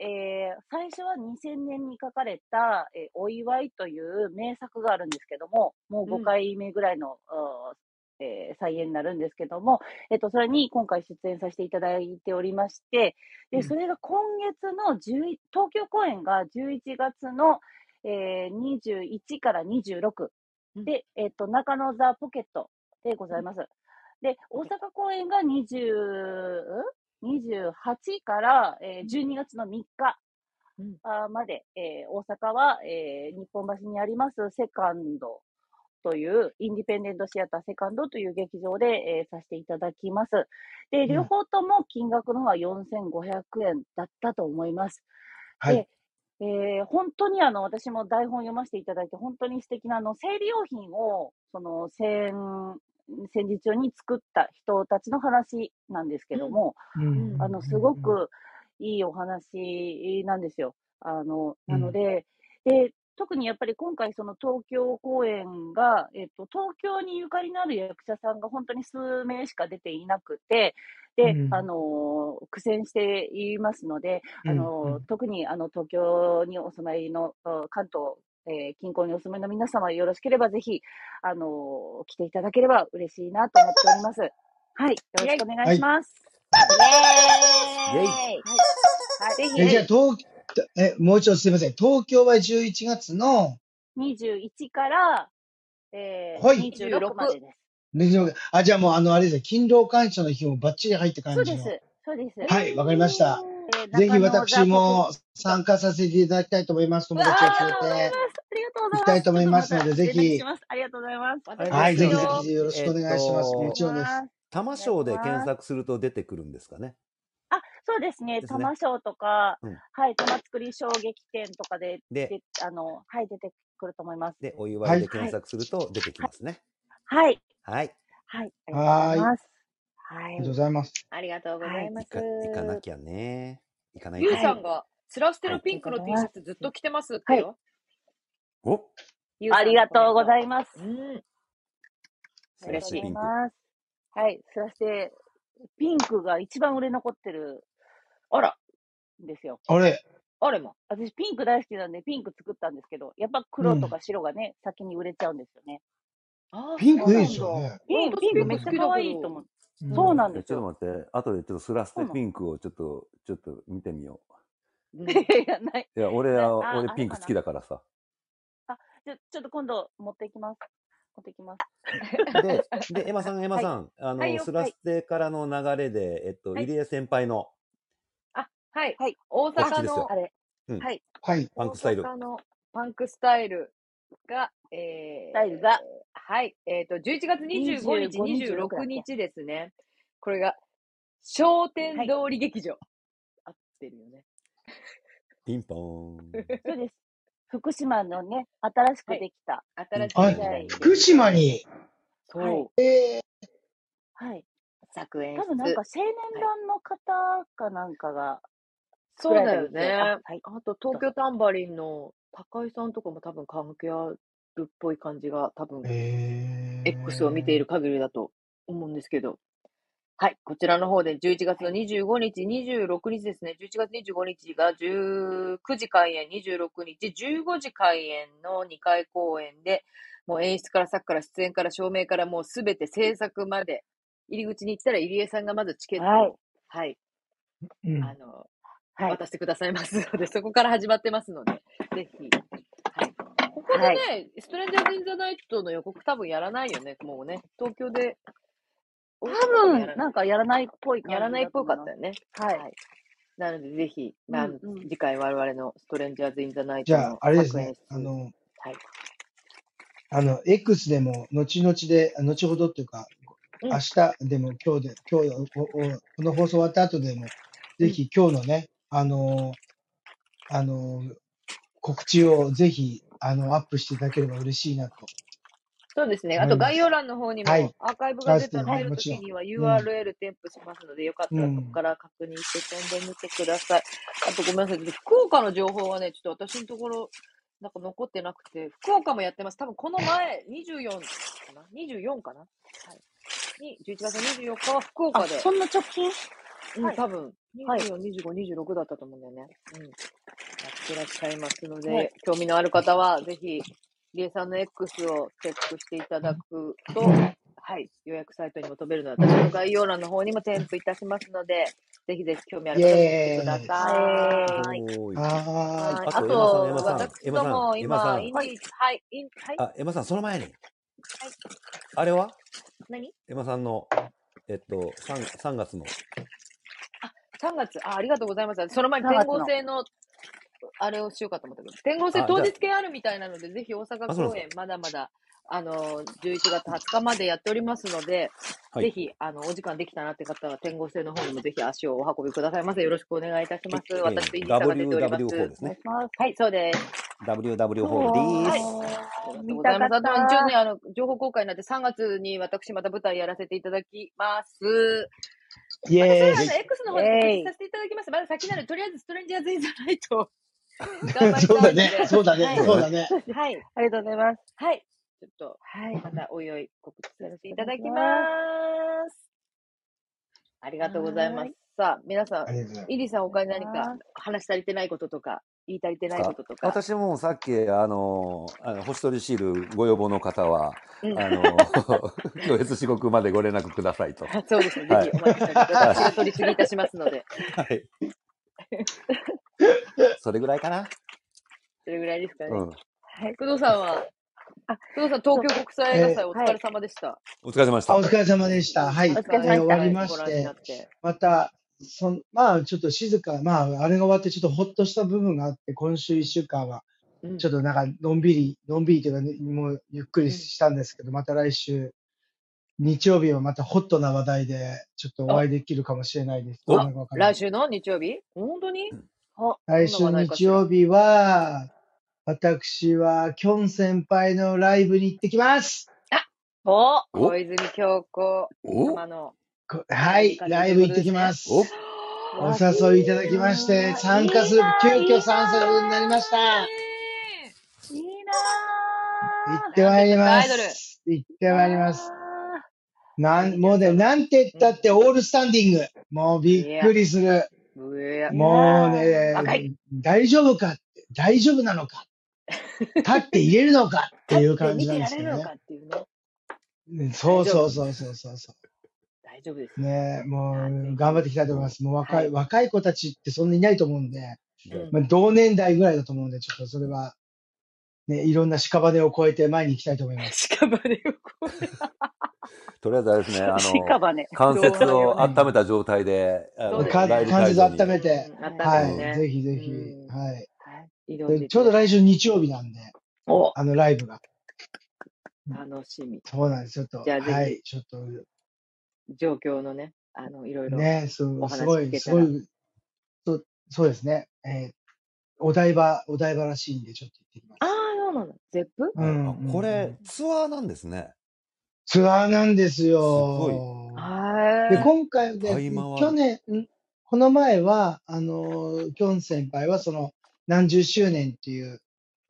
Speaker 5: えー最初は2000年に書かれた、えーお祝いという名作があるんですけども、もう
Speaker 1: うん
Speaker 5: 5回目ぐらいの、あーえー再演になるんですけども、えっ、と、それに今回出演させていただいておりまして、
Speaker 1: う
Speaker 5: で、
Speaker 1: ん
Speaker 5: それが今月の11、東京公演が11月の、えー21から26
Speaker 1: うん
Speaker 5: で、えっ、と、中野ザ・ポケットでございます。で、大阪公演が20、28から、えー12月の3日
Speaker 1: うん
Speaker 5: あーまで、えー大阪は、えー日本橋にありますセカンドという、インディペンデントシアターセカンドという劇場で、えーさせていただきます。で、両方とも金額の方は4500円だったと思います。
Speaker 3: はい。
Speaker 5: で、えー本当にあの、私も台本読ませていただいて、本当に素敵なあの、生理用品を、その、戦、戦時中に作った人たちの話なんですけども、
Speaker 3: うん
Speaker 5: あの、すご。くいいお話なんですよ。あの、なので、で、特にやっぱり今回その東京公演が、えっと、東京にゆかりのある役者さんが本当に数名しか出ていなくて、で、
Speaker 3: うん
Speaker 5: あの、苦戦していますので、
Speaker 3: うん
Speaker 5: あ
Speaker 3: う
Speaker 5: の
Speaker 3: ん、
Speaker 5: 特にあの、東京にお住まいの、あ関東、えー近郊にお住まいの皆様よろしければぜひ、あの、来ていただければ嬉しいなと思っております。はい、よろしくお願いします。
Speaker 2: イェ
Speaker 6: イェー
Speaker 2: イ
Speaker 6: イ
Speaker 5: はい。はい。
Speaker 6: ぜひ、
Speaker 3: え、じゃあ、東、え、もう一度すいません。東京は11月の、
Speaker 5: 21から、えー
Speaker 3: はい
Speaker 5: 26までです。
Speaker 3: あ、じゃあもうあの、あれですね。勤労感謝の日もバッチリ入った
Speaker 5: そ
Speaker 3: 感
Speaker 5: う
Speaker 3: じ
Speaker 5: で
Speaker 3: の。
Speaker 5: す。そうです。
Speaker 3: はい、わかりました。
Speaker 5: えー
Speaker 3: ぜひ
Speaker 5: 中野
Speaker 3: 私も参加させていただきたいと思います。
Speaker 5: う
Speaker 3: 友
Speaker 5: わー
Speaker 3: 達を
Speaker 5: ありがとうござ
Speaker 3: 連
Speaker 5: い
Speaker 3: れて。
Speaker 5: ます。ありがとうござ
Speaker 3: 行
Speaker 5: い
Speaker 3: き
Speaker 5: ま
Speaker 3: たい
Speaker 5: す。
Speaker 3: と思いますので、ぜひ
Speaker 5: ちょっとまた連絡し。ます。ありがとうございます。
Speaker 1: 私
Speaker 2: あ
Speaker 3: は
Speaker 2: れ
Speaker 3: い、
Speaker 1: です
Speaker 3: ぜ
Speaker 2: です
Speaker 3: ひぜ
Speaker 2: よ
Speaker 3: ひ
Speaker 1: よ。
Speaker 3: よろしくお願いします。
Speaker 5: お願
Speaker 3: も
Speaker 5: い
Speaker 3: ち
Speaker 5: し
Speaker 3: ろんで。
Speaker 5: ますす。
Speaker 2: 玉
Speaker 5: お願い
Speaker 2: 賞
Speaker 5: し
Speaker 2: で検
Speaker 5: ます。
Speaker 2: 索すると出てくるんですかね。
Speaker 5: あ、そうですね。
Speaker 2: ですね
Speaker 5: 玉賞とか、
Speaker 2: うん
Speaker 5: はい、玉造り衝撃展とかで、
Speaker 2: で
Speaker 5: で、あの、はい、出てくると思います。
Speaker 2: で、お祝いで
Speaker 5: は
Speaker 2: 検
Speaker 5: い。
Speaker 2: 索すると出てきますね。
Speaker 5: はい。
Speaker 2: はい。
Speaker 5: はい。ありがとうござ
Speaker 3: はいーい。あ
Speaker 5: ます。は
Speaker 3: りがとうご
Speaker 5: い。
Speaker 3: ざいます。
Speaker 6: ありがとうございま
Speaker 2: 行
Speaker 6: す。
Speaker 2: か、行かなきゃね。行かない
Speaker 1: ゆ
Speaker 2: と
Speaker 1: う
Speaker 5: は
Speaker 1: さ
Speaker 5: い。
Speaker 1: ん
Speaker 2: ね。
Speaker 1: が、スラステ
Speaker 2: は
Speaker 1: の
Speaker 2: い。
Speaker 1: ピンクの T シャツずっと着てますって
Speaker 5: はい。
Speaker 1: よ。
Speaker 2: お
Speaker 1: ゆう
Speaker 5: あ
Speaker 1: さ
Speaker 5: り
Speaker 1: んの
Speaker 5: が
Speaker 1: コメ
Speaker 5: とう
Speaker 1: ン
Speaker 5: ご
Speaker 1: ト。
Speaker 5: ざいます。
Speaker 1: うん。
Speaker 5: あ
Speaker 2: すら
Speaker 5: りが
Speaker 1: 嬉
Speaker 5: とう
Speaker 1: し
Speaker 2: せ
Speaker 5: ござ
Speaker 2: ピ
Speaker 5: い
Speaker 1: い。
Speaker 2: ンク。
Speaker 5: ます。はい、そらして、ピンクが一番売れ残ってる
Speaker 1: あら、
Speaker 5: んですよ。
Speaker 3: あれ、
Speaker 1: あれも。
Speaker 5: 私、ピンク大好きなんで、ピンク作ったんですけど、やっぱ
Speaker 3: う
Speaker 5: 黒と
Speaker 3: ん。
Speaker 5: か白がね、先に売れちゃうんですよね。
Speaker 1: ああ、
Speaker 3: ピン
Speaker 1: そう
Speaker 3: クいい
Speaker 1: な
Speaker 3: で
Speaker 1: ん
Speaker 3: す
Speaker 1: だ。
Speaker 3: よね。
Speaker 5: ピン
Speaker 1: 私
Speaker 5: ピン
Speaker 1: ピ
Speaker 5: ク
Speaker 1: ン
Speaker 5: め
Speaker 1: ク好
Speaker 5: っちゃ
Speaker 1: きだ
Speaker 5: 可
Speaker 1: け
Speaker 5: 愛いと
Speaker 1: ど。
Speaker 5: 思う。
Speaker 3: う。
Speaker 5: そうんなん
Speaker 2: え
Speaker 5: です
Speaker 2: ちょっ
Speaker 5: よ。
Speaker 2: と待って。後でちょっとスラステ
Speaker 5: そうなの。
Speaker 2: ピンクをちょっと、ちょっと見てみよ
Speaker 1: う
Speaker 5: い
Speaker 1: ん。
Speaker 5: やいや、ない。
Speaker 2: う。いや、俺
Speaker 5: な
Speaker 2: は、
Speaker 5: あ、
Speaker 2: 俺
Speaker 5: あ
Speaker 2: ピ
Speaker 5: れ
Speaker 2: ン
Speaker 5: か
Speaker 2: ク好
Speaker 5: な。
Speaker 2: きだから さ。
Speaker 5: あ、じゃ、ちょっと今度持ってきます。持ってき ます。
Speaker 2: で、で、エマさん、エマ
Speaker 5: はい。
Speaker 2: さん、あ
Speaker 5: はい
Speaker 2: の、
Speaker 5: よ。
Speaker 2: スラ
Speaker 5: はい。
Speaker 2: ステからの流れで、えっと、
Speaker 1: はい。
Speaker 2: 入江先輩の
Speaker 1: あ、はい。
Speaker 5: はい。
Speaker 1: 大
Speaker 2: 告
Speaker 5: あ、
Speaker 2: 知
Speaker 1: 阪
Speaker 2: です
Speaker 1: の、
Speaker 2: よ。
Speaker 5: あれ。
Speaker 2: うん。
Speaker 5: はい。
Speaker 3: はい。
Speaker 2: パン
Speaker 1: 大
Speaker 2: クスタイル。
Speaker 1: 阪のパンクスタイルが、
Speaker 5: ス
Speaker 1: え
Speaker 5: タイルが
Speaker 1: ー、はい、えっ、と、11月25
Speaker 5: 25、
Speaker 1: 日、
Speaker 5: 26だ
Speaker 1: 26
Speaker 5: っけ
Speaker 1: 日ですね。これが、商
Speaker 5: は
Speaker 1: 店
Speaker 5: い。
Speaker 1: 通り劇場。合ってるよね。
Speaker 2: ピンポー ン。
Speaker 5: そうです。福島のね、新し
Speaker 1: は
Speaker 5: く
Speaker 1: い、
Speaker 5: できた
Speaker 2: ピ
Speaker 1: 新
Speaker 2: ン
Speaker 1: し
Speaker 2: ポ
Speaker 1: く
Speaker 3: あ
Speaker 1: できた
Speaker 3: れ、
Speaker 5: 舞台
Speaker 3: 福
Speaker 5: で、
Speaker 3: 島に。
Speaker 5: はい。
Speaker 1: そ
Speaker 3: えー、
Speaker 5: はい。
Speaker 6: 作演
Speaker 5: 多分なんか
Speaker 6: 室。
Speaker 5: 青年
Speaker 6: はい。
Speaker 5: 団の方かなんかが
Speaker 1: う。
Speaker 5: 作
Speaker 1: そう
Speaker 5: られ
Speaker 1: だ
Speaker 5: た
Speaker 1: よ
Speaker 5: 劇場。あ、
Speaker 1: ね。
Speaker 5: はい。
Speaker 1: あと、東
Speaker 5: どう
Speaker 1: 京
Speaker 5: ぞ。
Speaker 1: タンバリンの高井さんとかも多分関係あるっぽい感じが、多分、X を見てい
Speaker 3: え
Speaker 1: る限りだと思うんですけど。はい、こちらの方で11月
Speaker 5: は
Speaker 1: の
Speaker 5: い。
Speaker 1: 25日、26日ですね、11月25日が19時開演、26日、15時開演の2回公演で、もう演出から作から出演から照明からもうすべて制作まで、入り口に行ったら入江さんがまずチケット
Speaker 5: はい。
Speaker 1: を、はい、
Speaker 3: ー、う
Speaker 1: あ
Speaker 3: ん。
Speaker 1: の、
Speaker 5: はい
Speaker 1: 渡してくださいますので、 そこから始まってますので、ぜひ。はい。ここでね、
Speaker 5: は
Speaker 1: ストレンジャーズ・イン・ザ・ナイトの予告多分やらないよね、もうね。東京で。多
Speaker 5: 多分、なんかやらないっぽい感じ
Speaker 1: やらないっぽかった
Speaker 5: よ。
Speaker 1: よね。
Speaker 5: はい。
Speaker 1: なので、ぜひ、まあ
Speaker 5: うんうん
Speaker 1: 次回我々のストレンジャーズ・イン・ザ・ナイ
Speaker 3: じ
Speaker 1: ト
Speaker 3: ゃあ
Speaker 1: の、
Speaker 3: あれです
Speaker 1: 各
Speaker 3: ね
Speaker 1: 演出。
Speaker 3: あの、
Speaker 1: はい。
Speaker 3: あの、X でも、後々で、あ後ほどっていうか、
Speaker 1: うん
Speaker 3: 明日でも、今日で、今日おお、この放送終わった後でも、ぜひ今日のね、あの、あの、告知をぜひ、あの、アップしていただければ嬉しいなと。
Speaker 1: そうですね。
Speaker 3: 思
Speaker 1: あ
Speaker 3: いま
Speaker 1: と
Speaker 3: す
Speaker 1: 概要欄の方にも
Speaker 3: はい
Speaker 1: アーカイブが出た
Speaker 3: あそう
Speaker 1: ら
Speaker 3: で
Speaker 1: 出
Speaker 3: すね
Speaker 1: る
Speaker 3: も
Speaker 1: と
Speaker 3: ちろ
Speaker 1: き
Speaker 3: ん
Speaker 1: には
Speaker 3: ん
Speaker 1: URL 添付しますので、よかったらそこから確認して飛んでみてください。あとごめんなさい。ちょっと福岡の情報はね、ちょっと私のところ、なんか残ってなくて、福岡もやってます。多分この前、24かな ?24 かなはい。に、11月24日は福
Speaker 5: あ、
Speaker 1: 岡で、
Speaker 5: そんな直近
Speaker 1: うん、
Speaker 5: はい
Speaker 1: 多分、
Speaker 5: はい
Speaker 1: 24、25、26だったと思うんだよね。うん。やってらっしゃいますので、
Speaker 5: はい
Speaker 1: 興味のある方は、ぜひ、リエさんの X をチェックしていただくと、はい、予約サイトにも飛べるので、私の概要欄の方にも添付いたしますので、ぜひぜひ興味ある方は見てくだ
Speaker 5: イエ
Speaker 1: さ
Speaker 5: ー
Speaker 1: い
Speaker 5: イ。
Speaker 2: おーい
Speaker 3: は
Speaker 1: は
Speaker 3: ー
Speaker 1: い
Speaker 3: い。
Speaker 2: あ
Speaker 1: あ
Speaker 2: と
Speaker 1: と、
Speaker 2: エマさん
Speaker 1: 私
Speaker 2: エマ
Speaker 1: ど
Speaker 2: さん
Speaker 1: も、
Speaker 2: エマさ
Speaker 1: 今、
Speaker 2: ん
Speaker 1: インディ、
Speaker 5: は
Speaker 1: はいい、はい、インはい、
Speaker 2: あエマさんその前に
Speaker 1: はい、
Speaker 2: あれは
Speaker 1: 何
Speaker 2: エマさんのえっと 3, 3月の
Speaker 1: ?3 月、あ、ありがとうございます。その前に
Speaker 5: 3
Speaker 1: 天
Speaker 5: 月の
Speaker 1: 合制のあれをしようかと思ったけど、天合制
Speaker 2: あ
Speaker 1: 当
Speaker 2: じゃあ
Speaker 1: 日券あるみたいなので、ぜひ大阪
Speaker 2: あそうなん
Speaker 1: 公
Speaker 2: です
Speaker 1: 演、まだまだ、あの、11月20日までやっておりますので、
Speaker 2: かは
Speaker 1: ぜ
Speaker 2: い
Speaker 1: ひ、あの、お時間できたなって方は、天合制の方にもぜひ足をお運びくださいませ。よろしくお願いいたします。
Speaker 2: え
Speaker 1: 私とイ
Speaker 2: ー
Speaker 1: ンディさんが出ております。
Speaker 2: WW4 です
Speaker 5: お願い
Speaker 2: ね
Speaker 5: します。
Speaker 1: はい、そうです。
Speaker 2: WW ホールでー
Speaker 1: はいあ
Speaker 2: す
Speaker 1: り
Speaker 5: お
Speaker 1: が
Speaker 5: ー、
Speaker 1: とう
Speaker 5: 見
Speaker 1: ござ
Speaker 5: た
Speaker 1: い
Speaker 5: か
Speaker 1: ま
Speaker 5: っ
Speaker 1: す。あと、一応ね、
Speaker 5: た。
Speaker 1: あの、情報公開になって、3月に私また舞台やらせていただきます。
Speaker 3: イ
Speaker 1: またそれ
Speaker 3: エ
Speaker 1: は、あの、
Speaker 3: ー
Speaker 1: X の方で告
Speaker 5: イエー
Speaker 1: 知
Speaker 5: イ
Speaker 1: させていただきます。まだ先なので、とりあえず、ストレンジャーズインじゃないと、 頑張
Speaker 3: イ。
Speaker 1: り
Speaker 3: そう
Speaker 1: た
Speaker 3: だ
Speaker 1: いの
Speaker 3: ね。
Speaker 1: で、
Speaker 3: そうだね。
Speaker 1: はい、
Speaker 3: そうだね。
Speaker 1: はい。
Speaker 5: ありがとうございます。
Speaker 1: はい。ちょっと、
Speaker 5: はい。
Speaker 1: またおいおい告知させていただき
Speaker 5: よろしくお
Speaker 1: ま
Speaker 5: 願いし
Speaker 1: ーす。ありがとうございま
Speaker 5: はー
Speaker 1: す
Speaker 5: い。
Speaker 1: さあ、皆さ
Speaker 3: ありがとうござい
Speaker 1: ん、イリさん、他に何か
Speaker 5: は
Speaker 1: 話し足りてないこととか、言い足りてないこ
Speaker 2: か
Speaker 1: ととか。
Speaker 2: 私もさっきあのあの星取りシールご要望の方は
Speaker 1: うん。
Speaker 2: あの 今日越四国までご連絡くださいと
Speaker 1: そうですね。ぜ
Speaker 2: は
Speaker 1: ひ
Speaker 2: い
Speaker 1: お待ちしております。私
Speaker 2: はい
Speaker 1: が取り次ぎいたします ので、
Speaker 2: はいそれぐらいかな
Speaker 1: それぐらいですか
Speaker 2: う
Speaker 1: ね。
Speaker 2: ん
Speaker 5: い。
Speaker 1: 工藤さんは、
Speaker 5: あ、
Speaker 1: 工藤さん、
Speaker 5: そ
Speaker 1: 東京
Speaker 5: う
Speaker 1: 国際映画
Speaker 3: え
Speaker 1: 祭
Speaker 3: ー
Speaker 1: お疲
Speaker 5: は
Speaker 1: れ
Speaker 5: い。
Speaker 1: 様でした。
Speaker 2: お疲れ様でし
Speaker 3: あ、お
Speaker 2: た
Speaker 3: 疲れ様でした。は
Speaker 1: お
Speaker 3: い。
Speaker 5: お
Speaker 1: 疲
Speaker 5: 疲れ
Speaker 1: れ
Speaker 3: え
Speaker 5: 様
Speaker 3: ー
Speaker 1: 様
Speaker 3: 終わり
Speaker 5: でした。
Speaker 1: で
Speaker 3: ま
Speaker 1: ご
Speaker 3: し
Speaker 1: 覧にな
Speaker 3: て、
Speaker 1: って。
Speaker 3: また、そんまあ、ちょっと静か、まあ、あれが終わってちょっとほっとした部分があって、今週一週間は、
Speaker 1: う
Speaker 3: ちょ
Speaker 1: ん。
Speaker 3: っとなんか、のんびり、のんびりというか、ね、もうゆっくり
Speaker 1: うん。
Speaker 3: したんですけど、また来週、日曜日はまたホットな話題で、ちょっとお
Speaker 1: あ、
Speaker 3: 会いできるかもしれないです。どう
Speaker 2: お
Speaker 3: な
Speaker 1: あ、
Speaker 3: るかわかんな
Speaker 1: 来
Speaker 3: いです。
Speaker 1: 週の日曜日本当に
Speaker 5: お、
Speaker 3: 来
Speaker 1: どんな話
Speaker 3: 週の
Speaker 1: 題か
Speaker 3: 日
Speaker 1: しら。
Speaker 3: 曜日は、私は、キョン先輩のライブに行ってきます
Speaker 5: お、
Speaker 2: お
Speaker 1: 小泉京子
Speaker 2: お
Speaker 1: 様の
Speaker 3: こ
Speaker 1: ライ
Speaker 3: は
Speaker 1: ブに行
Speaker 3: い、
Speaker 1: かれるという
Speaker 3: ライブ
Speaker 1: こと
Speaker 3: 行って
Speaker 1: で
Speaker 3: き
Speaker 1: す
Speaker 3: ま
Speaker 1: ね。
Speaker 2: お
Speaker 3: す。
Speaker 5: う
Speaker 3: お
Speaker 5: わ、
Speaker 3: 誘いいた
Speaker 5: いい
Speaker 3: だきまして、
Speaker 5: なぁ。
Speaker 3: 参加
Speaker 5: いい
Speaker 3: する、
Speaker 5: なぁ、
Speaker 3: 急
Speaker 5: いい
Speaker 3: 遽
Speaker 5: な
Speaker 3: 参加することになりました。
Speaker 1: え
Speaker 5: ぁ。いいな
Speaker 3: 行っ
Speaker 5: ぁ。
Speaker 3: て
Speaker 1: なん
Speaker 3: ま
Speaker 1: て言
Speaker 3: い
Speaker 1: っ
Speaker 3: り
Speaker 1: たって
Speaker 3: ま
Speaker 1: アイドル。
Speaker 3: す。行ってまいります。
Speaker 5: あ
Speaker 3: ないん、
Speaker 1: いね、
Speaker 3: もうね、
Speaker 1: その、
Speaker 3: なんて言っ
Speaker 1: う
Speaker 3: た
Speaker 1: ん。
Speaker 3: ってオールスタンディング。もうびっ
Speaker 1: いや、
Speaker 3: くりする。
Speaker 1: うえ、
Speaker 5: ーいや
Speaker 3: もう
Speaker 1: 若い。
Speaker 3: ね、大丈夫かって、大丈夫なのか、 立って入れるのかっ
Speaker 1: 立
Speaker 3: て
Speaker 1: っ
Speaker 3: いう
Speaker 1: て
Speaker 3: 感
Speaker 1: 見
Speaker 3: じな
Speaker 1: て
Speaker 3: んで
Speaker 1: ら
Speaker 3: す
Speaker 1: れ
Speaker 3: け
Speaker 1: るの
Speaker 3: どね。
Speaker 1: かっていうね。
Speaker 3: うんそ
Speaker 1: 大
Speaker 3: う
Speaker 1: 丈夫。
Speaker 3: そうそうそうそうそう。
Speaker 1: 大丈夫ですよ。
Speaker 3: ねえ、も
Speaker 1: あ、
Speaker 3: う
Speaker 1: ぜ
Speaker 3: 頑張っ
Speaker 1: ひ。
Speaker 3: ていきたいと思いま
Speaker 2: お
Speaker 3: す。もう
Speaker 1: は
Speaker 3: 若い、
Speaker 1: い。
Speaker 3: 若い子たちってそんなにいないと思うんで、
Speaker 2: じ
Speaker 1: う
Speaker 2: ゃあ
Speaker 1: ん。
Speaker 3: まあ、同年代ぐらいだと思うんで、ちょっとそれは、ね、いろんな屍を越えて前に行きたいと思います。
Speaker 1: 屍を こえ
Speaker 2: とりあえずあれですねあ
Speaker 5: ー
Speaker 2: の
Speaker 5: 屍。
Speaker 2: 関
Speaker 1: どう
Speaker 2: 節
Speaker 1: なるよ
Speaker 2: を
Speaker 3: う
Speaker 1: ね。
Speaker 2: 温め
Speaker 3: ん。
Speaker 2: た状態であ
Speaker 1: そう
Speaker 2: の
Speaker 1: です
Speaker 3: か、
Speaker 2: ライブ
Speaker 1: ね。
Speaker 3: 関
Speaker 2: 会
Speaker 3: 節
Speaker 2: 場
Speaker 3: 温
Speaker 2: に
Speaker 3: めて、
Speaker 1: うん。温
Speaker 5: は
Speaker 1: め
Speaker 3: は
Speaker 1: て
Speaker 5: い。
Speaker 3: い、
Speaker 1: ね。
Speaker 3: ぜひぜ
Speaker 1: う
Speaker 3: ひ、
Speaker 1: ん。
Speaker 3: はい。
Speaker 5: はい
Speaker 1: 挑ん
Speaker 3: で、
Speaker 1: でい
Speaker 3: ちょ
Speaker 1: た
Speaker 3: うど
Speaker 1: だき
Speaker 3: 来
Speaker 1: たい。
Speaker 3: 週日曜日なんで、
Speaker 1: お
Speaker 3: あの、ライブが。うん
Speaker 1: 楽しみ。
Speaker 3: そうなんです。ちょっと、
Speaker 1: じゃあぜ
Speaker 3: は
Speaker 1: ひ、
Speaker 3: い、ちょっと、
Speaker 1: 状況のね、あの、いろいろ
Speaker 3: ね、そう、
Speaker 1: お
Speaker 3: す
Speaker 1: 話
Speaker 3: ご
Speaker 1: 聞
Speaker 3: い、
Speaker 1: け
Speaker 3: す
Speaker 1: た
Speaker 3: ご
Speaker 1: ら。
Speaker 3: い、そうそうですね。えーお台場、お台場らしいんで、ちょっと行ってきま
Speaker 1: ああ、
Speaker 3: す。
Speaker 1: そうなの。ゼップ
Speaker 3: う
Speaker 2: はい
Speaker 3: ん、
Speaker 2: あ
Speaker 3: うん、
Speaker 2: こ
Speaker 3: う
Speaker 2: れ
Speaker 3: ん。
Speaker 2: ツアーなんですね
Speaker 3: ツアーなんです
Speaker 2: すごい
Speaker 3: よ。で、
Speaker 1: は
Speaker 3: 今回で、
Speaker 2: 買い回
Speaker 3: 去
Speaker 2: る
Speaker 3: 年、んこの前は、あの、きょん先輩は、その、何十周年っていう、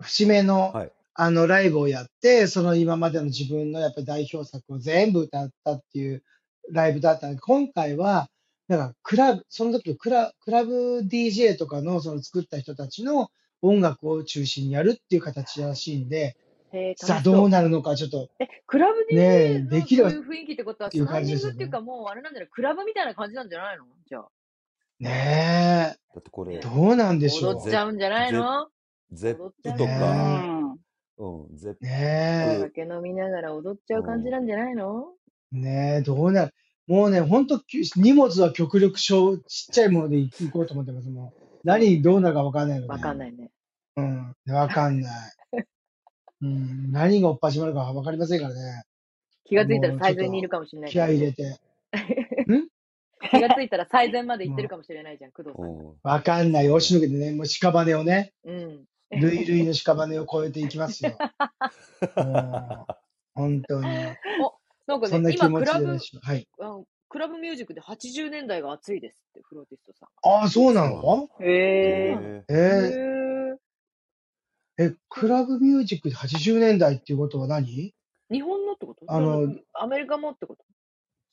Speaker 3: 節目の、
Speaker 2: はい
Speaker 3: あの、ライブをやって、その今までの自分のやっぱ代表作を全部歌ったっていうライブだったんで、今回は、なんか、クラブ、その時のクラクラブ DJ とかの、その作った人たちの音楽を中心にやるっていう形らしいんで、
Speaker 1: い。へえ、
Speaker 3: さ
Speaker 1: 楽
Speaker 3: あ、
Speaker 1: し
Speaker 3: ど
Speaker 1: そうう。
Speaker 3: なるのか、ちょっと、
Speaker 1: え、クラブ
Speaker 3: ねえ、
Speaker 1: DJ
Speaker 3: で
Speaker 1: の
Speaker 3: き
Speaker 1: そう
Speaker 3: ればっ
Speaker 1: いう雰囲気ってことは、
Speaker 3: て
Speaker 1: ス
Speaker 3: いう
Speaker 1: タ
Speaker 3: 感
Speaker 1: ン
Speaker 3: じ
Speaker 1: デ
Speaker 3: で
Speaker 1: ィン
Speaker 3: す
Speaker 1: グって
Speaker 3: よ
Speaker 1: いう
Speaker 3: ね。
Speaker 1: か、もうあれなんだよ、クラブみたいな感じなんじゃないのじゃあ。
Speaker 3: ねえ。
Speaker 2: だってこれ、
Speaker 3: どうなんでしょ
Speaker 1: 踊っ
Speaker 3: う
Speaker 1: ち。ゃうんじゃないの
Speaker 2: ゼップと
Speaker 1: 踊っち
Speaker 3: ゃ
Speaker 2: か、
Speaker 4: うん。
Speaker 2: うん、ゼップ。
Speaker 3: ね
Speaker 1: 酒飲みながら踊っちゃう感じなんじゃないの
Speaker 3: え、ねえ、どうなる。もうね、ほんと、き荷物は極力小、ちっちゃいもので行こうと思ってます。もう何、どうなるかわかんないので
Speaker 1: わ。かんないね。
Speaker 3: うん、わかんない。うん、何がおっぱしまるかわかりませんからね。
Speaker 1: 気がついたら最前にいるかもしれない
Speaker 3: 気
Speaker 1: か
Speaker 3: 合
Speaker 1: ら
Speaker 3: い
Speaker 1: ね。
Speaker 3: 入れて。
Speaker 1: 気がついたら最前まで行ってるかもしれないじゃん、工藤
Speaker 2: う
Speaker 1: さんが。
Speaker 2: ん、
Speaker 3: わかんない。押しのけてね、もう屍をね、
Speaker 1: うん。
Speaker 3: 類類の屍を越えていきます よ。もう、本当に。
Speaker 1: なんか
Speaker 3: そん
Speaker 1: ね、
Speaker 3: な気
Speaker 1: 今、
Speaker 3: 持
Speaker 1: ク
Speaker 3: ち
Speaker 1: ラ
Speaker 3: で
Speaker 1: ブ、
Speaker 3: ね、しはい。
Speaker 1: あのクラブミュージックで80年代が熱いですって、フローティストさん
Speaker 3: ああ、そう
Speaker 2: そうな
Speaker 3: なの
Speaker 2: の
Speaker 1: が。へ
Speaker 2: へ
Speaker 1: ー
Speaker 2: え
Speaker 3: え
Speaker 1: へ
Speaker 3: ー
Speaker 1: ー
Speaker 3: え、クラブミュージックで80年代っていうことは何
Speaker 1: 日本のってこと
Speaker 3: あの
Speaker 1: なんかアメリカもってこと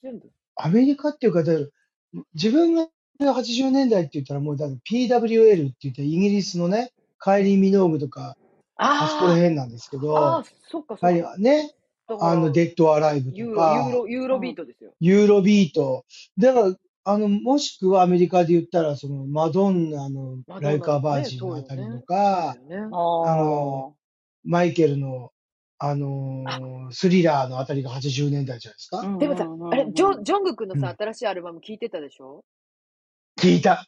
Speaker 1: 全部。
Speaker 3: アメリカっていうか、だから自分が80年代って言ったらもうだって PWL って言ってイギリスのね、カイリー・ミノーグとか、あそこら
Speaker 1: あ
Speaker 3: 辺なんですけ
Speaker 1: あ、あ
Speaker 3: ど、
Speaker 1: あ、そっかそ
Speaker 3: は
Speaker 1: っ
Speaker 3: い
Speaker 1: か。
Speaker 3: ね、
Speaker 1: だか
Speaker 3: あ
Speaker 1: ら、
Speaker 3: の、デッド・アライブ
Speaker 1: ユ
Speaker 3: と
Speaker 1: ーロ、ユー
Speaker 3: か、
Speaker 1: ロ、ユーロビートですよ。
Speaker 3: ユーロビート。だから、あの、もしくはアメリカで言ったら、その、マドンナの
Speaker 1: マド
Speaker 3: ラ
Speaker 1: ンナと
Speaker 3: イカー
Speaker 1: か
Speaker 3: バー
Speaker 1: ね、
Speaker 3: ジン
Speaker 1: そ
Speaker 3: の
Speaker 1: う
Speaker 3: あ
Speaker 1: よ
Speaker 3: たりと
Speaker 1: ね。
Speaker 3: か、
Speaker 1: そうだよね。
Speaker 3: あの、
Speaker 4: あ
Speaker 3: マイケルの、あ
Speaker 1: あ、
Speaker 3: のースリラーのあたりが80年代じゃないです
Speaker 4: あ。う
Speaker 3: か。
Speaker 4: ん
Speaker 1: でもさ、
Speaker 4: うんう
Speaker 1: あれ、ジ
Speaker 4: ん
Speaker 1: ョ
Speaker 4: う
Speaker 1: ン、
Speaker 4: ん。
Speaker 1: ジョングクの
Speaker 3: う
Speaker 1: さ、
Speaker 3: ん。
Speaker 1: 新しいアルバム聞いてたでしょ
Speaker 3: 聞いた、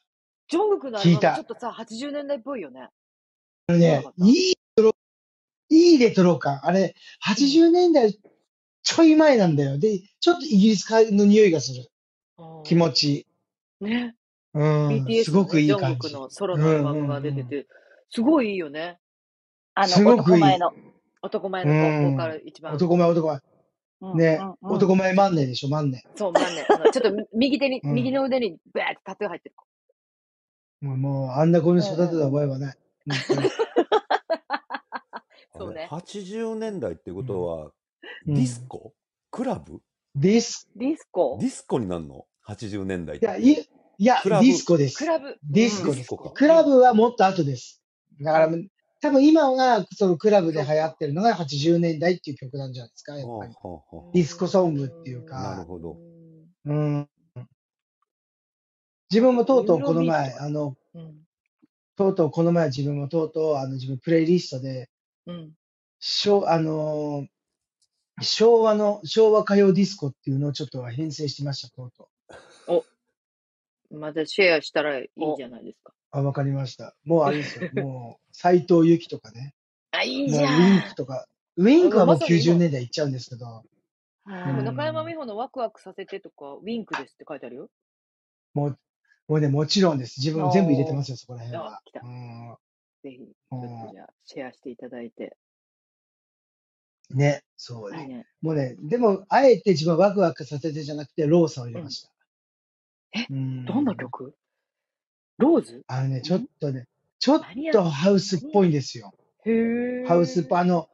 Speaker 1: ジョングクのアル
Speaker 3: 聞い
Speaker 1: バムちょ
Speaker 3: た。
Speaker 1: っとさ、80年代っぽいよね。
Speaker 3: あの
Speaker 1: そうなか
Speaker 3: ね、
Speaker 1: った
Speaker 3: いい、いいレトロ感。あれ、
Speaker 1: うん。
Speaker 3: 80年代ちょい前なんだよ。で、ちょっとイギリスの匂いがする。気
Speaker 1: あ
Speaker 3: 持ち。
Speaker 1: あ。ね。
Speaker 3: うん、す
Speaker 1: BTS の
Speaker 3: ごく
Speaker 1: ね、
Speaker 3: い
Speaker 1: ジ
Speaker 3: い
Speaker 1: ョング
Speaker 3: 感
Speaker 1: ク
Speaker 3: じ。
Speaker 1: のソロ
Speaker 3: う
Speaker 1: のアル
Speaker 3: ん、
Speaker 1: バ
Speaker 3: う
Speaker 1: ムが
Speaker 3: ん、
Speaker 1: 出て
Speaker 3: うん。
Speaker 1: て、すごいいいよね。
Speaker 4: あの、
Speaker 3: すご
Speaker 4: 男
Speaker 3: く
Speaker 4: 前
Speaker 3: いい。
Speaker 4: の。
Speaker 1: 男前
Speaker 3: う
Speaker 1: のボボーカ
Speaker 3: ん。
Speaker 1: ル一番。
Speaker 3: 男前、男前。
Speaker 4: うんう
Speaker 3: ね。
Speaker 4: んうん。
Speaker 3: 男前万年でしょ、万年。
Speaker 1: そう、万年。あの、ちょっとみ右手に、
Speaker 3: う
Speaker 1: 右
Speaker 3: ん。
Speaker 1: の腕に、ブーってタトゥー入ってる子。
Speaker 3: もう、もうあんな子に
Speaker 4: う
Speaker 3: 育
Speaker 4: ん
Speaker 3: てた
Speaker 4: うん
Speaker 3: 覚えはない。本当に。
Speaker 2: あ
Speaker 1: そう
Speaker 2: れ、
Speaker 1: ね。
Speaker 2: 80年代ってこ
Speaker 3: う
Speaker 2: と
Speaker 3: ん。
Speaker 2: は、
Speaker 3: う
Speaker 2: ディス
Speaker 3: ん。
Speaker 2: コクラブ
Speaker 3: ディス、
Speaker 4: ディス
Speaker 2: デ
Speaker 4: コ
Speaker 2: ィスコになるの ?80 年代っ
Speaker 3: いや、
Speaker 2: て。
Speaker 3: い、いや、
Speaker 2: ク
Speaker 3: デ
Speaker 2: ラ
Speaker 3: ィス
Speaker 2: ブ、
Speaker 3: コで
Speaker 1: ク
Speaker 3: す。
Speaker 1: ラブ。
Speaker 3: ディ
Speaker 1: う
Speaker 2: デ
Speaker 3: ス
Speaker 2: ィ
Speaker 3: コ
Speaker 1: ん。
Speaker 3: で
Speaker 2: ス
Speaker 3: す。
Speaker 2: コか。
Speaker 3: ク
Speaker 1: う
Speaker 3: ラ
Speaker 1: ん。
Speaker 3: ブはもっと後です。だ
Speaker 1: う
Speaker 3: から、
Speaker 1: ん。
Speaker 3: 多分今が、そのクラブで
Speaker 1: そ
Speaker 3: 流
Speaker 1: う
Speaker 3: 行っ
Speaker 1: か。
Speaker 3: てるのが80年代っていう曲なんじゃないですか、やっ
Speaker 2: ほ
Speaker 3: ぱ
Speaker 2: う
Speaker 3: り。
Speaker 2: ほう
Speaker 1: う
Speaker 2: ほう
Speaker 3: ディ
Speaker 2: ほ
Speaker 3: スコソングっていう
Speaker 2: う。なる
Speaker 3: か、
Speaker 2: ほど。
Speaker 1: ーん。
Speaker 3: うん。自分もとう
Speaker 1: ユ
Speaker 3: と
Speaker 1: ー
Speaker 3: う
Speaker 1: ロ
Speaker 3: この
Speaker 1: ビート
Speaker 3: 前、
Speaker 1: は
Speaker 3: あ
Speaker 1: ね。
Speaker 3: の、
Speaker 1: うん。
Speaker 3: とうとうこの前自分もとうとう、あの、自分プレイリストで、
Speaker 1: うん。
Speaker 3: 昭、あのー昭和の、昭和歌謡ディスコっていうのをちょっと編成してました、とうとう。
Speaker 1: お、またシェアしたらいい
Speaker 4: お。
Speaker 1: じゃないですか。
Speaker 3: あ、わかりました。もうあれで すよ。もう、斎藤由貴とかね。
Speaker 1: あ、いいじ
Speaker 3: もう、ウィン
Speaker 1: ゃ
Speaker 3: ク
Speaker 1: ん。
Speaker 3: とか。ウィン
Speaker 1: あも
Speaker 3: ク
Speaker 1: う
Speaker 3: はも
Speaker 1: ま
Speaker 3: う
Speaker 1: さに
Speaker 3: 90
Speaker 1: 今、
Speaker 3: 年代行っちゃうんですけど。う
Speaker 1: でも中山
Speaker 3: ん。
Speaker 1: 美穂のワクワクさせてとか、ウィンクですって書いてあるよ。
Speaker 3: もう、もうね、もちろんです。自分も全部入れて
Speaker 4: お
Speaker 3: ま
Speaker 4: ー。
Speaker 3: すよ、そこら辺
Speaker 1: あ、
Speaker 3: は。
Speaker 1: 来た。
Speaker 3: うん。
Speaker 1: ぜひ、ちょっと
Speaker 3: う
Speaker 1: じゃあ、シェアしていただいて。
Speaker 3: ん。ね、そう
Speaker 1: いい
Speaker 3: ね。
Speaker 1: ね。
Speaker 3: もうね、でも、あえて自分はワクワクさせてじゃなくて、ローサを入
Speaker 1: う
Speaker 3: れま
Speaker 1: ん。
Speaker 3: した。
Speaker 1: え、
Speaker 3: う。
Speaker 1: どんなん曲ローズ
Speaker 3: あのね、ちょっ
Speaker 1: ん
Speaker 3: とね、ちょっ
Speaker 1: 何や、
Speaker 3: とハウスっ
Speaker 1: 何や
Speaker 3: ぽいん
Speaker 1: ろ
Speaker 3: ですよ。
Speaker 1: へ
Speaker 3: ハウスっ
Speaker 1: え。
Speaker 3: ぽい。あの、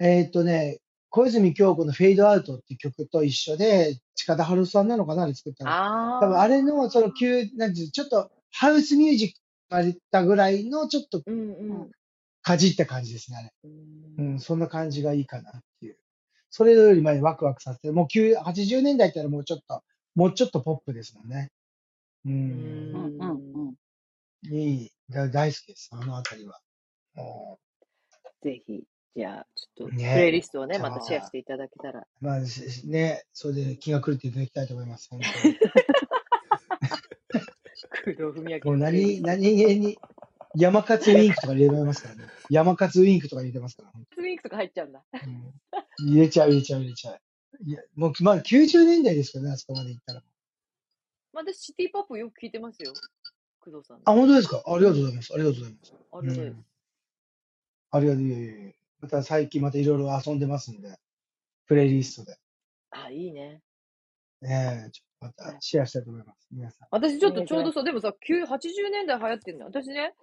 Speaker 3: えーっとね、小泉今日子のフェードアウトっていう曲と一緒で、近田春夫さんなのかな、あれ作ったの。多分あれの、その
Speaker 1: あ
Speaker 3: 急、なんていうの、ちょっとハウスミュージックが出たぐらいの、ちょっと
Speaker 1: ー。うん
Speaker 4: う。
Speaker 1: うんん。
Speaker 3: かじった感じですね、あれ。
Speaker 1: うー
Speaker 3: うんん、そんな感じがいいかなっていう。それより前にワクワクさせて、もう9、80年代って言ったらもうちょっと、もうちょっとポップですもんね。う、
Speaker 1: うー
Speaker 4: うんんうんうんん。
Speaker 3: いい、だ大好きです、あのあたりは。も
Speaker 1: ぜひ、じゃあ、ちょっ
Speaker 3: う
Speaker 1: と、プレイ
Speaker 3: ね、
Speaker 1: リストをね、
Speaker 3: じゃ
Speaker 1: またシェアし
Speaker 3: あ、
Speaker 1: ていただけたら。
Speaker 3: まあしね、それ
Speaker 1: う
Speaker 3: で
Speaker 1: ん。
Speaker 3: 気が狂っていただきたいと思います、本 当に。
Speaker 1: 工藤文明
Speaker 3: もう
Speaker 1: のプレイリ
Speaker 3: 何、
Speaker 1: スト。
Speaker 3: 何気に、山勝ウィンクとか入れられますからね。山勝ウィンクとか入れてますから、本
Speaker 1: スインクとか入っちゃうんだ。
Speaker 3: 当にうん入れちゃう、入れちゃう、入れちゃう。いや、もう、まあ90年代ですからね、あそこまで行ったら。
Speaker 1: まあ、私、シティポップよく聞いてますよ。工藤さん
Speaker 3: あ、
Speaker 1: の。
Speaker 3: 本当ですかあ
Speaker 1: う。
Speaker 3: りがとうんございます。ありがとうございます。
Speaker 1: あ
Speaker 3: う
Speaker 1: りがたいです。
Speaker 3: ん。ありがとう、いやいやいやまた最近またいろいろ遊んでますんで、プレイリストで。
Speaker 1: あ、いいね。
Speaker 3: ええちょっとま
Speaker 1: はい。
Speaker 3: たシェアしたいと思います。皆さ
Speaker 1: 私、ちょ
Speaker 4: お
Speaker 1: っと
Speaker 4: 願い
Speaker 1: ち
Speaker 4: し
Speaker 1: ょう
Speaker 4: ま
Speaker 1: ど
Speaker 4: す。
Speaker 1: さ、でもさ、9 80年代流行ってんの。私ね、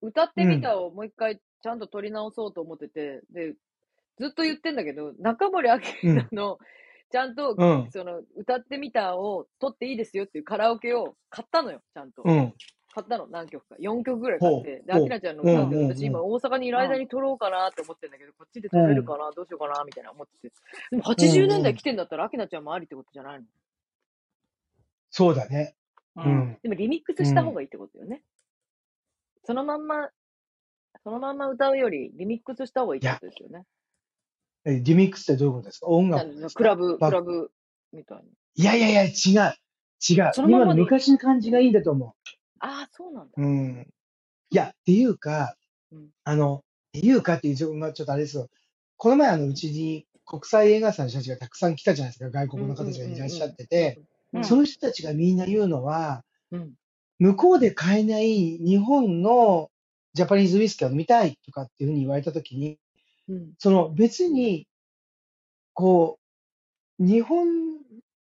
Speaker 1: 歌っ
Speaker 3: ん。
Speaker 1: て
Speaker 3: う
Speaker 1: み
Speaker 3: ん。
Speaker 1: たをもう一回ちゃんと取り直そうと思ってて、で、ずっと言ってんだけど、中森明
Speaker 3: うん。
Speaker 1: 菜の、 ちゃんと、
Speaker 3: うん。
Speaker 1: その、歌ってみたを取っていいですよっていうカラオケを買ったのよ、ちゃんと。
Speaker 3: うん。
Speaker 1: 買ったの、何曲か。4曲ぐらい買っ
Speaker 3: ほう、
Speaker 1: て。で、明
Speaker 3: ほう、
Speaker 1: 菜ちゃんの
Speaker 3: う
Speaker 1: 歌っ
Speaker 3: ん、
Speaker 1: て
Speaker 3: う
Speaker 1: る私今
Speaker 3: ん、
Speaker 1: 大阪にいる
Speaker 4: う
Speaker 1: 間
Speaker 4: ん。
Speaker 1: に撮ろうかなって思ってんだけど、こっちで
Speaker 3: う
Speaker 1: 撮れ
Speaker 3: ん。
Speaker 1: る
Speaker 3: う
Speaker 1: か
Speaker 3: ん、
Speaker 1: な、どうしようかな、みたいな思ってて。でも
Speaker 3: う
Speaker 1: 80年
Speaker 3: ん、う
Speaker 1: 代来
Speaker 3: ん。
Speaker 1: てんだったら明菜ちゃんもありってことじゃないの
Speaker 3: そうだね。
Speaker 4: う。
Speaker 3: うんん、
Speaker 1: でもリミックス
Speaker 3: う
Speaker 1: した方
Speaker 3: ん。
Speaker 1: がいいってことよね。そのまんま、そのまんま歌うより、リミックスした方がいいってことですよね。
Speaker 3: えリミックスってどういうことですか音楽
Speaker 1: なんかクラブ、
Speaker 3: まあ
Speaker 1: クラブみたいに。
Speaker 3: いやいやいや、違う。違う。
Speaker 1: そのま
Speaker 3: 今
Speaker 1: まで
Speaker 3: の昔の感じがいいんだと思
Speaker 1: ああ、そうなんだ。
Speaker 3: う。うん。いや、っていうか、
Speaker 1: うん
Speaker 3: あの、っていうかっていう自分がちょっとあれですけど、この前あの、うちに国際映画祭の人たちがたくさん来たじゃないですか。外国の方たちがいらっしゃってて、
Speaker 1: うん、うん
Speaker 3: その人たちがみんな言うのは、
Speaker 1: うん
Speaker 3: 向こうで買えない日本のジャパニーズウイスキーを見たいとかっていうふうに言われたときに、
Speaker 1: うん
Speaker 3: その別に、こう、日本っ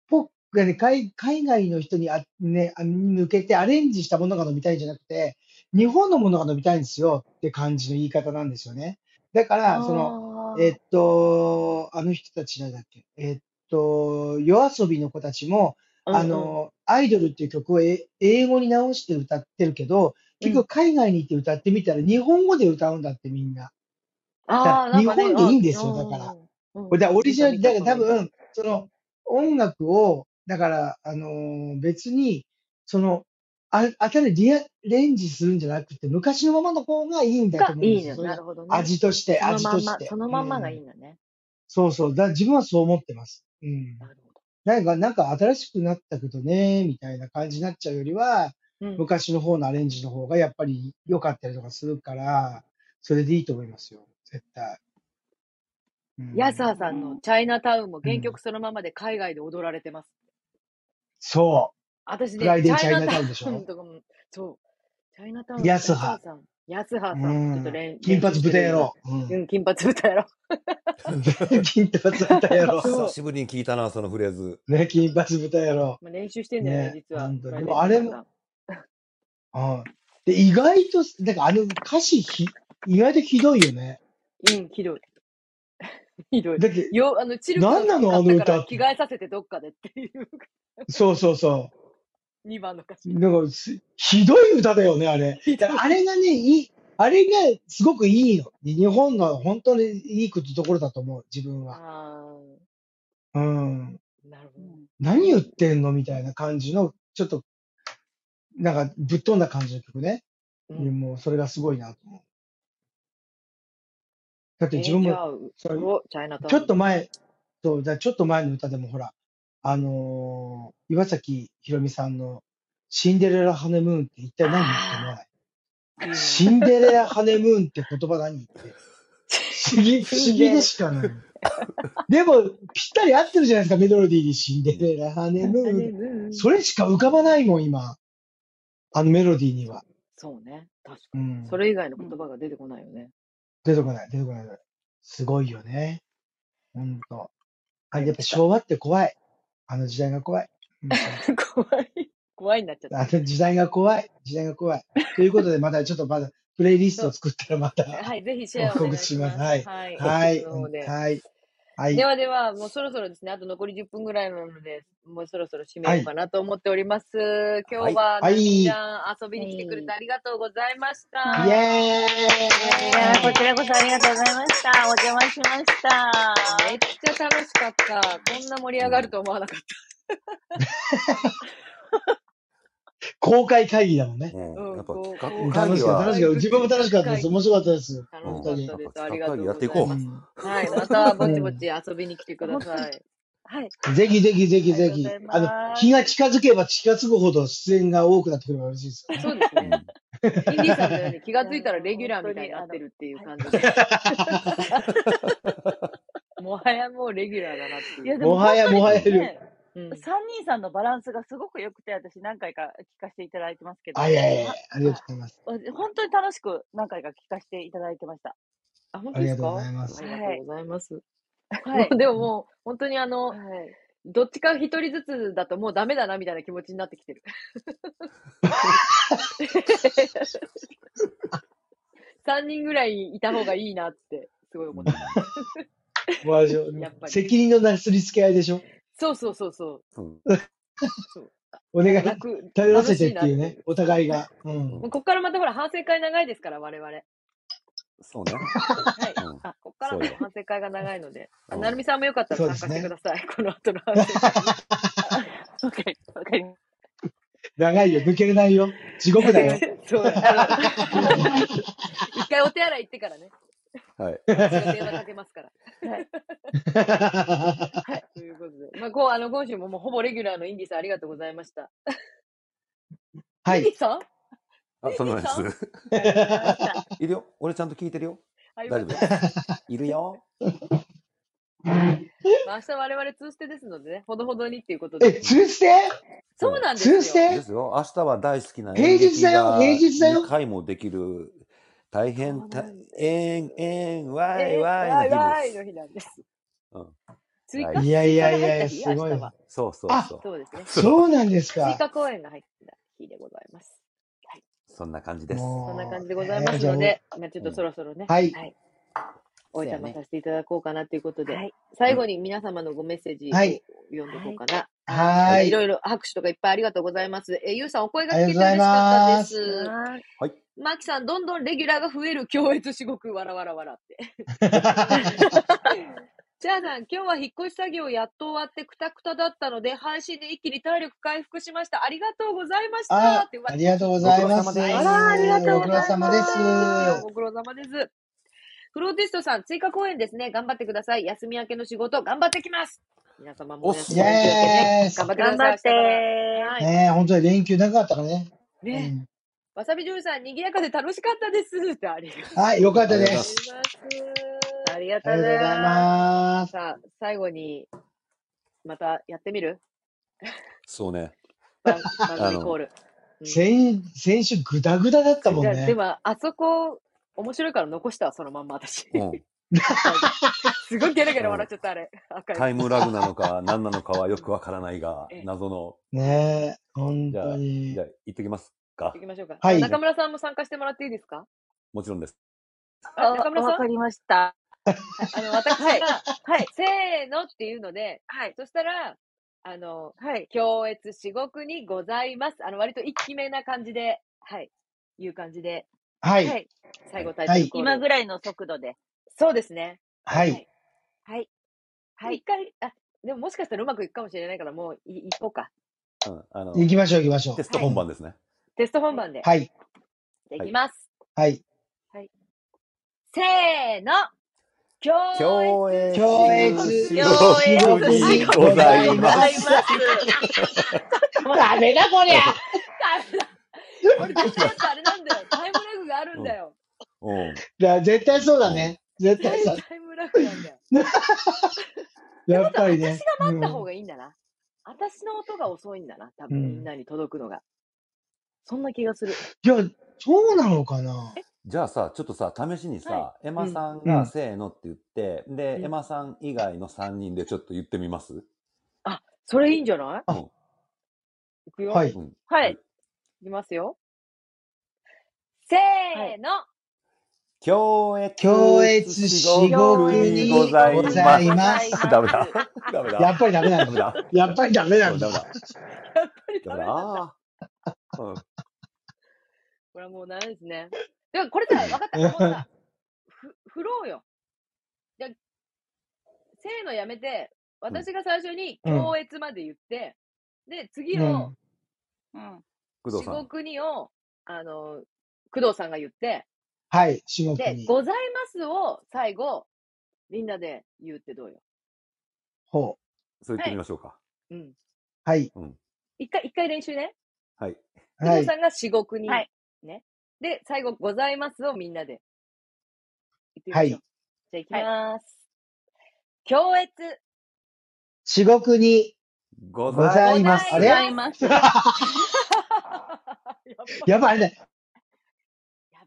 Speaker 3: ぽく、ね、海海外の人にあ、ね、あ向けてアレンジしたものが飲みたいんじゃなくて、日本のものが飲みたいんですよって感じの言い方なんですよね。だから、そ
Speaker 1: あ
Speaker 3: の、えっと、あの人たちなんだっけ、えっと、夜遊びの子たちも、
Speaker 1: あ、
Speaker 3: あ
Speaker 1: うんうん
Speaker 3: の、アイドルっていう曲をえ英語に直して歌ってるけど、結局海外に行って歌ってみたら日本語で歌うんだってみんな。だ
Speaker 1: あ
Speaker 3: か
Speaker 1: ー、
Speaker 3: ら
Speaker 1: なん
Speaker 3: 日
Speaker 1: かね、
Speaker 3: 本でい
Speaker 1: あ
Speaker 3: いんですよ、だから。
Speaker 1: ー、うん
Speaker 3: これだからオリ
Speaker 1: 見
Speaker 3: ジ
Speaker 1: た
Speaker 3: ナル、
Speaker 1: 見
Speaker 3: だ
Speaker 1: た、
Speaker 3: から
Speaker 1: その
Speaker 3: 多
Speaker 1: 映画。
Speaker 3: 分、その音楽を、だから、あのー別に、その、あ、あたりリアレンジするんじゃなくて、昔のままの方がいいんだと
Speaker 1: が
Speaker 3: 思うんで
Speaker 1: いい
Speaker 3: すよ。
Speaker 1: ね。
Speaker 3: それ
Speaker 1: な
Speaker 3: が
Speaker 1: るほどね。
Speaker 3: 味として、
Speaker 1: その
Speaker 3: 味
Speaker 1: ま
Speaker 3: と
Speaker 1: ん
Speaker 3: し
Speaker 1: ま、
Speaker 3: て。
Speaker 1: その
Speaker 3: う
Speaker 1: まんまがいい
Speaker 3: ん。
Speaker 1: んだね。
Speaker 3: そうそう。だ、自分はそう思ってます。うん。
Speaker 1: なるほど。
Speaker 3: なんか、なんか新しくなったけどね、みたいな感じになっちゃうよりは、
Speaker 1: うん。
Speaker 3: 昔の方のアレンジの方がやっぱり良かったりとかするから、それでいいと思いますよ。絶対。う
Speaker 1: ヤサー
Speaker 3: ん。
Speaker 1: さんのチャイナタウンも
Speaker 3: う
Speaker 1: 原
Speaker 3: ん。
Speaker 1: 曲そのままで海外で踊られてます。
Speaker 3: そう。
Speaker 1: 私
Speaker 3: フラ
Speaker 1: ね、
Speaker 3: イ
Speaker 1: チ
Speaker 3: デー
Speaker 1: ャ
Speaker 3: チ
Speaker 1: イ
Speaker 3: ャイ
Speaker 1: ナ
Speaker 3: ナ
Speaker 1: タ
Speaker 3: タウンでし
Speaker 1: ウン
Speaker 3: ょ
Speaker 1: とかも、そう、チャイナタウン、
Speaker 3: 安
Speaker 1: ヤサー
Speaker 3: 派。
Speaker 1: さん、ヤスハ
Speaker 3: う
Speaker 1: ーさんもちょっと
Speaker 3: ん。
Speaker 1: 練練
Speaker 3: 金
Speaker 1: 習
Speaker 3: 髪
Speaker 1: してる
Speaker 3: 豚
Speaker 1: 今。
Speaker 3: 野郎。う。
Speaker 1: うんん、金髪歌やろ。
Speaker 3: 金髪豚野郎。
Speaker 2: 久
Speaker 1: そ
Speaker 2: しぶりに聞いたな、そのフレーズ。
Speaker 3: ね、金髪豚野郎。
Speaker 1: う。まあ、練習してんだよね、
Speaker 3: ね、
Speaker 1: 実
Speaker 3: な
Speaker 1: は、
Speaker 3: ん
Speaker 1: フ
Speaker 3: だ。
Speaker 1: ラ
Speaker 3: で
Speaker 1: イデー
Speaker 3: も
Speaker 1: チャイナ
Speaker 3: あれ
Speaker 1: タ
Speaker 3: も、
Speaker 1: ウン。
Speaker 3: うん。で、意外と、なんかあの歌詞ひ、意外とひどいよね。
Speaker 1: うん、ひどい。 ひどい。
Speaker 3: だって、
Speaker 1: よ、あの、チルクの
Speaker 3: 何な
Speaker 1: 服買ったか
Speaker 3: のあの
Speaker 1: ら
Speaker 3: 歌っ
Speaker 1: 着
Speaker 3: て。
Speaker 1: 替えさせてどっかでっていう
Speaker 3: そうそうそう。
Speaker 1: 2番の歌詞。
Speaker 3: なんかす、ひどい歌だよね、あれ。
Speaker 1: ひ
Speaker 3: だ
Speaker 1: ど
Speaker 3: から
Speaker 1: い。
Speaker 3: あれがね、いい、あれがすごくいいの。日本の本当にいいこところだと思う、自分は。
Speaker 1: あ
Speaker 3: うん。
Speaker 1: ー、なるほ
Speaker 5: う
Speaker 1: どね。
Speaker 5: ん
Speaker 1: い
Speaker 3: 何言っ
Speaker 1: いね。
Speaker 3: てんのみたいな感じの、ちょっと、なんか、ぶっ飛んだ感じの曲ね。
Speaker 1: う
Speaker 3: いや
Speaker 1: ん。
Speaker 3: もう、それがすごいなと思う。だって自
Speaker 1: えー、
Speaker 3: 分
Speaker 1: じ
Speaker 3: も、
Speaker 1: ゃあ、う
Speaker 3: そう、
Speaker 1: お、チャイナタ
Speaker 3: ちょ
Speaker 1: ウ
Speaker 3: っ
Speaker 1: ン。
Speaker 3: と前、そう、だちょっと前の歌でもほら、あのー岩崎宏美さんのシンデレラハネムーンって一体何って思わ
Speaker 1: あ
Speaker 3: ない
Speaker 1: ー、いいね。
Speaker 3: シンデレラハネムーンって言葉何って、不思議、不
Speaker 1: 死
Speaker 3: 思
Speaker 1: ん
Speaker 3: 議
Speaker 1: で
Speaker 3: で
Speaker 1: る。
Speaker 3: しかない。でも、ぴったり合ってるじゃないですか、メロディーにシンデ
Speaker 2: うん
Speaker 3: レラハネム
Speaker 1: あ
Speaker 3: ーン
Speaker 1: れ、
Speaker 3: で。
Speaker 1: うん。
Speaker 3: それしか浮かばないもん、今。あのメロディーに
Speaker 1: そ
Speaker 3: は。
Speaker 1: う、そうね。確
Speaker 3: う
Speaker 1: かに。そ
Speaker 3: ん。
Speaker 1: れ以外の
Speaker 5: う
Speaker 1: 言
Speaker 5: ん
Speaker 1: 葉が出てこないよね。
Speaker 3: 出てこない、出てこない。すごいよね。ほんと。あ、
Speaker 1: やっ
Speaker 3: やっぱ
Speaker 1: ちゃっ
Speaker 3: 昭和って怖い。あの時代が怖い。本当に。
Speaker 1: た。怖い。怖いになっちゃっ
Speaker 3: あ
Speaker 1: た。
Speaker 3: の時代が怖い。時代が怖い。ということで、またちょっとまだプレイリスト
Speaker 1: そ
Speaker 3: を作ったらま
Speaker 1: う。
Speaker 3: た
Speaker 1: はい。ぜひシ
Speaker 3: 報
Speaker 1: ェアお
Speaker 3: 告
Speaker 1: 願い
Speaker 3: し
Speaker 1: し
Speaker 3: ます。
Speaker 1: ます。
Speaker 3: はい。
Speaker 1: はい。お聞きの方
Speaker 3: はい。うん
Speaker 1: で。
Speaker 3: はい。は
Speaker 1: で
Speaker 3: い。
Speaker 1: はでは、もうそろそろですね、あと残り10分ぐらいなので、もうそろそろ締め
Speaker 3: は
Speaker 1: よう
Speaker 3: い。
Speaker 1: かなと思っております。今
Speaker 2: は
Speaker 1: 日
Speaker 2: い。
Speaker 1: は
Speaker 3: は
Speaker 1: なみち
Speaker 3: い。
Speaker 1: ゃん、遊び
Speaker 5: え
Speaker 1: に来てくれて
Speaker 5: い
Speaker 1: ありがとうございまし
Speaker 3: イ
Speaker 1: た。
Speaker 3: エ
Speaker 5: いやー、こ
Speaker 3: ー
Speaker 5: ち
Speaker 3: イ
Speaker 5: らこそありがとうございました。お邪魔しました。
Speaker 1: イェーイめっちゃ楽しかった。こんな盛り
Speaker 2: う
Speaker 1: 上がる
Speaker 2: ん。
Speaker 1: と思わなかっ
Speaker 3: 公開会議だもんね。
Speaker 2: う
Speaker 1: た。う
Speaker 2: ん。や
Speaker 1: ん、
Speaker 2: っぱ
Speaker 1: こう、
Speaker 2: 企
Speaker 3: う
Speaker 2: 画
Speaker 3: ん
Speaker 1: こ
Speaker 2: 会
Speaker 3: 楽
Speaker 2: 議
Speaker 3: しかった、
Speaker 1: う、外
Speaker 2: は、
Speaker 3: 楽しかった。
Speaker 1: 部
Speaker 3: 自分も
Speaker 1: 企
Speaker 3: 楽しかったで
Speaker 1: 画
Speaker 3: す。
Speaker 1: 会
Speaker 3: 面白かったです。
Speaker 2: う
Speaker 1: 楽し
Speaker 3: 本
Speaker 2: ん。
Speaker 1: か
Speaker 3: 当
Speaker 1: っ
Speaker 3: に。
Speaker 1: た
Speaker 2: やっ
Speaker 1: で
Speaker 2: ぱ
Speaker 1: す。あり
Speaker 2: 企
Speaker 1: がと
Speaker 2: 画会議
Speaker 1: う
Speaker 2: やっ
Speaker 1: ご
Speaker 2: て
Speaker 1: ざいます。はい。また、ぼ
Speaker 2: い
Speaker 3: うん。うん
Speaker 1: ちぼち遊びに来てくだ
Speaker 5: 本当に、
Speaker 1: さい。はい。
Speaker 3: ぜひぜひぜひ
Speaker 5: あり
Speaker 3: ぜ
Speaker 5: がとうご
Speaker 3: ひ。
Speaker 5: ざい
Speaker 3: あの、
Speaker 5: ま
Speaker 3: 日
Speaker 5: す。
Speaker 3: が近づけば近づくほど出演が多くなってくれば嬉しいですよ
Speaker 1: そ
Speaker 3: ね。
Speaker 1: うです
Speaker 2: う
Speaker 1: ね。
Speaker 2: ん。
Speaker 1: インディーさんのように気
Speaker 5: い
Speaker 1: が
Speaker 5: や
Speaker 1: ついたら
Speaker 5: ー、
Speaker 1: レギュラー
Speaker 5: 本当
Speaker 1: みたいに
Speaker 5: に、
Speaker 1: なっ
Speaker 5: あ
Speaker 1: て
Speaker 5: の、
Speaker 1: るっていう
Speaker 5: はい。
Speaker 1: 感 じで。もはやもうレギュラーだなって
Speaker 5: い
Speaker 1: い
Speaker 5: や、
Speaker 1: う。
Speaker 5: で
Speaker 3: も
Speaker 5: も
Speaker 3: は
Speaker 5: 本
Speaker 3: や
Speaker 5: 当
Speaker 3: も
Speaker 5: に
Speaker 3: はやる。
Speaker 5: ね、
Speaker 1: うん。
Speaker 5: 三人さんのバランスがすごく良くて、私何回か聞かせていただいてますけ
Speaker 3: あ、い
Speaker 5: ど、
Speaker 3: やいやいや、
Speaker 5: は、
Speaker 3: ありが
Speaker 5: は
Speaker 3: とうございます。
Speaker 5: い。本当に楽しく何回か聞かせていただいてました。
Speaker 1: あ、本
Speaker 3: あ
Speaker 1: 当で
Speaker 3: り
Speaker 1: す
Speaker 3: がとうご
Speaker 1: か
Speaker 3: ざいま
Speaker 1: あ
Speaker 3: す。
Speaker 1: りがと
Speaker 5: は
Speaker 1: う
Speaker 5: い。
Speaker 1: ございます。
Speaker 5: は
Speaker 1: もう
Speaker 5: い。
Speaker 1: でももう本当にあの、
Speaker 5: はい。
Speaker 1: どっちか一人ずつだともうダメだなみたいな気持ちになってきて る。3人ぐらいいた方がいいなってすごい思ってます。
Speaker 3: もうあれでしょ
Speaker 1: やっぱり。
Speaker 3: 責任のなすりつけ合いでしょ
Speaker 1: そうそうそうそう。
Speaker 2: うん。
Speaker 1: そう。あ
Speaker 3: お
Speaker 1: な
Speaker 3: 願
Speaker 1: ん
Speaker 3: い、
Speaker 1: か楽、
Speaker 3: 頼ら
Speaker 1: 楽
Speaker 3: せて
Speaker 1: しい
Speaker 3: って
Speaker 1: なっ
Speaker 3: いう
Speaker 1: て
Speaker 3: ね。
Speaker 1: いう。
Speaker 3: お
Speaker 1: そう。
Speaker 3: 互いが。う。
Speaker 2: うん。
Speaker 1: もうんここからまたほら反省会長いですから我々。
Speaker 2: そうね。
Speaker 1: はい。
Speaker 2: うん。
Speaker 1: あ、ここから
Speaker 2: そう
Speaker 1: の
Speaker 2: よ。
Speaker 1: 反省会が長いので、あ、
Speaker 2: う
Speaker 1: なる
Speaker 2: ん。
Speaker 1: みさんもよかったら
Speaker 3: そうで
Speaker 1: 参
Speaker 3: す
Speaker 1: 加してく
Speaker 3: ね。
Speaker 1: ださい。この後の反省会に。
Speaker 5: あわかり、わかります。
Speaker 3: 長いよ、抜けれないよ。地獄 だよ。
Speaker 1: そうあの一回お手洗い行ってからね。
Speaker 2: はい。
Speaker 1: 私が電話かけますから。ということで。まあ、こう、あの、今週ももうほぼレギュラーのインディさんありがとうございました。
Speaker 3: は
Speaker 1: インデ
Speaker 3: い。
Speaker 1: ィさん
Speaker 2: あ、そんなです。いるよ。俺ちゃんと聞いてるよ。
Speaker 1: あよか
Speaker 2: 大
Speaker 1: っ
Speaker 2: 丈
Speaker 1: た
Speaker 2: 夫。いるよ。
Speaker 1: まあ、明日我々ツーステですのでね、ほどほどにっていうこと
Speaker 3: え、
Speaker 1: で。
Speaker 3: 通して
Speaker 1: そうなんですよ。
Speaker 3: ツーステ
Speaker 2: ですよ。明日は大好きな
Speaker 3: 平日だよ平日だよ
Speaker 2: 2回もできる、大変、
Speaker 1: そう
Speaker 2: た
Speaker 1: なんです
Speaker 2: えん、えん、わ
Speaker 1: え
Speaker 2: い
Speaker 1: ー
Speaker 2: わいの
Speaker 1: わ
Speaker 2: 日
Speaker 1: い
Speaker 2: で
Speaker 1: の
Speaker 2: す。
Speaker 1: 日なんです。
Speaker 2: うん
Speaker 1: 追
Speaker 2: は
Speaker 1: 加
Speaker 2: い
Speaker 3: いやいやいやいや、
Speaker 1: 追
Speaker 3: す
Speaker 1: 加が入った日
Speaker 3: ごい
Speaker 1: 明日は
Speaker 3: な。
Speaker 2: そうそうそう。
Speaker 1: そうですね。
Speaker 3: そうなんです
Speaker 1: 追
Speaker 3: か。
Speaker 1: 加公演が入った日でございます。
Speaker 2: そんな感じです。
Speaker 1: そんな
Speaker 3: も
Speaker 1: 感
Speaker 3: う
Speaker 1: じで
Speaker 3: ね、
Speaker 1: ございます
Speaker 3: じゃあ
Speaker 1: の
Speaker 3: もう
Speaker 1: で、まあ、ちょっとそろそろね、
Speaker 3: はい。
Speaker 1: はい、お
Speaker 2: そう
Speaker 1: 邪
Speaker 2: や
Speaker 1: 魔
Speaker 2: ね
Speaker 1: さ。せていただこうかなということで、
Speaker 4: はい。
Speaker 1: 最後に皆様のごメッセージを
Speaker 3: はい
Speaker 1: 読んでいこうかな。
Speaker 3: は
Speaker 1: はい
Speaker 3: ー
Speaker 1: い
Speaker 3: い。
Speaker 1: ろいろ拍手とかいっぱいありがとうございます。え、ゆうさんお声が
Speaker 3: あり
Speaker 1: 聞けて
Speaker 3: がとうござい
Speaker 1: 嬉しかったで
Speaker 3: ますす。。
Speaker 2: はい。
Speaker 1: マキさん、どんどんレギュラーが増える強烈至極、わらわらわら って。チャーさん、今日は引っ越し作業やっと終わってくたくただったので、配信で一気に体力回復しました。ありがとうございました
Speaker 3: あ
Speaker 1: って、う、わ
Speaker 3: ありがとうございます。
Speaker 2: ご苦労様です
Speaker 1: あら、ありがとう
Speaker 3: ご
Speaker 1: ご
Speaker 3: 苦
Speaker 1: ざ
Speaker 3: 労
Speaker 1: い
Speaker 3: 様
Speaker 1: ま。
Speaker 3: ですす。
Speaker 1: ご苦労様です。フローティストさん、追加公演ですね。頑張ってください。休み明けの仕事、頑張ってきます。皆様もお休み
Speaker 3: イ
Speaker 1: 明け
Speaker 3: エー
Speaker 1: ね。
Speaker 3: ス
Speaker 1: 頑張ってく
Speaker 4: 頑張
Speaker 1: だ
Speaker 4: っ
Speaker 1: さい。明日から。
Speaker 4: て
Speaker 1: はい。
Speaker 3: ねえ、本当に連休長かったからね。う
Speaker 1: ね。
Speaker 3: ん。
Speaker 1: わさびじょうゆさん、賑やかで楽しかったです。ってありがとう
Speaker 3: はい、よかったで。
Speaker 1: ございますす。ありが
Speaker 3: あ
Speaker 1: とうご
Speaker 3: りがとう
Speaker 1: ざい
Speaker 3: ござい
Speaker 1: ます。
Speaker 3: ます。
Speaker 1: さあ、最後に、またやってみる
Speaker 2: そうね。
Speaker 1: 番番
Speaker 2: あ
Speaker 1: 組
Speaker 2: の
Speaker 1: コール。うん
Speaker 3: 先、先週グダグダだったも
Speaker 1: じ
Speaker 3: ん
Speaker 1: ゃあ、で
Speaker 3: ね。
Speaker 1: も、あそこ、面白いから残したわ、そのまんま私。
Speaker 2: うん。
Speaker 1: すごいゲラゲラ笑っちゃった、あれ。赤い。
Speaker 2: タイムラグなのか何なのかはよくわからないが
Speaker 1: ええ、
Speaker 2: 謎の。
Speaker 3: ねえ、本
Speaker 2: じゃ
Speaker 3: 当
Speaker 2: あ、
Speaker 3: に
Speaker 2: じゃ。あ、行ってきますか
Speaker 1: 行。きましょうか。
Speaker 3: はい
Speaker 1: あ中村さんも参加してもらっていいですか
Speaker 2: もちろんです。
Speaker 1: あ中村
Speaker 4: あわ
Speaker 1: さん
Speaker 4: かりました。
Speaker 1: あの、私が、
Speaker 4: はい。
Speaker 1: せーのっていうので、
Speaker 4: はい。
Speaker 1: そしたら、あの、
Speaker 4: はい。
Speaker 1: 強越至極にございます。あの、割と一気めな感じで、はい、いう感じで、
Speaker 3: は、
Speaker 4: はいい。
Speaker 1: 最後タイトルコール。
Speaker 4: 今ぐらいの速度で。
Speaker 1: そうですね。
Speaker 3: は
Speaker 1: はい
Speaker 3: い。
Speaker 4: はい。は
Speaker 1: 一
Speaker 4: い。
Speaker 1: 回、あ、でももしかしたらうまくいくかもしれないから、もうい、行こうか。
Speaker 2: うん。あの
Speaker 3: 行、きましょう、行きましょ
Speaker 2: テスト
Speaker 4: はい
Speaker 2: 本番ですね。
Speaker 1: テスト本番で
Speaker 3: う。。はい、
Speaker 1: できます。
Speaker 3: はい。
Speaker 1: せーの強
Speaker 2: 共
Speaker 1: 越
Speaker 2: 演
Speaker 3: 共越
Speaker 2: 至
Speaker 4: 両
Speaker 2: 極
Speaker 4: へ
Speaker 3: 至極
Speaker 2: に
Speaker 3: に
Speaker 2: ご
Speaker 3: ご
Speaker 2: ざ
Speaker 3: ざ
Speaker 2: い
Speaker 3: い
Speaker 4: ご
Speaker 2: ま
Speaker 3: ます
Speaker 4: ざい
Speaker 2: す。
Speaker 4: ます。
Speaker 3: ダメだ、こりゃ
Speaker 1: これ絶対やっぱあれなんだよ。タイムラグがあるんだよ。
Speaker 2: うん。
Speaker 3: だ絶対そうだね。絶対 そう。
Speaker 1: タイムラグなんだよ。
Speaker 3: やっぱり
Speaker 1: 私
Speaker 3: ね。
Speaker 1: が待った
Speaker 3: う
Speaker 1: 方
Speaker 3: ん
Speaker 1: がいいんだな。私の音が遅いんだな。多
Speaker 3: う
Speaker 1: 分
Speaker 3: ん
Speaker 1: みんなに届くのが。そんな気がする。
Speaker 3: いや、そうなのかな
Speaker 2: じゃあさ、ちょっとさ、試しにさ、
Speaker 1: は
Speaker 2: エマさん
Speaker 3: う
Speaker 2: が
Speaker 3: ん
Speaker 2: せーのって言って、で、
Speaker 1: うん
Speaker 2: エマさん以外の3人でちょっと言ってみます
Speaker 1: あ、それいいんじゃない
Speaker 2: うん。
Speaker 3: あ
Speaker 1: いく
Speaker 3: は
Speaker 1: よ。
Speaker 3: い。
Speaker 2: うん。
Speaker 4: は
Speaker 2: はいい。。
Speaker 1: いきますよ。せーの
Speaker 2: 強
Speaker 3: 共
Speaker 2: 越至
Speaker 3: 越至
Speaker 2: 極
Speaker 4: 共
Speaker 3: 極
Speaker 2: にご
Speaker 3: に
Speaker 2: ざい
Speaker 3: ご
Speaker 2: ま
Speaker 3: ざ
Speaker 2: す。
Speaker 3: い
Speaker 4: ご
Speaker 3: ま
Speaker 4: ざ
Speaker 3: す。
Speaker 4: います。
Speaker 2: ダメだ。ダメ
Speaker 3: やっ
Speaker 2: だ。
Speaker 3: ぱりダメな
Speaker 2: ダ
Speaker 3: ん
Speaker 2: メ
Speaker 3: だ。
Speaker 2: だ。
Speaker 3: やっぱりダメな
Speaker 2: うんん、
Speaker 3: だ。
Speaker 2: ダメだ。
Speaker 1: やっぱ りダ
Speaker 2: ダメ
Speaker 1: メ
Speaker 2: だ。
Speaker 1: なんだ。
Speaker 2: ああ。うん。
Speaker 1: これはもうダメですね。 でもこれさ、わかった。もうさ、ふ、振ろうよ。じゃあせーのやめて、私が最初に
Speaker 3: うん
Speaker 1: 強越まで言って、で、次
Speaker 3: う
Speaker 1: を、
Speaker 3: ん。
Speaker 4: うん。
Speaker 2: 工藤
Speaker 1: 至
Speaker 2: さん。
Speaker 1: 極にを、あの、工藤さんが言って、
Speaker 3: はい、至極
Speaker 1: で、
Speaker 3: に。
Speaker 1: ございますを最後、みんなで言うってどうよ。
Speaker 3: ほ
Speaker 2: そう言っ
Speaker 1: は
Speaker 2: てみ
Speaker 1: い。
Speaker 2: ましょうか。
Speaker 1: うん。
Speaker 3: う。はい、
Speaker 2: うん。
Speaker 1: 一回、一回練習ね。
Speaker 2: はい。
Speaker 1: 工
Speaker 3: は
Speaker 1: 藤
Speaker 3: い。
Speaker 1: さんが至極に、
Speaker 4: はい。
Speaker 1: ね。で、最後、ございますをみんなで言ってみ
Speaker 3: は
Speaker 1: ましょう。じ
Speaker 3: い。
Speaker 1: ゃあ行き
Speaker 4: はい
Speaker 1: まーす。強越、
Speaker 3: 至極に
Speaker 2: ご
Speaker 3: ご
Speaker 2: ざ
Speaker 3: ざ
Speaker 1: ご
Speaker 2: い
Speaker 3: いま。
Speaker 2: ます
Speaker 1: ざ
Speaker 3: あ
Speaker 4: ご
Speaker 1: い
Speaker 3: れ
Speaker 4: ざ
Speaker 1: ま
Speaker 4: い
Speaker 1: す。
Speaker 4: ます。
Speaker 1: やっぱ、
Speaker 3: やっぱあれだ。
Speaker 1: やっ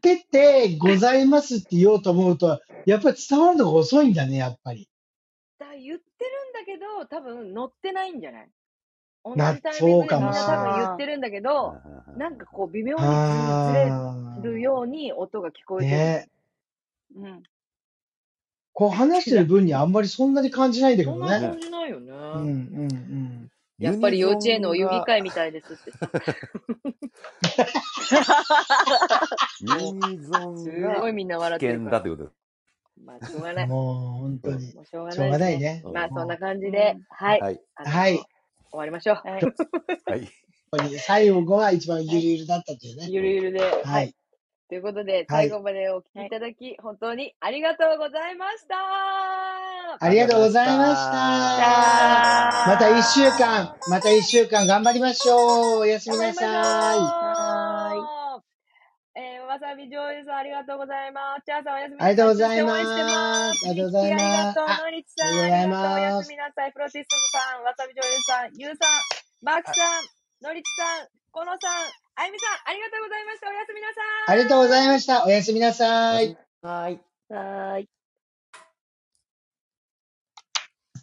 Speaker 3: ってってございますって言おうと思うと、やっぱり伝わるのが遅いんだね、やっぱり。
Speaker 1: ぱ言ってるんだけど、多分乗ってないんじゃない同
Speaker 3: な
Speaker 1: じ、タイミン
Speaker 3: そう
Speaker 1: グで
Speaker 3: か
Speaker 1: みん
Speaker 3: も
Speaker 1: な
Speaker 3: し
Speaker 1: 多
Speaker 3: れな
Speaker 1: 分
Speaker 3: い。
Speaker 1: 言っ
Speaker 4: あ
Speaker 1: てるんだけ
Speaker 2: うん
Speaker 1: ど、
Speaker 2: うんうん
Speaker 1: なんかこう微妙にずずれ
Speaker 3: あ
Speaker 1: るように音が聞こえ
Speaker 3: ー。
Speaker 1: てる。
Speaker 3: ねえ。
Speaker 4: ーうん。
Speaker 3: こう話してる分にはあんまりそんなに感じないんだけ
Speaker 1: そん
Speaker 3: ど
Speaker 1: な
Speaker 3: ね。
Speaker 2: ね
Speaker 1: 感じないよ
Speaker 3: うん、
Speaker 1: ね。
Speaker 3: うん、うん。
Speaker 1: や
Speaker 2: ユ
Speaker 1: っぱ
Speaker 2: ニ
Speaker 1: り幼
Speaker 2: ゾ
Speaker 1: 稚園のお
Speaker 2: ン
Speaker 1: 遊戯
Speaker 2: が、
Speaker 1: 会みたいです ってさ。
Speaker 2: ユ
Speaker 1: も
Speaker 2: ニゾ
Speaker 1: う、
Speaker 2: ン
Speaker 1: すご
Speaker 2: が
Speaker 1: いみんな
Speaker 2: 危
Speaker 1: 笑ってる
Speaker 2: 険
Speaker 1: か
Speaker 2: だ
Speaker 1: ら。
Speaker 2: ということで
Speaker 1: まあ、しょうがない。
Speaker 3: もう、本当に。
Speaker 1: もうしょうが
Speaker 3: しょ
Speaker 1: な
Speaker 3: う
Speaker 1: いです
Speaker 3: がな
Speaker 1: ね。
Speaker 3: いね。
Speaker 2: うん
Speaker 1: まあ、そんな
Speaker 3: も
Speaker 1: 感じ
Speaker 4: う
Speaker 1: で、
Speaker 4: ん。
Speaker 1: はい。
Speaker 2: はい。
Speaker 1: あの、
Speaker 3: う。はい。
Speaker 1: 終わりましょう。
Speaker 4: はい。
Speaker 2: はい。
Speaker 3: こに最後は一番ゆるゆるだったというね。
Speaker 1: ゆるゆるで。
Speaker 3: は
Speaker 1: はいい。。ということで、
Speaker 3: はい
Speaker 1: 最後までお聞きいただき、本当にありがとうございました。
Speaker 3: ありがとうございまし
Speaker 7: あ
Speaker 3: た。
Speaker 7: りがとうござい
Speaker 3: また
Speaker 7: ま
Speaker 3: 一
Speaker 7: し
Speaker 3: 週間、また一週間頑張りましょう。おやすみ
Speaker 1: 頑張りま
Speaker 3: な
Speaker 1: しょう
Speaker 3: さい。
Speaker 7: は
Speaker 1: えー、わさび醤油さんありがとうございます。チャーさんおやすみなさ
Speaker 3: あ
Speaker 1: い。
Speaker 3: りがとうござい
Speaker 1: そして応援してま。
Speaker 3: ますす。ありがとうござい
Speaker 1: ミッキーありが
Speaker 3: ます。
Speaker 1: とう。
Speaker 3: あ、
Speaker 1: のりちさん
Speaker 3: ありがとうござ
Speaker 1: あ
Speaker 3: います
Speaker 1: りがとう。おやすみなさい。プロティストさん、わさび醤油さん、ゆうさん、マークさん、のりちさん、このさん、あゆみさん、ありがとうございました。おやすみなさい。
Speaker 3: ありがとうございました。おやすみな
Speaker 2: おや
Speaker 3: さ
Speaker 2: す
Speaker 3: い
Speaker 2: み。なさい。
Speaker 7: ーい。